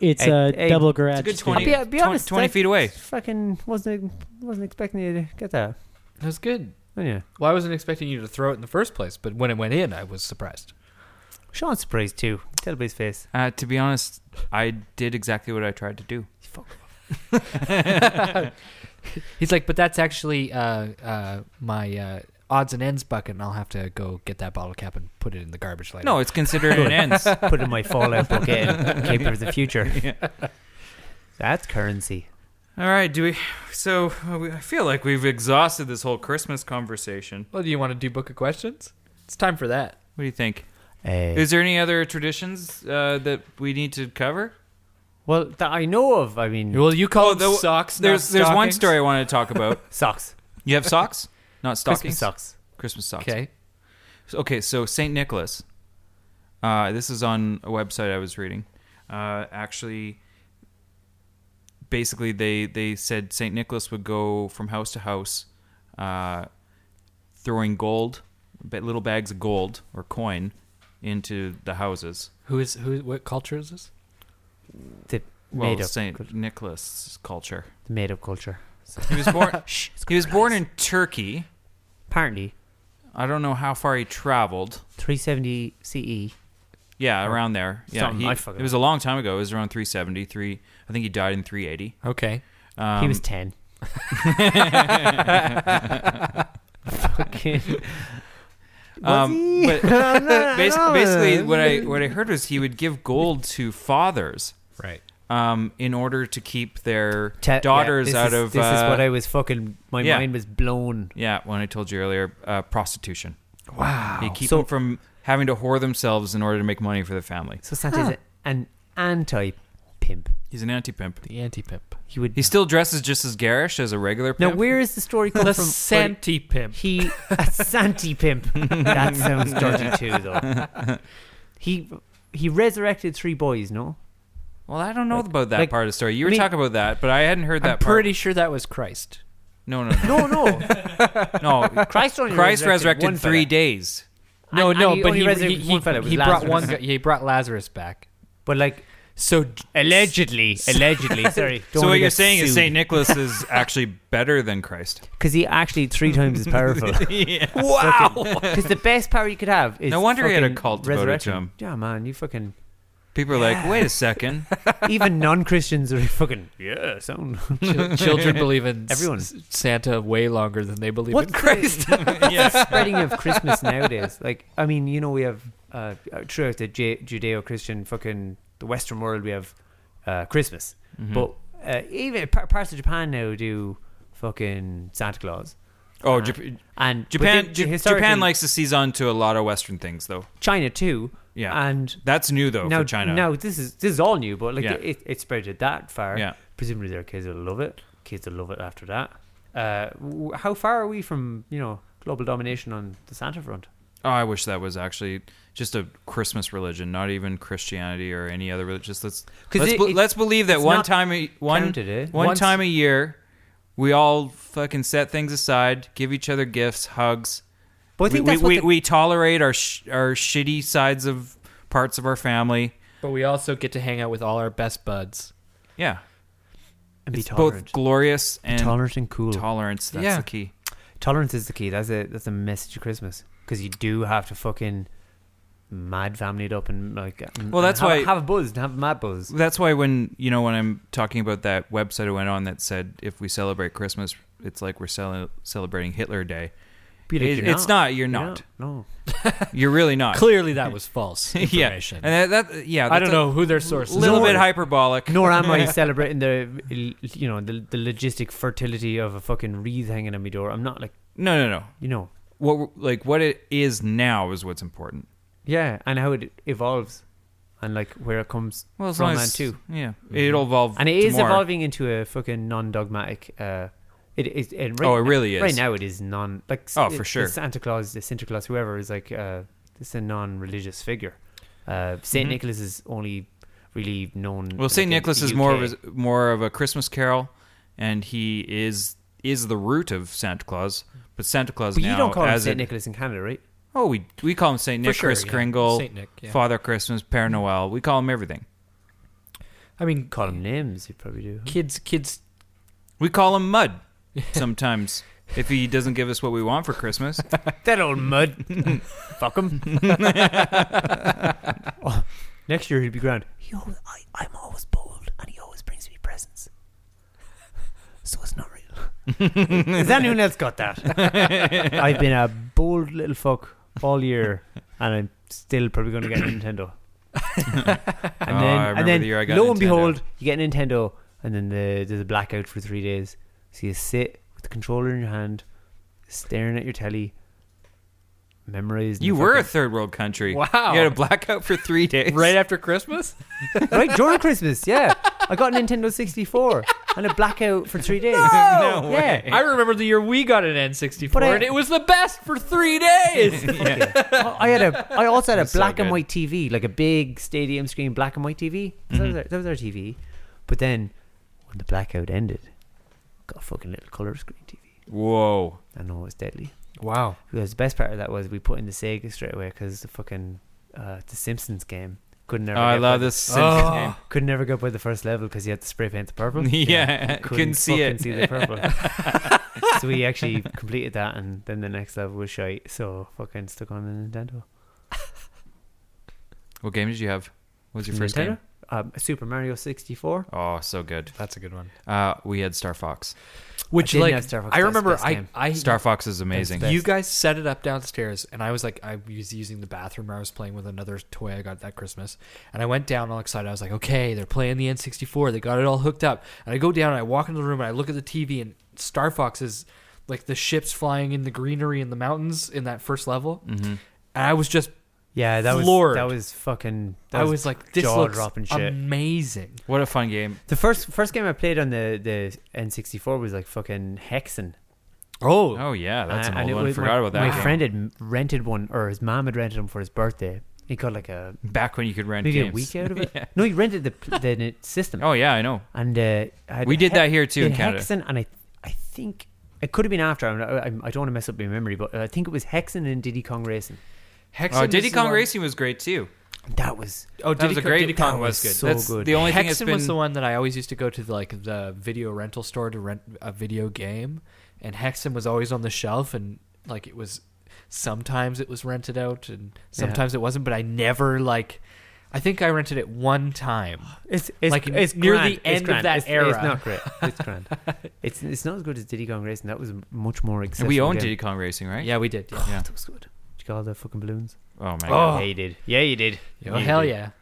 It's a Hey, hey, double garage
good door. 20 twen- 20 feet away.
Fucking wasn't wasn't expecting you to get that.
That was good.
Oh, yeah.
Well, I wasn't expecting you to throw it in the first place, but when it went in, I was surprised.
Sean's surprised too. Tell by his face.
Uh, to be honest, I did exactly what I tried to do.
He's like, but that's actually uh, uh, my uh, odds and ends bucket, and I'll have to go get that bottle cap and put it in the garbage later.
No, it's considered an ends.
Put in my Fallout bucket and keep it for the future. That's currency.
All right, do we? So uh, we- I feel like we've exhausted this whole Christmas conversation.
Well, do you want to do book of questions? It's time for that.
What do you think?
Eh.
Is there any other traditions uh, that we need to cover?
Well, that I know of. I mean,
Well, you call
Oh, the- There's there's one story I wanted to talk about.
socks.
You have socks, not stockings.
Christmas socks.
Christmas socks.
Okay.
So, okay. So Saint Nicholas. Uh, this is on a website I was reading. Uh, actually, basically they they said Saint Nicholas would go from house to house, uh, throwing gold, ba- little bags of gold or coin, into the houses.
Who is who? What culture is this?
The
Well,
made up,
Saint Nicholas culture.
the made up culture.
He was born. he was born in Turkey.
Apparently,
I don't know how far he traveled.
370 CE.
Yeah,
Or
around there. Yeah,
something.
he-
I fucking
it was a long time ago. It was around 370. Three, I think he died in 380.
Okay.
Um,
he was 10. Fucking. Was
Um,
he?
but
I'm not-
bas-
no.
basically, what I what I heard was he would give gold to fathers,
Right.
Um, in order to keep their
Te- yeah,
daughters
this
out
is-
of.
This is
uh,
what I was fucking. My
yeah.
mind was blown.
Yeah, when I told you earlier, uh, prostitution.
Wow.
He keep
So-
them from having to whore themselves in order to make money for the family.
So Santa's an anti pimp.
He's an anti pimp.
The anti pimp.
He would.
He still dresses just as garish as a regular
Now,
pimp.
where is the story come
The
from?
Santi pimp.
He a Santi pimp. that sounds dirty too, though. He he resurrected three boys. No,
Well, I don't know about that
like-
part of the story. You were
I mean-
talking about that, but I hadn't heard
I'm
that part.
pretty sure that was Christ.
No, no, no.
no, no.
no.
Christ only
Christ resurrected,
resurrected one fella.
three days.
No,
And-
no,
and he
but
only
oh, he, he,
resurrected
he,
one fella. It was
he brought one.
Lazarus.
guy- He brought Lazarus back.
But like
So
allegedly, allegedly. Sorry.
So what you're saying is Saint Nicholas is actually better than Christ.
because he actually three times as powerful.
yeah.
wow. Because the best power you could have is
No wonder he had a
fucking
cult devoted to
resurrection.
him.
Yeah, man, you fucking.
People are like, wait a second.
Even non-Christians are fucking yeah. Sound
Chil- children believe in s-
everyone.
s- Santa way longer than they believe
What
in Christ.
yeah. spreading of Christmas nowadays? Like, I mean, you know, we have uh, throughout the J- Judeo-Christian fucking the Western world, we have uh, Christmas,
Mhm.
but uh, even par- parts of Japan now do fucking Santa Claus.
Oh,
Uh,
Jap-
and but
Japan.
they-
J-
historically-
Japan likes to seize on to a lot of Western things, though.
China too.
Yeah,
and
that's new though
now,
for China.
Now this is this is all new, but like
Yeah.
it, it, it spread it that far.
Yeah.
Presumably their kids will love it. Kids will love it after that. Uh, w- how far are we from you know global domination on the Santa front?
Oh, I wish that was actually just a Christmas religion, not even Christianity or any other religion. Just let's
'Cause
let's,
it-
be-
it-
let's believe that
it's
one
not
time a, one
counted, eh?
one
Once-
time a year, we all fucking set things aside, give each other gifts, hugs.
But I
we
think
we,
that's what
we,
the-
we tolerate our sh- our shitty sides of parts of our family.
But we also get to hang out with all our best buds.
Yeah.
And be
it's
tolerant.
both glorious
Be
and
tolerant and cool.
Tolerance, that's
Yeah.
the key.
Tolerance is the key. That's a that's a message of Christmas because you do have to fucking mad family it up and like. and-
Well,
and
that's
have,
why-
have a buzz and have a mad buzz.
That's why when you know when I'm talking about that website I went on that said if we celebrate Christmas, it's like we're cel- celebrating Hitler Day.
Peter,
It-
you're
it's
not.
not. You're
You're
not.
not.
No. you're really not.
Clearly that was false
yeah.
information.
And that, that yeah.
I
that's
don't
a
know who their source is.
Little bit
Nor-
hyperbolic.
Nor am I celebrating the you know the the logistic fertility of a fucking wreath hanging on my door. I'm not like
No, no, no.
You know.
what we're- like what it is now is what's important.
yeah, and how it evolves, and like where it comes
Well, as
from
long
and
as-
to.
yeah, it'll evolve
and it is
tomorrow.
evolving into a fucking non-dogmatic. Uh, it is. And right,
Oh, it really is.
Right now, it is non like
Oh,
it-
for
the
sure.
Santa Claus, the Santa Claus, whoever is like uh, it's a non-religious figure. Uh, Saint
Mhm.
Nicholas is only really known.
Well, Saint
like, in
Nicholas
the
is more of
UK.
a, more of a Christmas carol, and he is is the root of Santa Claus. But Santa Claus
But
now,
you don't call him
as
Saint
it-
Nicholas in Canada, right?
Oh, we we call him Saint
For
Nick,
sure,
Chris
yeah.
Kringle,
Saint Nick, yeah.
Father Christmas, Père Noël. We call him everything.
I mean,
call him names. You probably do.
Kids, kids.
We call him Mud sometimes if he doesn't give us what we want for Christmas.
that old Mud, fuck him. Oh, next year he'd be grand. He always, I, I'm always bold, and he always brings me presents. So it's not real. Has anyone else got that? I've been a bold little fuck all year, and I'm still probably going to get a Nintendo. and
Oh,
then,
I remember
and then
the year I got
lo
Nintendo.
and behold, you get a Nintendo, and then the, there's a blackout for three days. So you sit with the controller in your hand, staring at your telly, memorizing.
You
the
were a
fucking-
third world country.
Wow.
You had a blackout for three days.
Right after Christmas?
right during Christmas. Yeah, I got a Nintendo 64 and a blackout for three days.
No!
No
yeah.
I remember the year we got an N64,
But I-
and it was the best for three days.
Oh, I had a. I also had a
That's so
black and
good.
white TV, like a big stadium screen black and white TV. So That, was
Mm-hmm.
Mhm.
our, that was our TV. But then, when the blackout ended, got a fucking little color screen TV.
Whoa!
I know it was deadly.
Wow.
Because the best part of that was we put in the Sega straight away because the fucking uh, the Simpsons game couldn't never.
Oh, I
get
love
by-
this Simpsons Oh. game.
Could never go by the first level because you had to spray paint the purple.
Yeah,
you
couldn't see
fucking
it.
See the purple. so we actually completed that, and then the next level was shite. So fucking stuck on the Nintendo.
What game did you have? What was your first
Nintendo?
game?
Um, Super Mario 64.
Oh, so good.
That's a good one.
Uh, we had Star Fox.
Which,
I didn't
like,
have Star Fox,
I
that's
remember
best
I,
game.
I.
Star Fox is amazing.
You guys set it up downstairs, and I was like, I was using the bathroom. I was playing with another toy I got that Christmas, and I went down all excited. I was like, okay, they're playing the N64. They got it all hooked up. And I go down and I walk into the room and I look at the TV, and Star Fox is like the ships flying in the greenery in the mountains in that first level.
Mhm.
And I was just
Yeah, that was
floored.
that was fucking. That
I was like, this
jaw
looks
dropping shit.
amazing.
What a fun game.
the first first game I played on the the N64 was like fucking Hexen.
Oh,
Oh yeah, that's
Uh,
an
and
old
it
one.
was
Forgot
my,
about that.
My
game.
friend had m- rented one, or his mom had rented him for his birthday. He got like a
Back when you could rent
maybe
games.
a week out of it. No, he rented the pl- the n- system.
Oh yeah, I know.
and uh, I had
We did
Hex-
that here, too, in
did
Canada.
Hexen, and I I think it could have been after. I'm, I, I don't want to mess up my memory, but uh, I think it was Hexen and Diddy Kong Racing.
Hexen
Oh,
is
Diddy
the
Kong
one-
Racing was great too.
That was
Oh,
That
Diddy
was a
Kong-
great-
Diddy Kong
that
was
was
good.
so That's good. the only thing that's
Hexen was
been-
the one that I always used to go to the, like the video rental store to rent a video game, and Hexen was always on the shelf, and like it was sometimes it was rented out and sometimes it wasn't, but I never like
I think I rented it one time.
It's it's
like
it's
near
grand.
the end
it's grand.
of that
it's,
era.
It's not great. It's grand. it's it's not as good as Diddy Kong Racing. That was a much more accessible.
we owned
game.
Diddy Kong Racing, right?
Yeah, we did. Yeah.
God, that was good. Did you get all the fucking balloons?
Oh my
god!
God.
Yeah, you did. Yeah, you did.
Yeah,
Oh,
you did.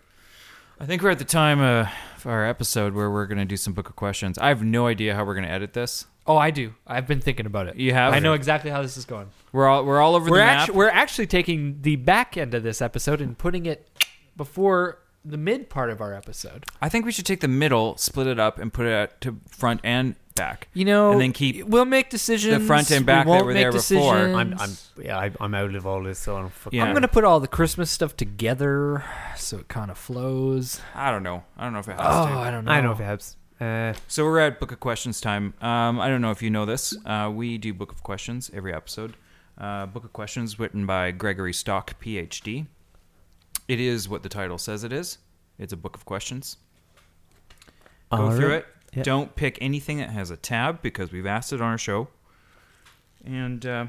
I think we're at the time uh, for our episode where we're going to do some book of questions. I have no idea how we're going to edit this.
Oh, I do. I've been thinking about it.
You have?
I know exactly how this is going.
We're all we're all over
we're
the
actu-
map.
We're actually taking the back end of this episode and putting it before the mid part of our episode.
I think we should take the middle, split it up, and put it out to front and back.
You know,
and then keep
we'll make decisions.
the front and back
we won't
that were
make
there before.
decisions.
I'm I'm yeah I, I'm out of all this, so I'm fucking.
I'm gonna put all the Christmas stuff together so it kind of flows.
I don't know. I don't know if it has
Oh,
to.
I don't know.
I don't know if it helps. Uh,
So we're at Book of Questions time. Um, I don't know if you know this. Uh, we do Book of Questions every episode. Uh, Book of Questions written by Gregory Stock, PhD. It is what the title says it is. It's a book of questions. Go
All
through
right.
it.
Yeah.
Don't pick anything that has a tab because we've asked it on our show. And uh,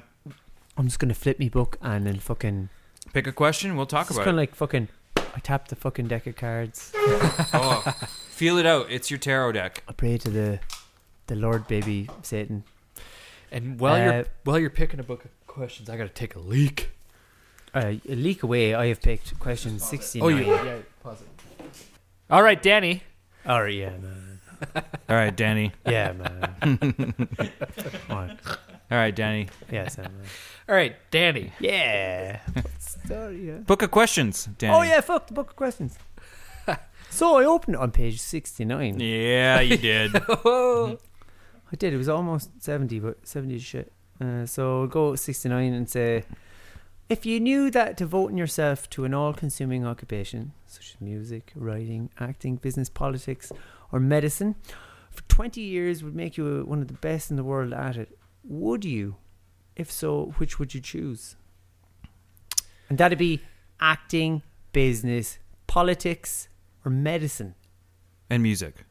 I'm just gonna flip me book and then fucking.
pick a question. We'll talk
it's
about
kind
it.
of like fucking. I tapped the fucking deck of cards.
oh, feel it out. It's your tarot deck.
I pray to the, the Lord, baby Satan.
And while
Uh,
you're while you're picking a book of questions, I gotta take a leak.
Uh, leak away. I have picked question sixty-nine.
Oh, you yeah, pause it. All right, Danny.
Oh yeah, man.
All right, Danny.
Yeah, man. All right.
All right, Danny.
Yeah, Sam. Man.
All right, Danny.
Yeah. Sorry, yeah.
Book of questions, Danny.
Oh yeah, fuck the book of questions. so I opened it on page sixty-nine.
Yeah, you did.
Mm-hmm. I did. It was almost seventy, but seventy is shit. Uh, so I'll go sixty-nine and say, if you knew that devoting yourself to an all-consuming occupation such as music, writing, acting, business, politics, or medicine for twenty years would make you uh, one of the best in the world at it, would you? If so, which would you choose? And that'd be acting, business, politics, or medicine.
and music,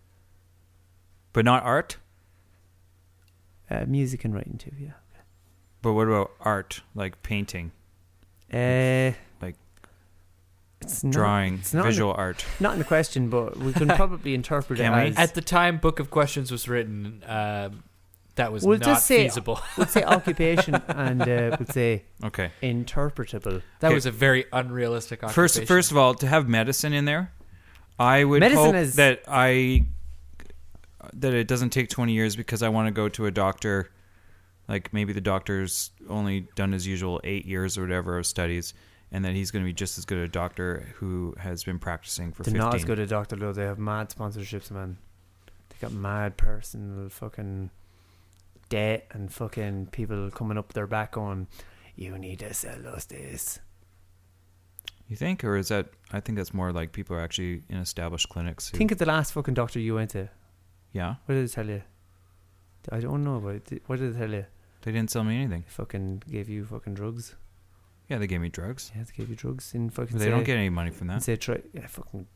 but not art.
Uh, music and writing too, yeah.
But what about art, like painting,
Uh,
Like
it's not-
drawing,
it's not in
visual
the-
art?
Not in the question, but we can probably interpret it
Can we?
as.
At the time Book of Questions was written, um, that was
we'll
not
just say
feasible.
we'll say occupation and uh, we'll say
Okay.
interpretable.
that
Okay.
was a very unrealistic occupation.
First, first of all, to have medicine in there, I would
Medicine
hope
is-
that I that it doesn't take twenty years because I want to go to a doctor. Like maybe the doctor's only done his usual eight years or whatever of studies, and that he's going to be just as good a doctor who has been practicing for
They're
fifteen.
not as good a doctor though. They have mad sponsorships, man. They got mad personal fucking debt and fucking people coming up their back on. You need to sell us this.
You think, or is that? I think that's more like people are actually in established clinics. Who,
Think of the last fucking doctor you went to.
yeah,
What did they tell you? I don't know, but what did they tell you?
they didn't sell me anything.
They fucking gave you fucking drugs.
Yeah, they gave me drugs.
Yeah, they gave you drugs in fucking.
But they
say-
don't get any money from
and
that.
say try. Yeah, fucking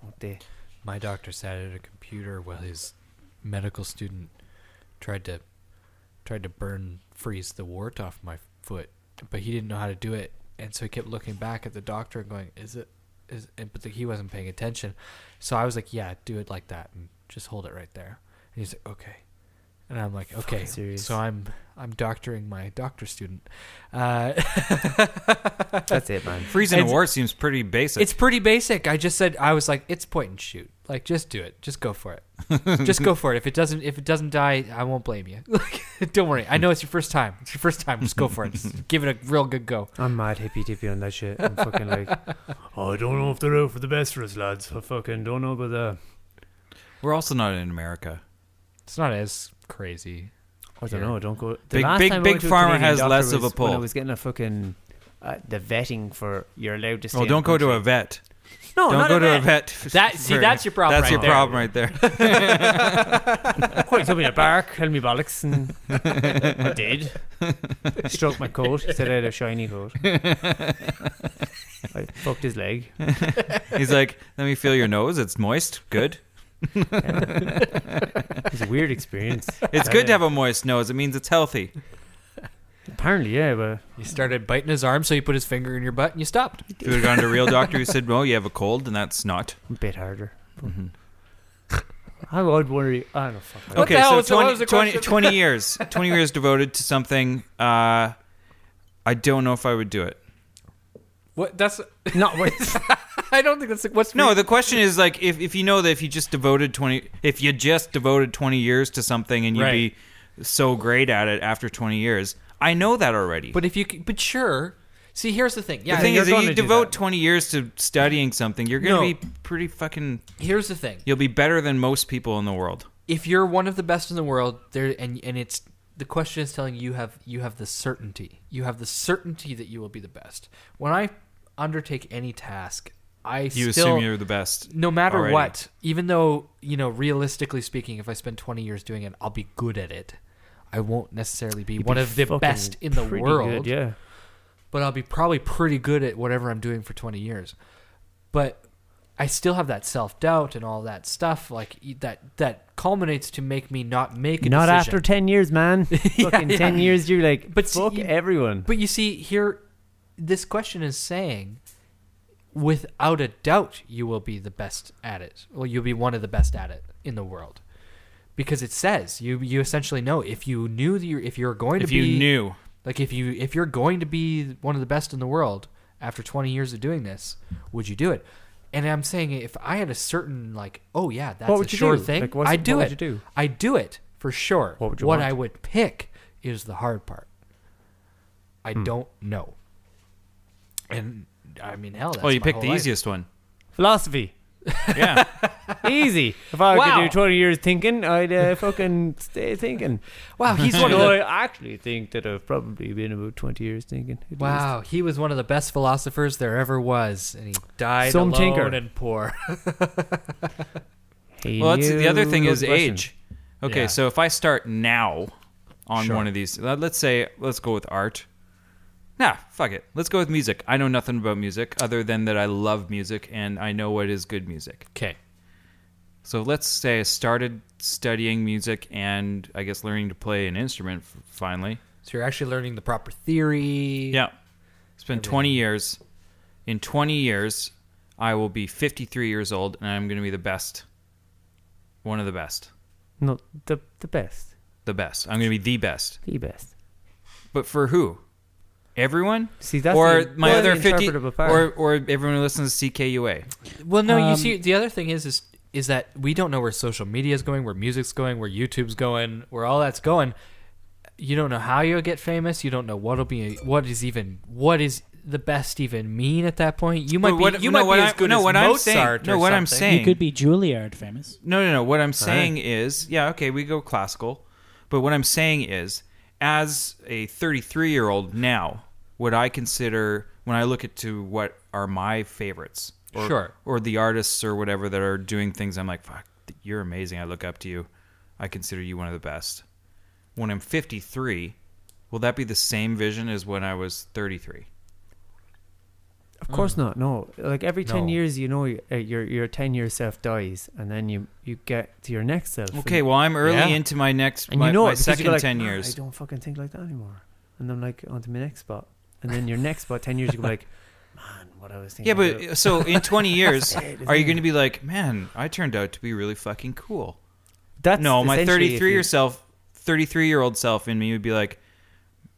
don't they?
My doctor sat at a computer while his medical student tried to tried to burn freeze the wart off my foot, but he didn't know how to do it, and so he kept looking back at the doctor and going, "Is it?" Is, and, but he wasn't paying attention, so I was like, "Yeah, do it like that, and just hold it right there." And he's like, "Okay," and I'm like, "Okay."
serious.
So I'm I'm doctoring my doctor student. Uh,
That's it, man.
Freezing a
It's-
war seems pretty basic.
It's pretty basic. I just said I was like, it's point and shoot. Like, just do it. Just go for it. just go for it. If it doesn't, if it doesn't die, I won't blame you. Like, don't worry. I know it's your first time. It's your first time. Just go for it. Just give it a real good go.
I'm mad hippy dippy on that shit. I'm fucking like, I don't know if they're out for the best for us, lads. I fucking don't know about that.
We're also not in America.
It's not as crazy.
I don't
Yeah.
know. Don't go. The
Big-
last
big-
time I
big
went to a
pharma
Canadian
has
doctor
less of
was
a pull.
When I was getting a fucking uh, the vetting for you're allowed to. Stay
Well,
in
Oh, don't
the
go to
country.
a vet.
No,
don't
not
go
a
to a
vet.
vet.
That- see,
for-
that's your problem
That's
right
your
there.
problem right there.
Quite something a bark, held me bollocks, and I did. Stroked my coat, said I had a shiny coat. I fucked his leg.
He's like, let me feel your nose. It's moist. Good.
It was a weird experience.
It's good to have a moist nose. It means it's healthy.
Apparently, yeah, but
You started biting his arm, so you put his finger in your butt and you stopped.
If you would have gone to a real doctor who said, well, you have a cold, and that's not.
A bit harder. I would worry. I don't know. Fuck
Okay,
I don't know.
so 20, 20 20 years. 20 years devoted to something. Uh, I don't know if I would do it.
What? That's
not what.
I don't think that's what's
No, the question is like if, if you know that if you just devoted 20 if you just devoted 20 years to something and you'd be so great at it after 20 years. I know that already.
But if you, c- but sure. See, here's the thing. Yeah,
the thing
you're
is, if
gonna
you
do
devote 20 years to studying something, you're going to
No.
be pretty fucking.
Here's the thing.
You'll be better than most people in the world.
if you're one of the best in the world there and and it's the question is telling you you have you have the certainty you have the certainty that you will be the best when i undertake any task i
You
still-
assume you're the best
no matter
already.
what even though you know realistically speaking if i spend 20 years doing it i'll be good at it i won't necessarily be
You'd
one
be
of the
fucking
best in the
pretty
world
good, yeah.
but i'll be probably pretty good at whatever i'm doing for 20 years but I still have that self doubt and all that stuff, like e- that that culminates to make me not make a
Not
decision.
after 10 years, man. Fucking
yeah.
10 years, you're like,
But
but
see,
fuck
you-
everyone.
But you see, here, this question is saying, without a doubt, you will be the best at it. Well, you'll be one of the best at it in the world, because it says you you essentially know if you knew that you're, if you're going
If
to
you
be
knew.
like if you if you're going to be one of the best in the world after 20 years of doing this, would you do it? And I'm saying if I had a certain like, oh yeah, that's
would
a
you
sure
do?
thing,
Like, what's-
I'd do
what
it.
would you do?
I'd do it for sure.
What would you
what
want?
I would pick is the hard part. I
Hmm.
don't know. And I mean, hell, that's
Well, Oh, you
my
picked the
whole life.
easiest one.
Philosophy.
Yeah.
Easy. If I
Wow.
could do 20 years thinking, I'd uh, fucking stay thinking.
Wow, he's one of
So
the-
I actually think that I've probably been about 20 years thinking. at least.
Wow, he was one of the best philosophers there ever was, and he died
Some
alone
tinker.
and poor.
Hey,
Well, that's the other
you
thing
good
is
question.
age. Okay,
Yeah.
so if I start now on
Sure.
one of these, let- let's say let's go with art. Nah, fuck it. Let's go with music. I know nothing about music other than that I love music and I know what is good music.
Okay.
So let's say I started studying music and I guess learning to play an instrument f- finally.
So you're actually learning the proper theory. Yeah.
It's been 20 years. In 20 years, I will be 53 years old and I'm going to be the best. One of the best.
No, the, the best.
The best. I'm going to be the best.
The best.
But for who? Everyone?
See, that's
or
the-
my
that's
other
the
50
interpretable part.
or or everyone who listens to CKUA.
Well, no, you
Um,
see, the other thing is, is is that we don't know where social media is going, where music's going, where YouTube's going, where all that's going. You don't know how you'll get famous. You don't know what'll be, what is even, what is the best even mean at that point. You might
But
be,
what-
you
no,
might
what
be
I'm-
as good
no,
as
what I'm
Mozart
saying-
or
no, what I'm
something.
saying-
You could be Juilliard famous.
No, no, no. What I'm saying is, yeah, okay, we go classical. But what I'm saying is, as a 33 year old now, what I consider when I look at to what are my favorites, or,
Sure.
or the artists or whatever that are doing things, I'm like, fuck, you're amazing. I look up to you. I consider you one of the best. When I'm 53, will that be the same vision as when I was 33?
Of course not. No, like every ten
Mm. No.
years, you know, y- uh, your your ten year self dies, and then you you get to your next self.
Okay,
and-
well, I'm early into my next-
and
my-
you know
my
it because you're
second
like,
10
"Ah,
years."
I don't fucking think like that anymore, and I'm like onto my next spot, and then your next spot ten years you go like, man, what I was thinking.
Yeah, but uh,
about."
so in 20 years,
That's it,
are you
isn't
going to be like, man, I turned out to be really fucking cool?
That's
no, my
essentially if
33 year
you-
self, 33 year old self in me would be like,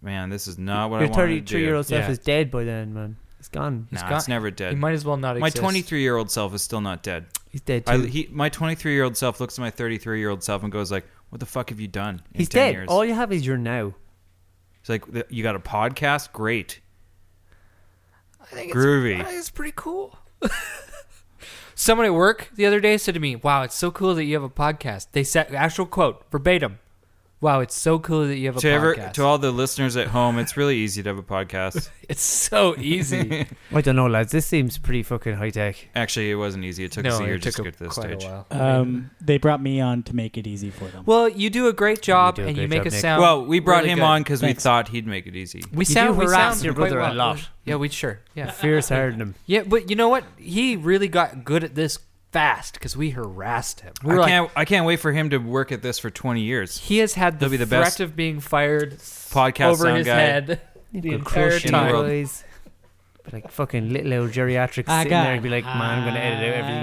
man, this is not what
Your
I wanted to do.
33 year old self is dead by then, man. It's gone.
Nah, it's never dead.
he might as well not
My
exist.
23 year old self is still not dead.
He's dead
I,
too.
he, my 23 year old self looks at my 33 year old self and goes like, what the fuck have you done? in
He's
10
dead.
Years?
All you have is your now.
It's like th- you got a podcast, great. I
think it's-
groovy.
I think it's pretty cool. Someone at work the other day said to me, "Wow, it's so cool that you have a podcast." They said actual quote verbatim. Wow, it's so cool that you have a
to
podcast.
ever, to all the listeners at home, it's really easy to have a podcast.
it's so easy.
I don't know, lads. This seems pretty fucking high tech.
Actually, it wasn't easy. It took us a
No,
year
it
just to
took a-
get to this
quite a
stage.
while.
Um, they brought me on to make it easy for them.
Uh, well, you do a great job, and you make a sound.
Well, we
Um,
brought
really
him
good.
on because we
Thanks.
thought he'd make it easy.
We sound we
harass
sound
your
quite
brother a
well.
lot.
Yeah, we sure. Yeah,
Fierce hired him.
yeah, but you know what? He really got good at this fast because we harassed him. We
I
were like,
can't. I can't wait for him to work at this for twenty years.
He has had the,
He'll be the
threat
best
of being fired
podcast
over
sound
his
guy.
head the
Good
entire
crushing
time.
boys. Be Like fucking little old geriatric
I
sitting
got- Ah.
there and be like, man, I'm gonna edit out everything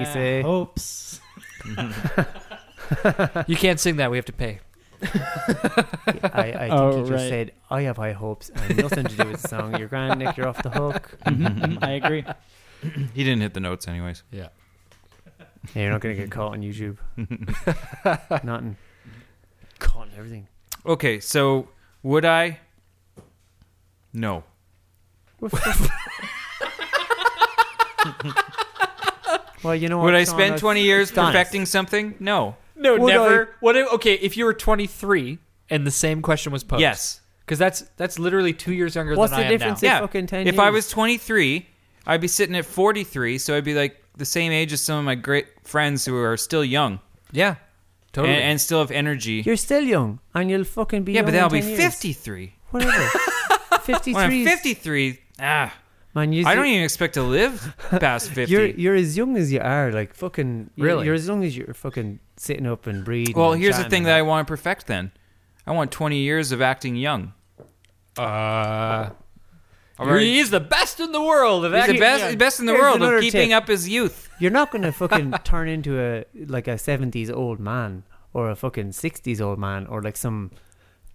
you say.
Hopes.
you can't sing that. We have to pay.
I, I think
Oh,
you just
right.
said, I have high hopes and nothing to do with the song. You're grand, Nick, you're off the hook.
Mhm, I agree.
he didn't hit the notes, anyways.
Yeah.
Yeah, you're not gonna get caught on YouTube. Nothing. Caught on everything.
Okay, so would I? No.
Well, you know what?
Would I
Sean,
spend
that's-
twenty years
it's done.
perfecting something? No.
No,
Would
Oh, never. What? If, okay, if you were 23 and the same question was posed,
Yes.
because that's that's literally two years younger
What's
than
the
I am
difference
now.
in fucking 10
If I
years?
was 23, I'd be sitting at 43, so I'd be like the same age as some of my great friends who are still young
Yeah, totally.
and, and still have energy.
You're still young and you'll fucking be
yeah,
young
but
in
that'll be
10 years.
53.
Whatever.
When I'm
53 is-
53, ah,
Man, you
I
see-
don't even expect to live past 50.
You're you're as young as you are, like fucking. You're,
Really?
you're as young as you're fucking sitting up and breathing.
well,
and
here's the
chatting
thing
and
that I want to perfect then. I want 20 years of acting young.
Uh,
I've already-
he's the best in the world of
He's the
acting
best,
young.
best in the
Here's
world
another
of keeping
tip.
up his youth.
You're not gonna fucking turn into a like a seventies old man or a fucking sixties old man or like some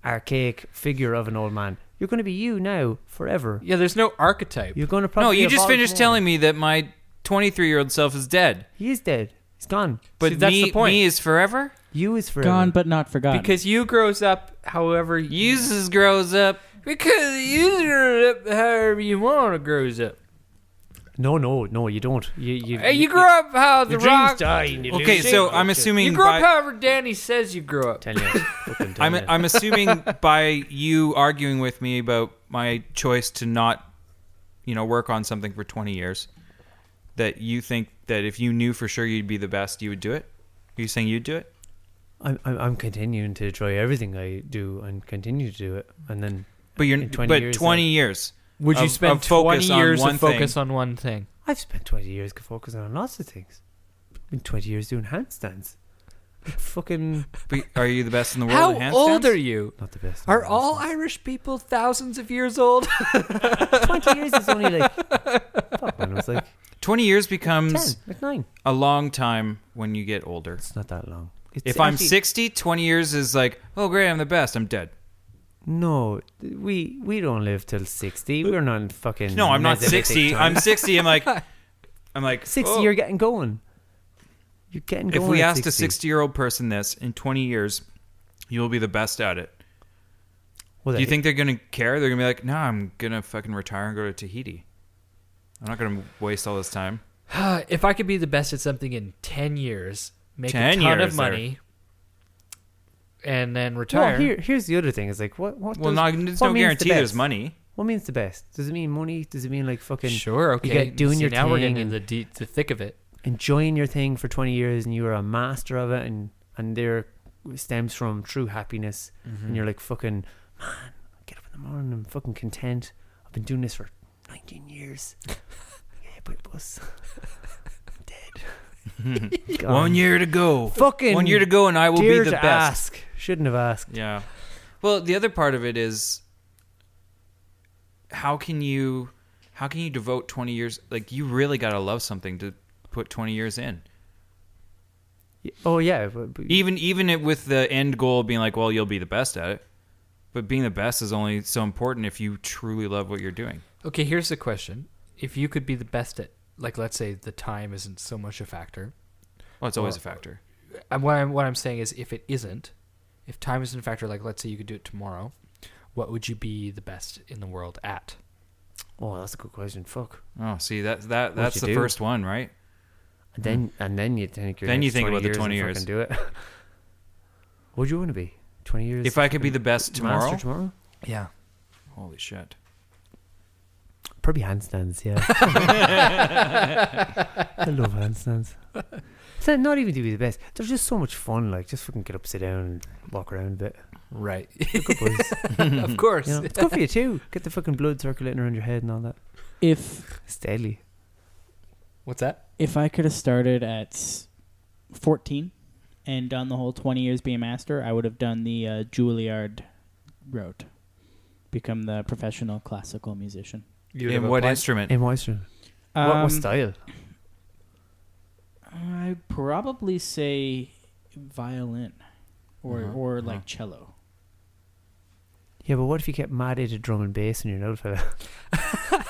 archaic figure of an old man. You're gonna be you now forever.
Yeah, there's no archetype.
You're gonna probably
No, you just
evolve
finished
more.
telling me that my 23 year old self is dead.
He is dead. He's gone.
But
See, that's
me,
the point.
me is forever?
You is forever.
Gone but not forgotten.
Because you grows up however you
Uses grows up.
because you grows up however you want to grows up.
No, no, no. You don't. You you.
Hey, you grow up how the
your
rock.
dreams die. And you lose
Okay,
it.
so I'm
Bullshit.
assuming
You grow
by,
up however Danny says you grow up.
Ten years. Fucking 10
I'm
years.
I'm assuming by you arguing with me about my choice to not, you know, work on something for 20 years, that you think that if you knew for sure you'd be the best, you would do it. Are you saying you'd do it?
I'm, I'm I'm continuing to try everything I do and continue to do it, and then
But you're
In 20
but
years,
20 years.
Would you
of-
spend
of focus
20
on
years
one
of focus
thing.
on one thing?
I've spent 20 years focusing on lots of things. Been 20 years doing handstands. Fucking
But are you the best in the world?
How
at handstands?
old are you?
not the best.
Are all Irish people thousands of years old?
20 years is only like fuck man, it was like
20 years
10,
becomes
like 9.
a long time when you get older.
It's not that long. It's
If I'm
actually-
60, 20 years is like, oh great, I'm the best. I'm dead.
no, we we don't live till 60. We're not in fucking
No, I'm not
Mesolithic
60.
time.
I'm 60. I'm like, I'm like
60.
oh.
You're getting going. You're getting
If
going.
we
at
asked a 60 year old person this in 20 years, you'll be the best at it.
well,
Do you
that-
think they're going to care? They're going to be like, no, I'm going to fucking retire and go to Tahiti. I'm not going to waste all this time.
if I could be the best at something in 10 years, make
10
a ton
years
of
or-
money, and then retire.
Well, here, here's the other thing. It's like what? what
Well,
does-
no, there's
what
no
means the
guarantee there's
best?
money.
What means the best? Does it mean money? Does it mean like fucking
sure, okay.
You get doing
See,
your
now we're
thing
getting in
and
the, deep, the thick of it.
enjoying your thing for twenty years, and you are a master of it, and and there stems from true happiness,
Mm-hmm.
and you're like fucking man, I get up in the morning, I'm fucking content. I've been doing this for nineteen years. yeah, but it was I'm dead. Gone.
One year to go.
Fucking
One year to go, and I will be
Dare
the
to
best.
Ask. Shouldn't have asked.
Yeah. Well, the other part of it is how can you how can you devote 20 years like you really got to love something to put 20 years in.
Oh yeah, but, but
Even even it with the end goal being like, well, you'll be the best at it. But being the best is only so important if you truly love what you're doing.
Okay, here's the question. If you could be the best at, like, let's say the time isn't so much a factor.
Well, it's always a factor.
And what I'm, what I'm saying is, if it isn't, if time isn't a factor, like, let's say you could do it tomorrow, what would you be the best in the world at?
oh, that's a good question. Fuck.
Oh, see that that that's
you
the
do.
first one, right?
And then and then you think you're
Then you think about the 20
and
years.
fucking Do it. What do you want to be? Twenty years.
If I could be the best
master
tomorrow.
tomorrow,
Yeah.
Holy shit.
probably handstands. Yeah, I love handstands. So not even to be the best. They're just so much fun. Like just fucking get up, sit down, and walk around a bit.
Right.
They're good boys.
of course.
you know? It's good for you too. Get the fucking blood circulating around your head and all that.
if
Steadily.
What's that?
If I could have started at s- 14 and done the whole 20 years being a master, I would have done the uh, Juilliard road, become the professional classical musician.
You would In have what applied- instrument? In what instrument?
What- what
Um,
style?
I'd probably say violin or
Uh-huh,
or like cello.
Yeah, but what if you get mad at a drum and bass and you're not for that?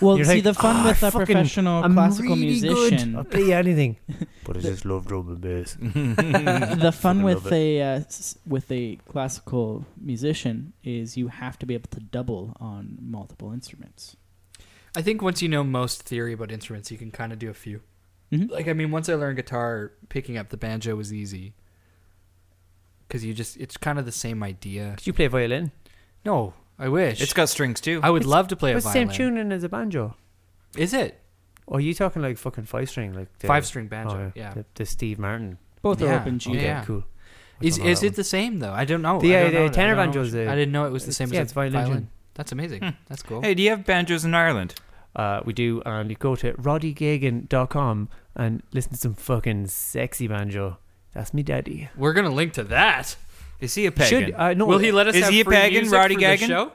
Well,
You're
see,
like,
the fun
"Ah,
with a
fucking-
professional
I'm
classical
really good.
musician,
I'll play anything, but I
The-
just love drum and bass.
the fun
Fucking
with
love it.
a uh, s- with a classical musician is you have to be able to double on multiple instruments.
I think once you know most theory about instruments, you can kind of do a few.
Mm-hmm.
Mhm.
Like I mean, once I learned guitar, picking up the banjo was easy because you just—it's kind of the same idea. Did
you play violin?
No, I wish.
It's got strings, too.
I would
It's-
love to play a
it's the
violin.
same tuning as a banjo.
Is it?
Or are Oh, you talking like fucking five string, like the,
Five-string banjo,
oh,
yeah.
The, the Steve Martin.
Yeah.
Okay,
Yeah.
cool. I
Is
don't know
is
that
it the same though? I don't know.
The- uh,
I don't
the
know that.
tenor
I don't know
banjo is
which-
the-
I didn't know it was the
it's-
same
yeah,
as
it's
a
violin
violin.
tune. Hmm.
That's amazing. That's cool.
Hey, do you have banjos in Ireland?
Uh, we do, and you go to roddygagan.com and listen to some fucking sexy banjo. That's me daddy.
We're gonna link to that.
Is he a
Should- pagan? uh, no,
Will he let us?
Is
have
he a
free
pagan,
music
Roddy
for
Gagan?
The show?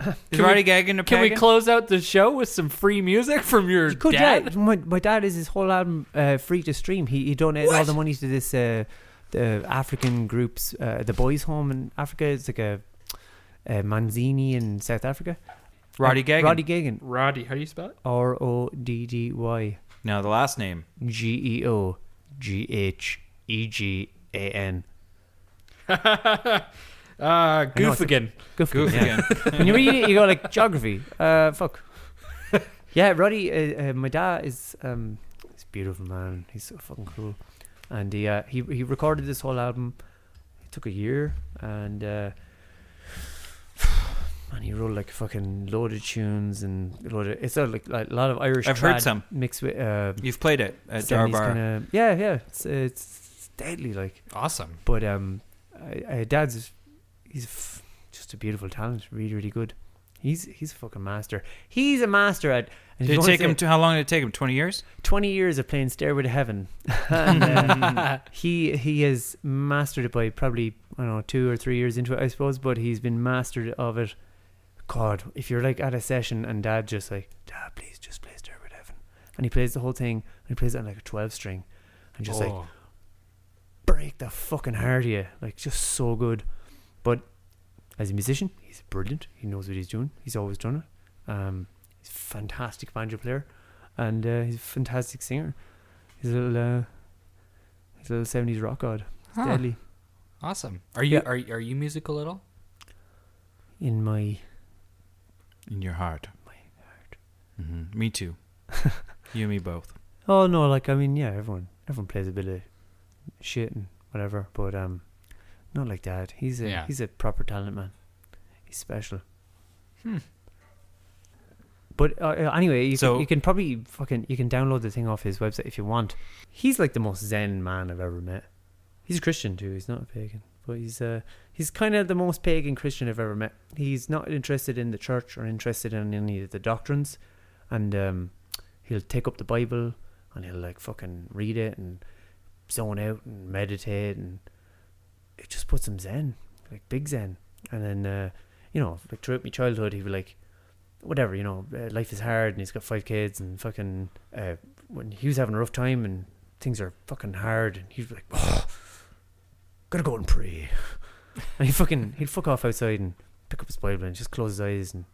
Is
Can we-
Roddy Gagan a
Can we
pagan?
close out the show with some free music from your
Good
dad?
dad. My, my dad is his whole album uh, free to stream. He he donated all
What?
the money to this uh, the African groups, uh, the boys' home in Africa. It's like a, a Manzini in South Africa.
Roddy
Uh,
Gagan.
Roddy Gagan.
Roddy, how do you spell it?
R O D D Y
No, the last name.
G E O G H E G A N.
Uh,
I know it's a-
Goofigan.
Goofigan. yeah. when you read it, you go like geography. Uh, fuck. yeah, Roddy. Uh, uh, my dad is um, he's a beautiful man. He's so fucking cool, and he uh, he he recorded this whole album. It took a year, and uh, man, he wrote like fucking load of tunes and a load of it's a like, like a lot of Irish.
I've heard
trad
some.
mixed with. Uh,
You've played it at
70s
Darbar.
kinda- yeah, yeah. It's it's deadly like
awesome.
But um, I, I, Dad's he's f- just a beautiful talent. Really, really good. He's he's a fucking master. He's a master at. and if
Did
you
it
wanna
take
say-
him? To, how long did it take him? Twenty years.
Twenty years of playing Stairway to Heaven. And, uh, he he has mastered it by probably I don't know two or three years into it, I suppose. But he's been mastered of it. God, if you're like at a session and Dad just like Dad, please just play Stairway to Heaven, and he plays the whole thing, and he plays it on like a twelve string, and just like
Oh.
break the fucking heart of you. Like, just so good. But as a musician, he's brilliant. He knows what he's doing. He's always done it. Um, he's a fantastic banjo player, and uh, he's a fantastic singer. He's a little, uh, he's a little seventies rock god. It's
Huh.
Deadly
Awesome. Are you
Yeah.
are are you musical at all?
in my
In your heart. My heart. hmm Me too. you and me both.
Oh no, like I mean, yeah, everyone everyone plays a bit of shit and whatever, but um, not like Dad. He's a
Yeah.
he's a proper talent man. He's special.
Hmm.
But uh, uh, anyway, you,
So-
can, you can probably fucking you can download the thing off his website if you want. He's like the most zen man I've ever met. He's a Christian too. He's not a pagan, but he's uh he's kind of the most pagan Christian I've ever met. He's not interested in the church or interested in any of the doctrines, and um, he'll take up the Bible and he'll like fucking read it and zone out and meditate and it just puts him zen, like big zen. And then uh, you know, like throughout my childhood, he'd be like, whatever, you know, uh, life is hard, and he's got five kids, and fucking uh, when he was having a rough time, and things are fucking hard, and he'd be like, oh, gotta go and pray. and he fucking he'd fuck off outside and pick up his Bible and just close his eyes and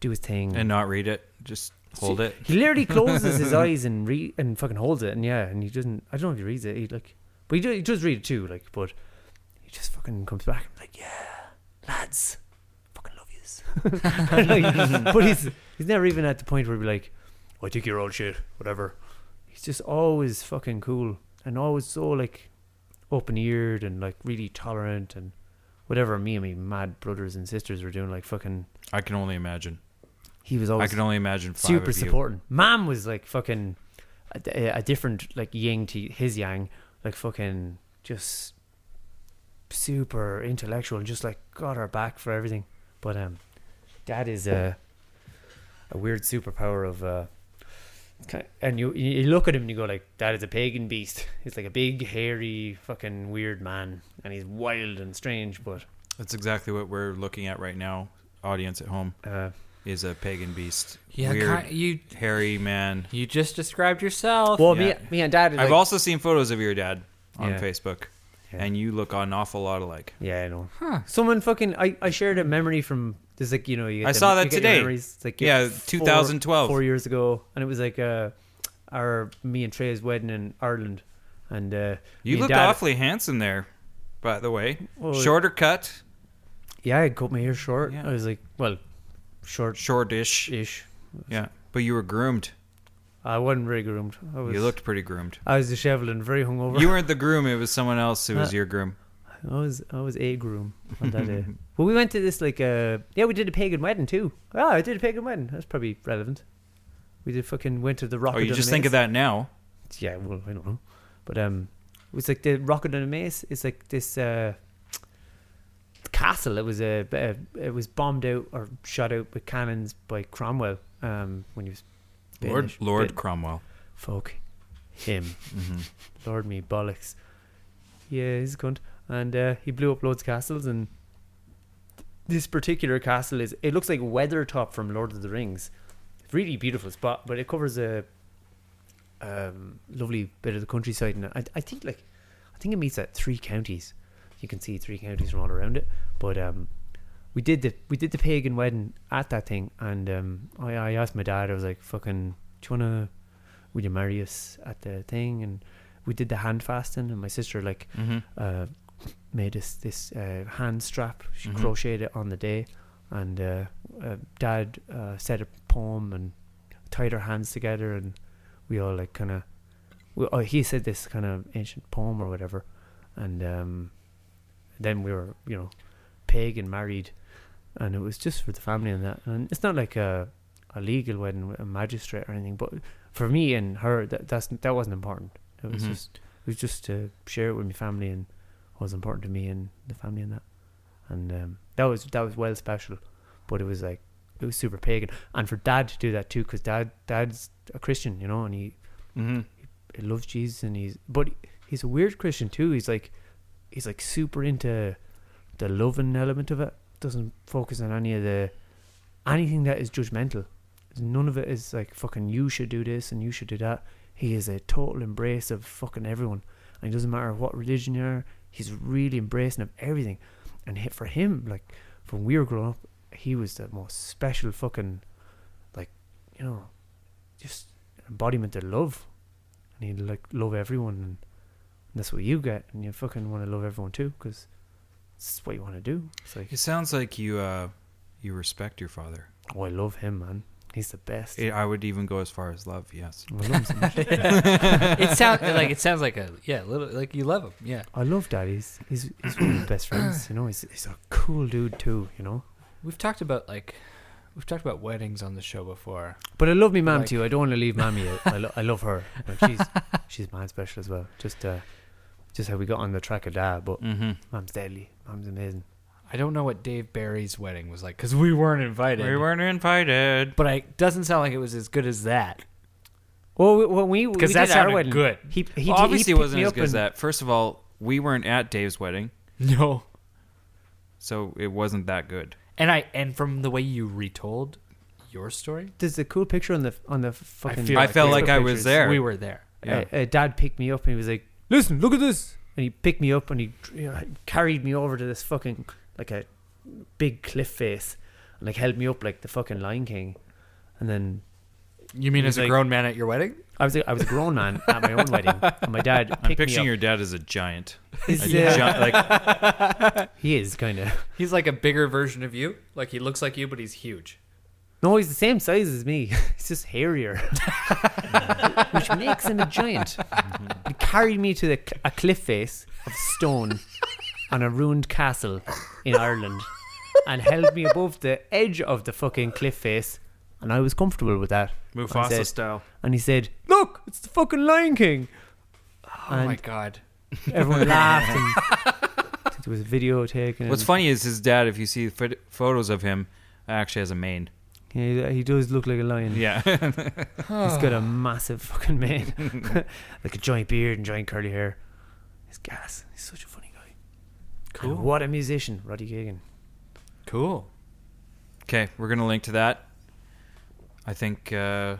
do his thing
And not read it. Just hold
See,
it.
He literally closes his eyes and re- and fucking holds it, and yeah, and he doesn't. I don't know if he reads it. He like, but he, do, he does read it too. Like, but he just fucking comes back and like, yeah, lads, fucking love yous. Like, but he's he's never even at the point where he'd be like, I take your old shit, whatever. He's just always fucking cool and always so like open eared and like really tolerant and whatever me and my mad brothers and sisters were doing, like fucking
I can only imagine.
he was
I
always
can only imagine five
super
of you.
supporting. Mom was like fucking a, a different like yang to his yang, like fucking just super intellectual and just like got her back for everything. But um, dad is a a weird superpower of uh, Ki- And you you you look at him and you go like, that is a pagan beast. He's like a big, hairy, fucking weird man, and he's wild and strange. But
That's exactly what we're looking at right now, audience at home.
uh,
is a pagan beast.
Yeah,
Weird,
ki-
you hairy man.
You just described yourself.
Well, me- me and Dad are
I've
like-
also seen photos of your dad on
Yeah.
Facebook, and you look an awful lot alike.
Yeah, I know. someone fucking, I, I shared a memory from this, like you know, you. Get
I
the-
saw
you
that
get your
today.
memories, it's like
Yeah,
your four-
2012.
four years ago, and it was like uh, our me and Trey's wedding in Ireland, and uh, me
You
and
look
Dad-
awfully handsome there, by the way.
Well,
Shorter cut.
oh, Yeah, I cut my hair short. I was like, well, short,
shortish,
ish.
Yeah, but you were groomed.
I wasn't very groomed. I was,
you looked pretty groomed.
I was disheveled and very hungover.
You weren't the groom; it was someone else who was
Uh,
your groom.
I was I was a groom on that day. Well, we went to this like uh yeah we did a pagan wedding too. Oh, I did a pagan wedding. That's probably relevant. We did fucking went to the rocket.
Oh, you
on a
just think of
Maze.
that now.
Yeah, well, I don't know, but um, it was like the rocket on a mace. It's like this uh castle. It was a uh, it was bombed out or shot out with cannons by Cromwell um when he was
Lord-
Baelish-
Lord
Ba-
Cromwell.
Fuck him. Lord me bollocks. Yeah, he's a cunt. And uh, he blew up loads of castles and this particular castle is it looks like Weathertop from Lord of the Rings. Really beautiful spot, but it covers a um, lovely bit of the countryside and I, I think like I think it meets at three counties. You can see three counties from all around it. But um we did the we did the pagan wedding at that thing and um I, I asked my dad, I was like, fucking do you wanna would you marry us at the thing and we did the hand fasting and my sister like
Mhm.
uh, made us this uh, hand strap she
Mhm.
crocheted it on the day and uh, uh, dad uh, said a poem and tied our hands together and we all like kind of oh, he said this kind of ancient poem or whatever and um, then we were you know pagan married and it was just for the family and that and it's not like a a legal wedding with a magistrate or anything but for me and her that that's that wasn't important it was
Mhm.
just it was just to share it with my family and what was important to me and the family and that and um, that was that was well special but it was like it was super pagan and for dad to do that too because dad dad's a christian you know and he, he he loves jesus and he's but he's a weird christian too he's like he's like super into the loving element of it doesn't focus on any of the anything that is judgmental none of it is like fucking you should do this and you should do that he is a total embrace of fucking everyone and it doesn't matter what religion you are he's really embracing of everything and he, for him like when we were growing up he was the most special fucking like you know just embodiment of love and he'd like love everyone and that's what you get and you fucking want to love everyone too because that's what you want to do it's like
It sounds like you uh, you respect your father.
oh I love him man he's the best
It, I would even go as far as love. Yes.
I love him so much.
it sounds like it sounds like a yeah, little like you love him. Yeah.
I love Dad. He's he's, he's one of my best friends. You know, he's, he's a cool dude too. You know,
We've talked about like we've talked about weddings on the show before.
but I love me mom
Like-
too. I don't want to leave mommy out. I, lo- I love her. Like, she's she's mad special as well. Just uh, just how we got on the track of Dad. But
Mm-hmm.
mom's deadly. Mom's amazing.
I don't know what Dave Barry's wedding was like because we weren't invited.
We weren't invited,
but it doesn't sound like it was as good as that.
Well, we, well, we
because
we
that's
did our
sounded
wedding.
good.
He he did- he
Well, obviously it
picked
wasn't
me
as
up
good as
and-
that. First of all, we weren't at Dave's wedding.
No.
So it wasn't that good.
And I and from the way you retold your story,
There's a cool picture on the on the fucking.
feel I felt
Facebook
like I
was
pictures.
there.
we were there.
Yeah.
Uh, uh, Dad picked me up and he was like, "Listen, look at this." And he picked me up and he you know, carried me over to this fucking like a big cliff face and like held me up like the fucking Lion King. And then
You mean
he
as
was
a
like-
grown man at your wedding?
I was a, I was a grown man at my own wedding. And my dad picked
I'm picturing
me
your
up.
dad as a giant. A
He's, uh,
giant like
he is kind of.
He's like a bigger version of you. Like he looks like you, but he's huge.
No, he's the same size as me. He's just hairier, which makes him a giant. He carried me to the, cl- a cliff face of stone on a ruined castle in Ireland, and held me above the edge of the fucking cliff face, and I was comfortable with that. And
Mufasa
said-
style.
And he said, "Look, it's the fucking Lion King."
Oh my God.
Everyone laughed. And I think there was a video taken.
What's
and-
funny is his dad. If you see pho- photos of him, actually has a mane.
Yeah, he, he does look like a lion.
Yeah.
He's got a massive fucking mane. like a giant beard and giant curly hair. He's gas. He's such a funny guy. Cool. what a musician, Roddy Gagan.
Cool. Okay, we're gonna link to that. I think uh,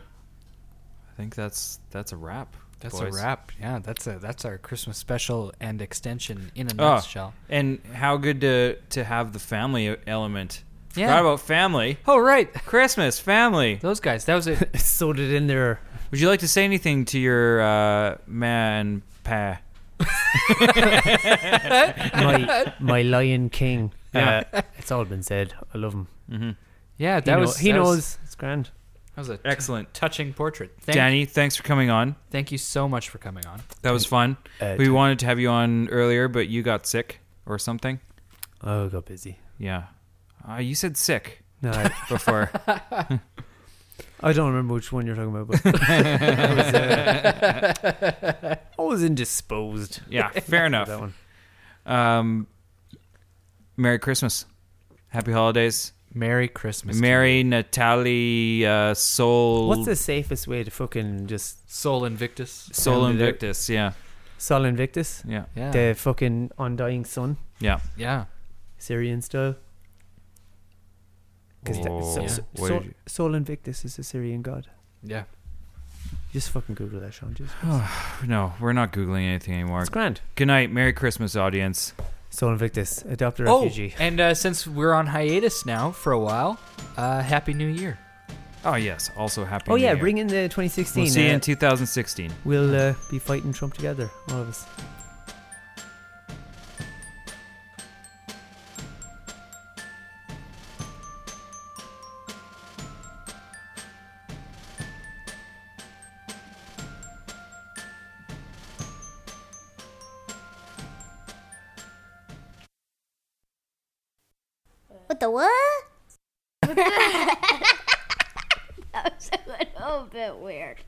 I think that's that's a wrap.
That's
boys.
a wrap. Yeah, that's a that's our Christmas special and extension in a
Oh,
nutshell.
and how good to to have the family e-, element.
Yeah.
Forgot about family. Oh right, Christmas family. Those guys. That was it.
Sold it in there.
Would you like to say anything to your uh, man, pa? uh,
my my Lion King.
Yeah.
Uh, it's all been said. I love him.
Mm-hmm.
Yeah,
He
that
know-
was
he
that was-
knows. It's grand.
That was a
excellent,
touching portrait. Thank,
Danny, thanks for coming on.
thank you so much for coming on.
That was fun.
Uh,
we wanted to have you on earlier, but you got sick or something.
Oh, got busy.
Yeah. Uh, you said sick.
No, I-
before.
I don't remember which one you're talking about. But I, was, uh, I was indisposed.
Yeah, fair enough.
That one.
Um, Merry Christmas. Happy holidays.
Merry Christmas.
Merry Natalie uh, Soul.
What's the safest way to fucking just
Soul Invictus?
Soul Invictus, yeah.
Sol Invictus.
Yeah.
Yeah.
The fucking undying sun.
Yeah.
Yeah.
Syrian style. Because
Oh,
so,
yeah.
so,
What
Sol-
did you-
Sol Invictus is the Syrian god.
Yeah.
Just fucking Google that, Sean. Jesus.
no, we're not Googling anything anymore.
It's Oh, grand.
Good night. Merry Christmas, audience.
Sol Invictus, adopt a
Oh,
refugee.
and uh, since we're on hiatus now for a while, uh, happy New Year.
Oh, yes. Also, happy
Oh
New
yeah,
Year.
bring in the 2016.
We'll see you
uh,
in 2016.
We'll uh, be fighting Trump together, all of us.
What the what?
That was a little bit weird.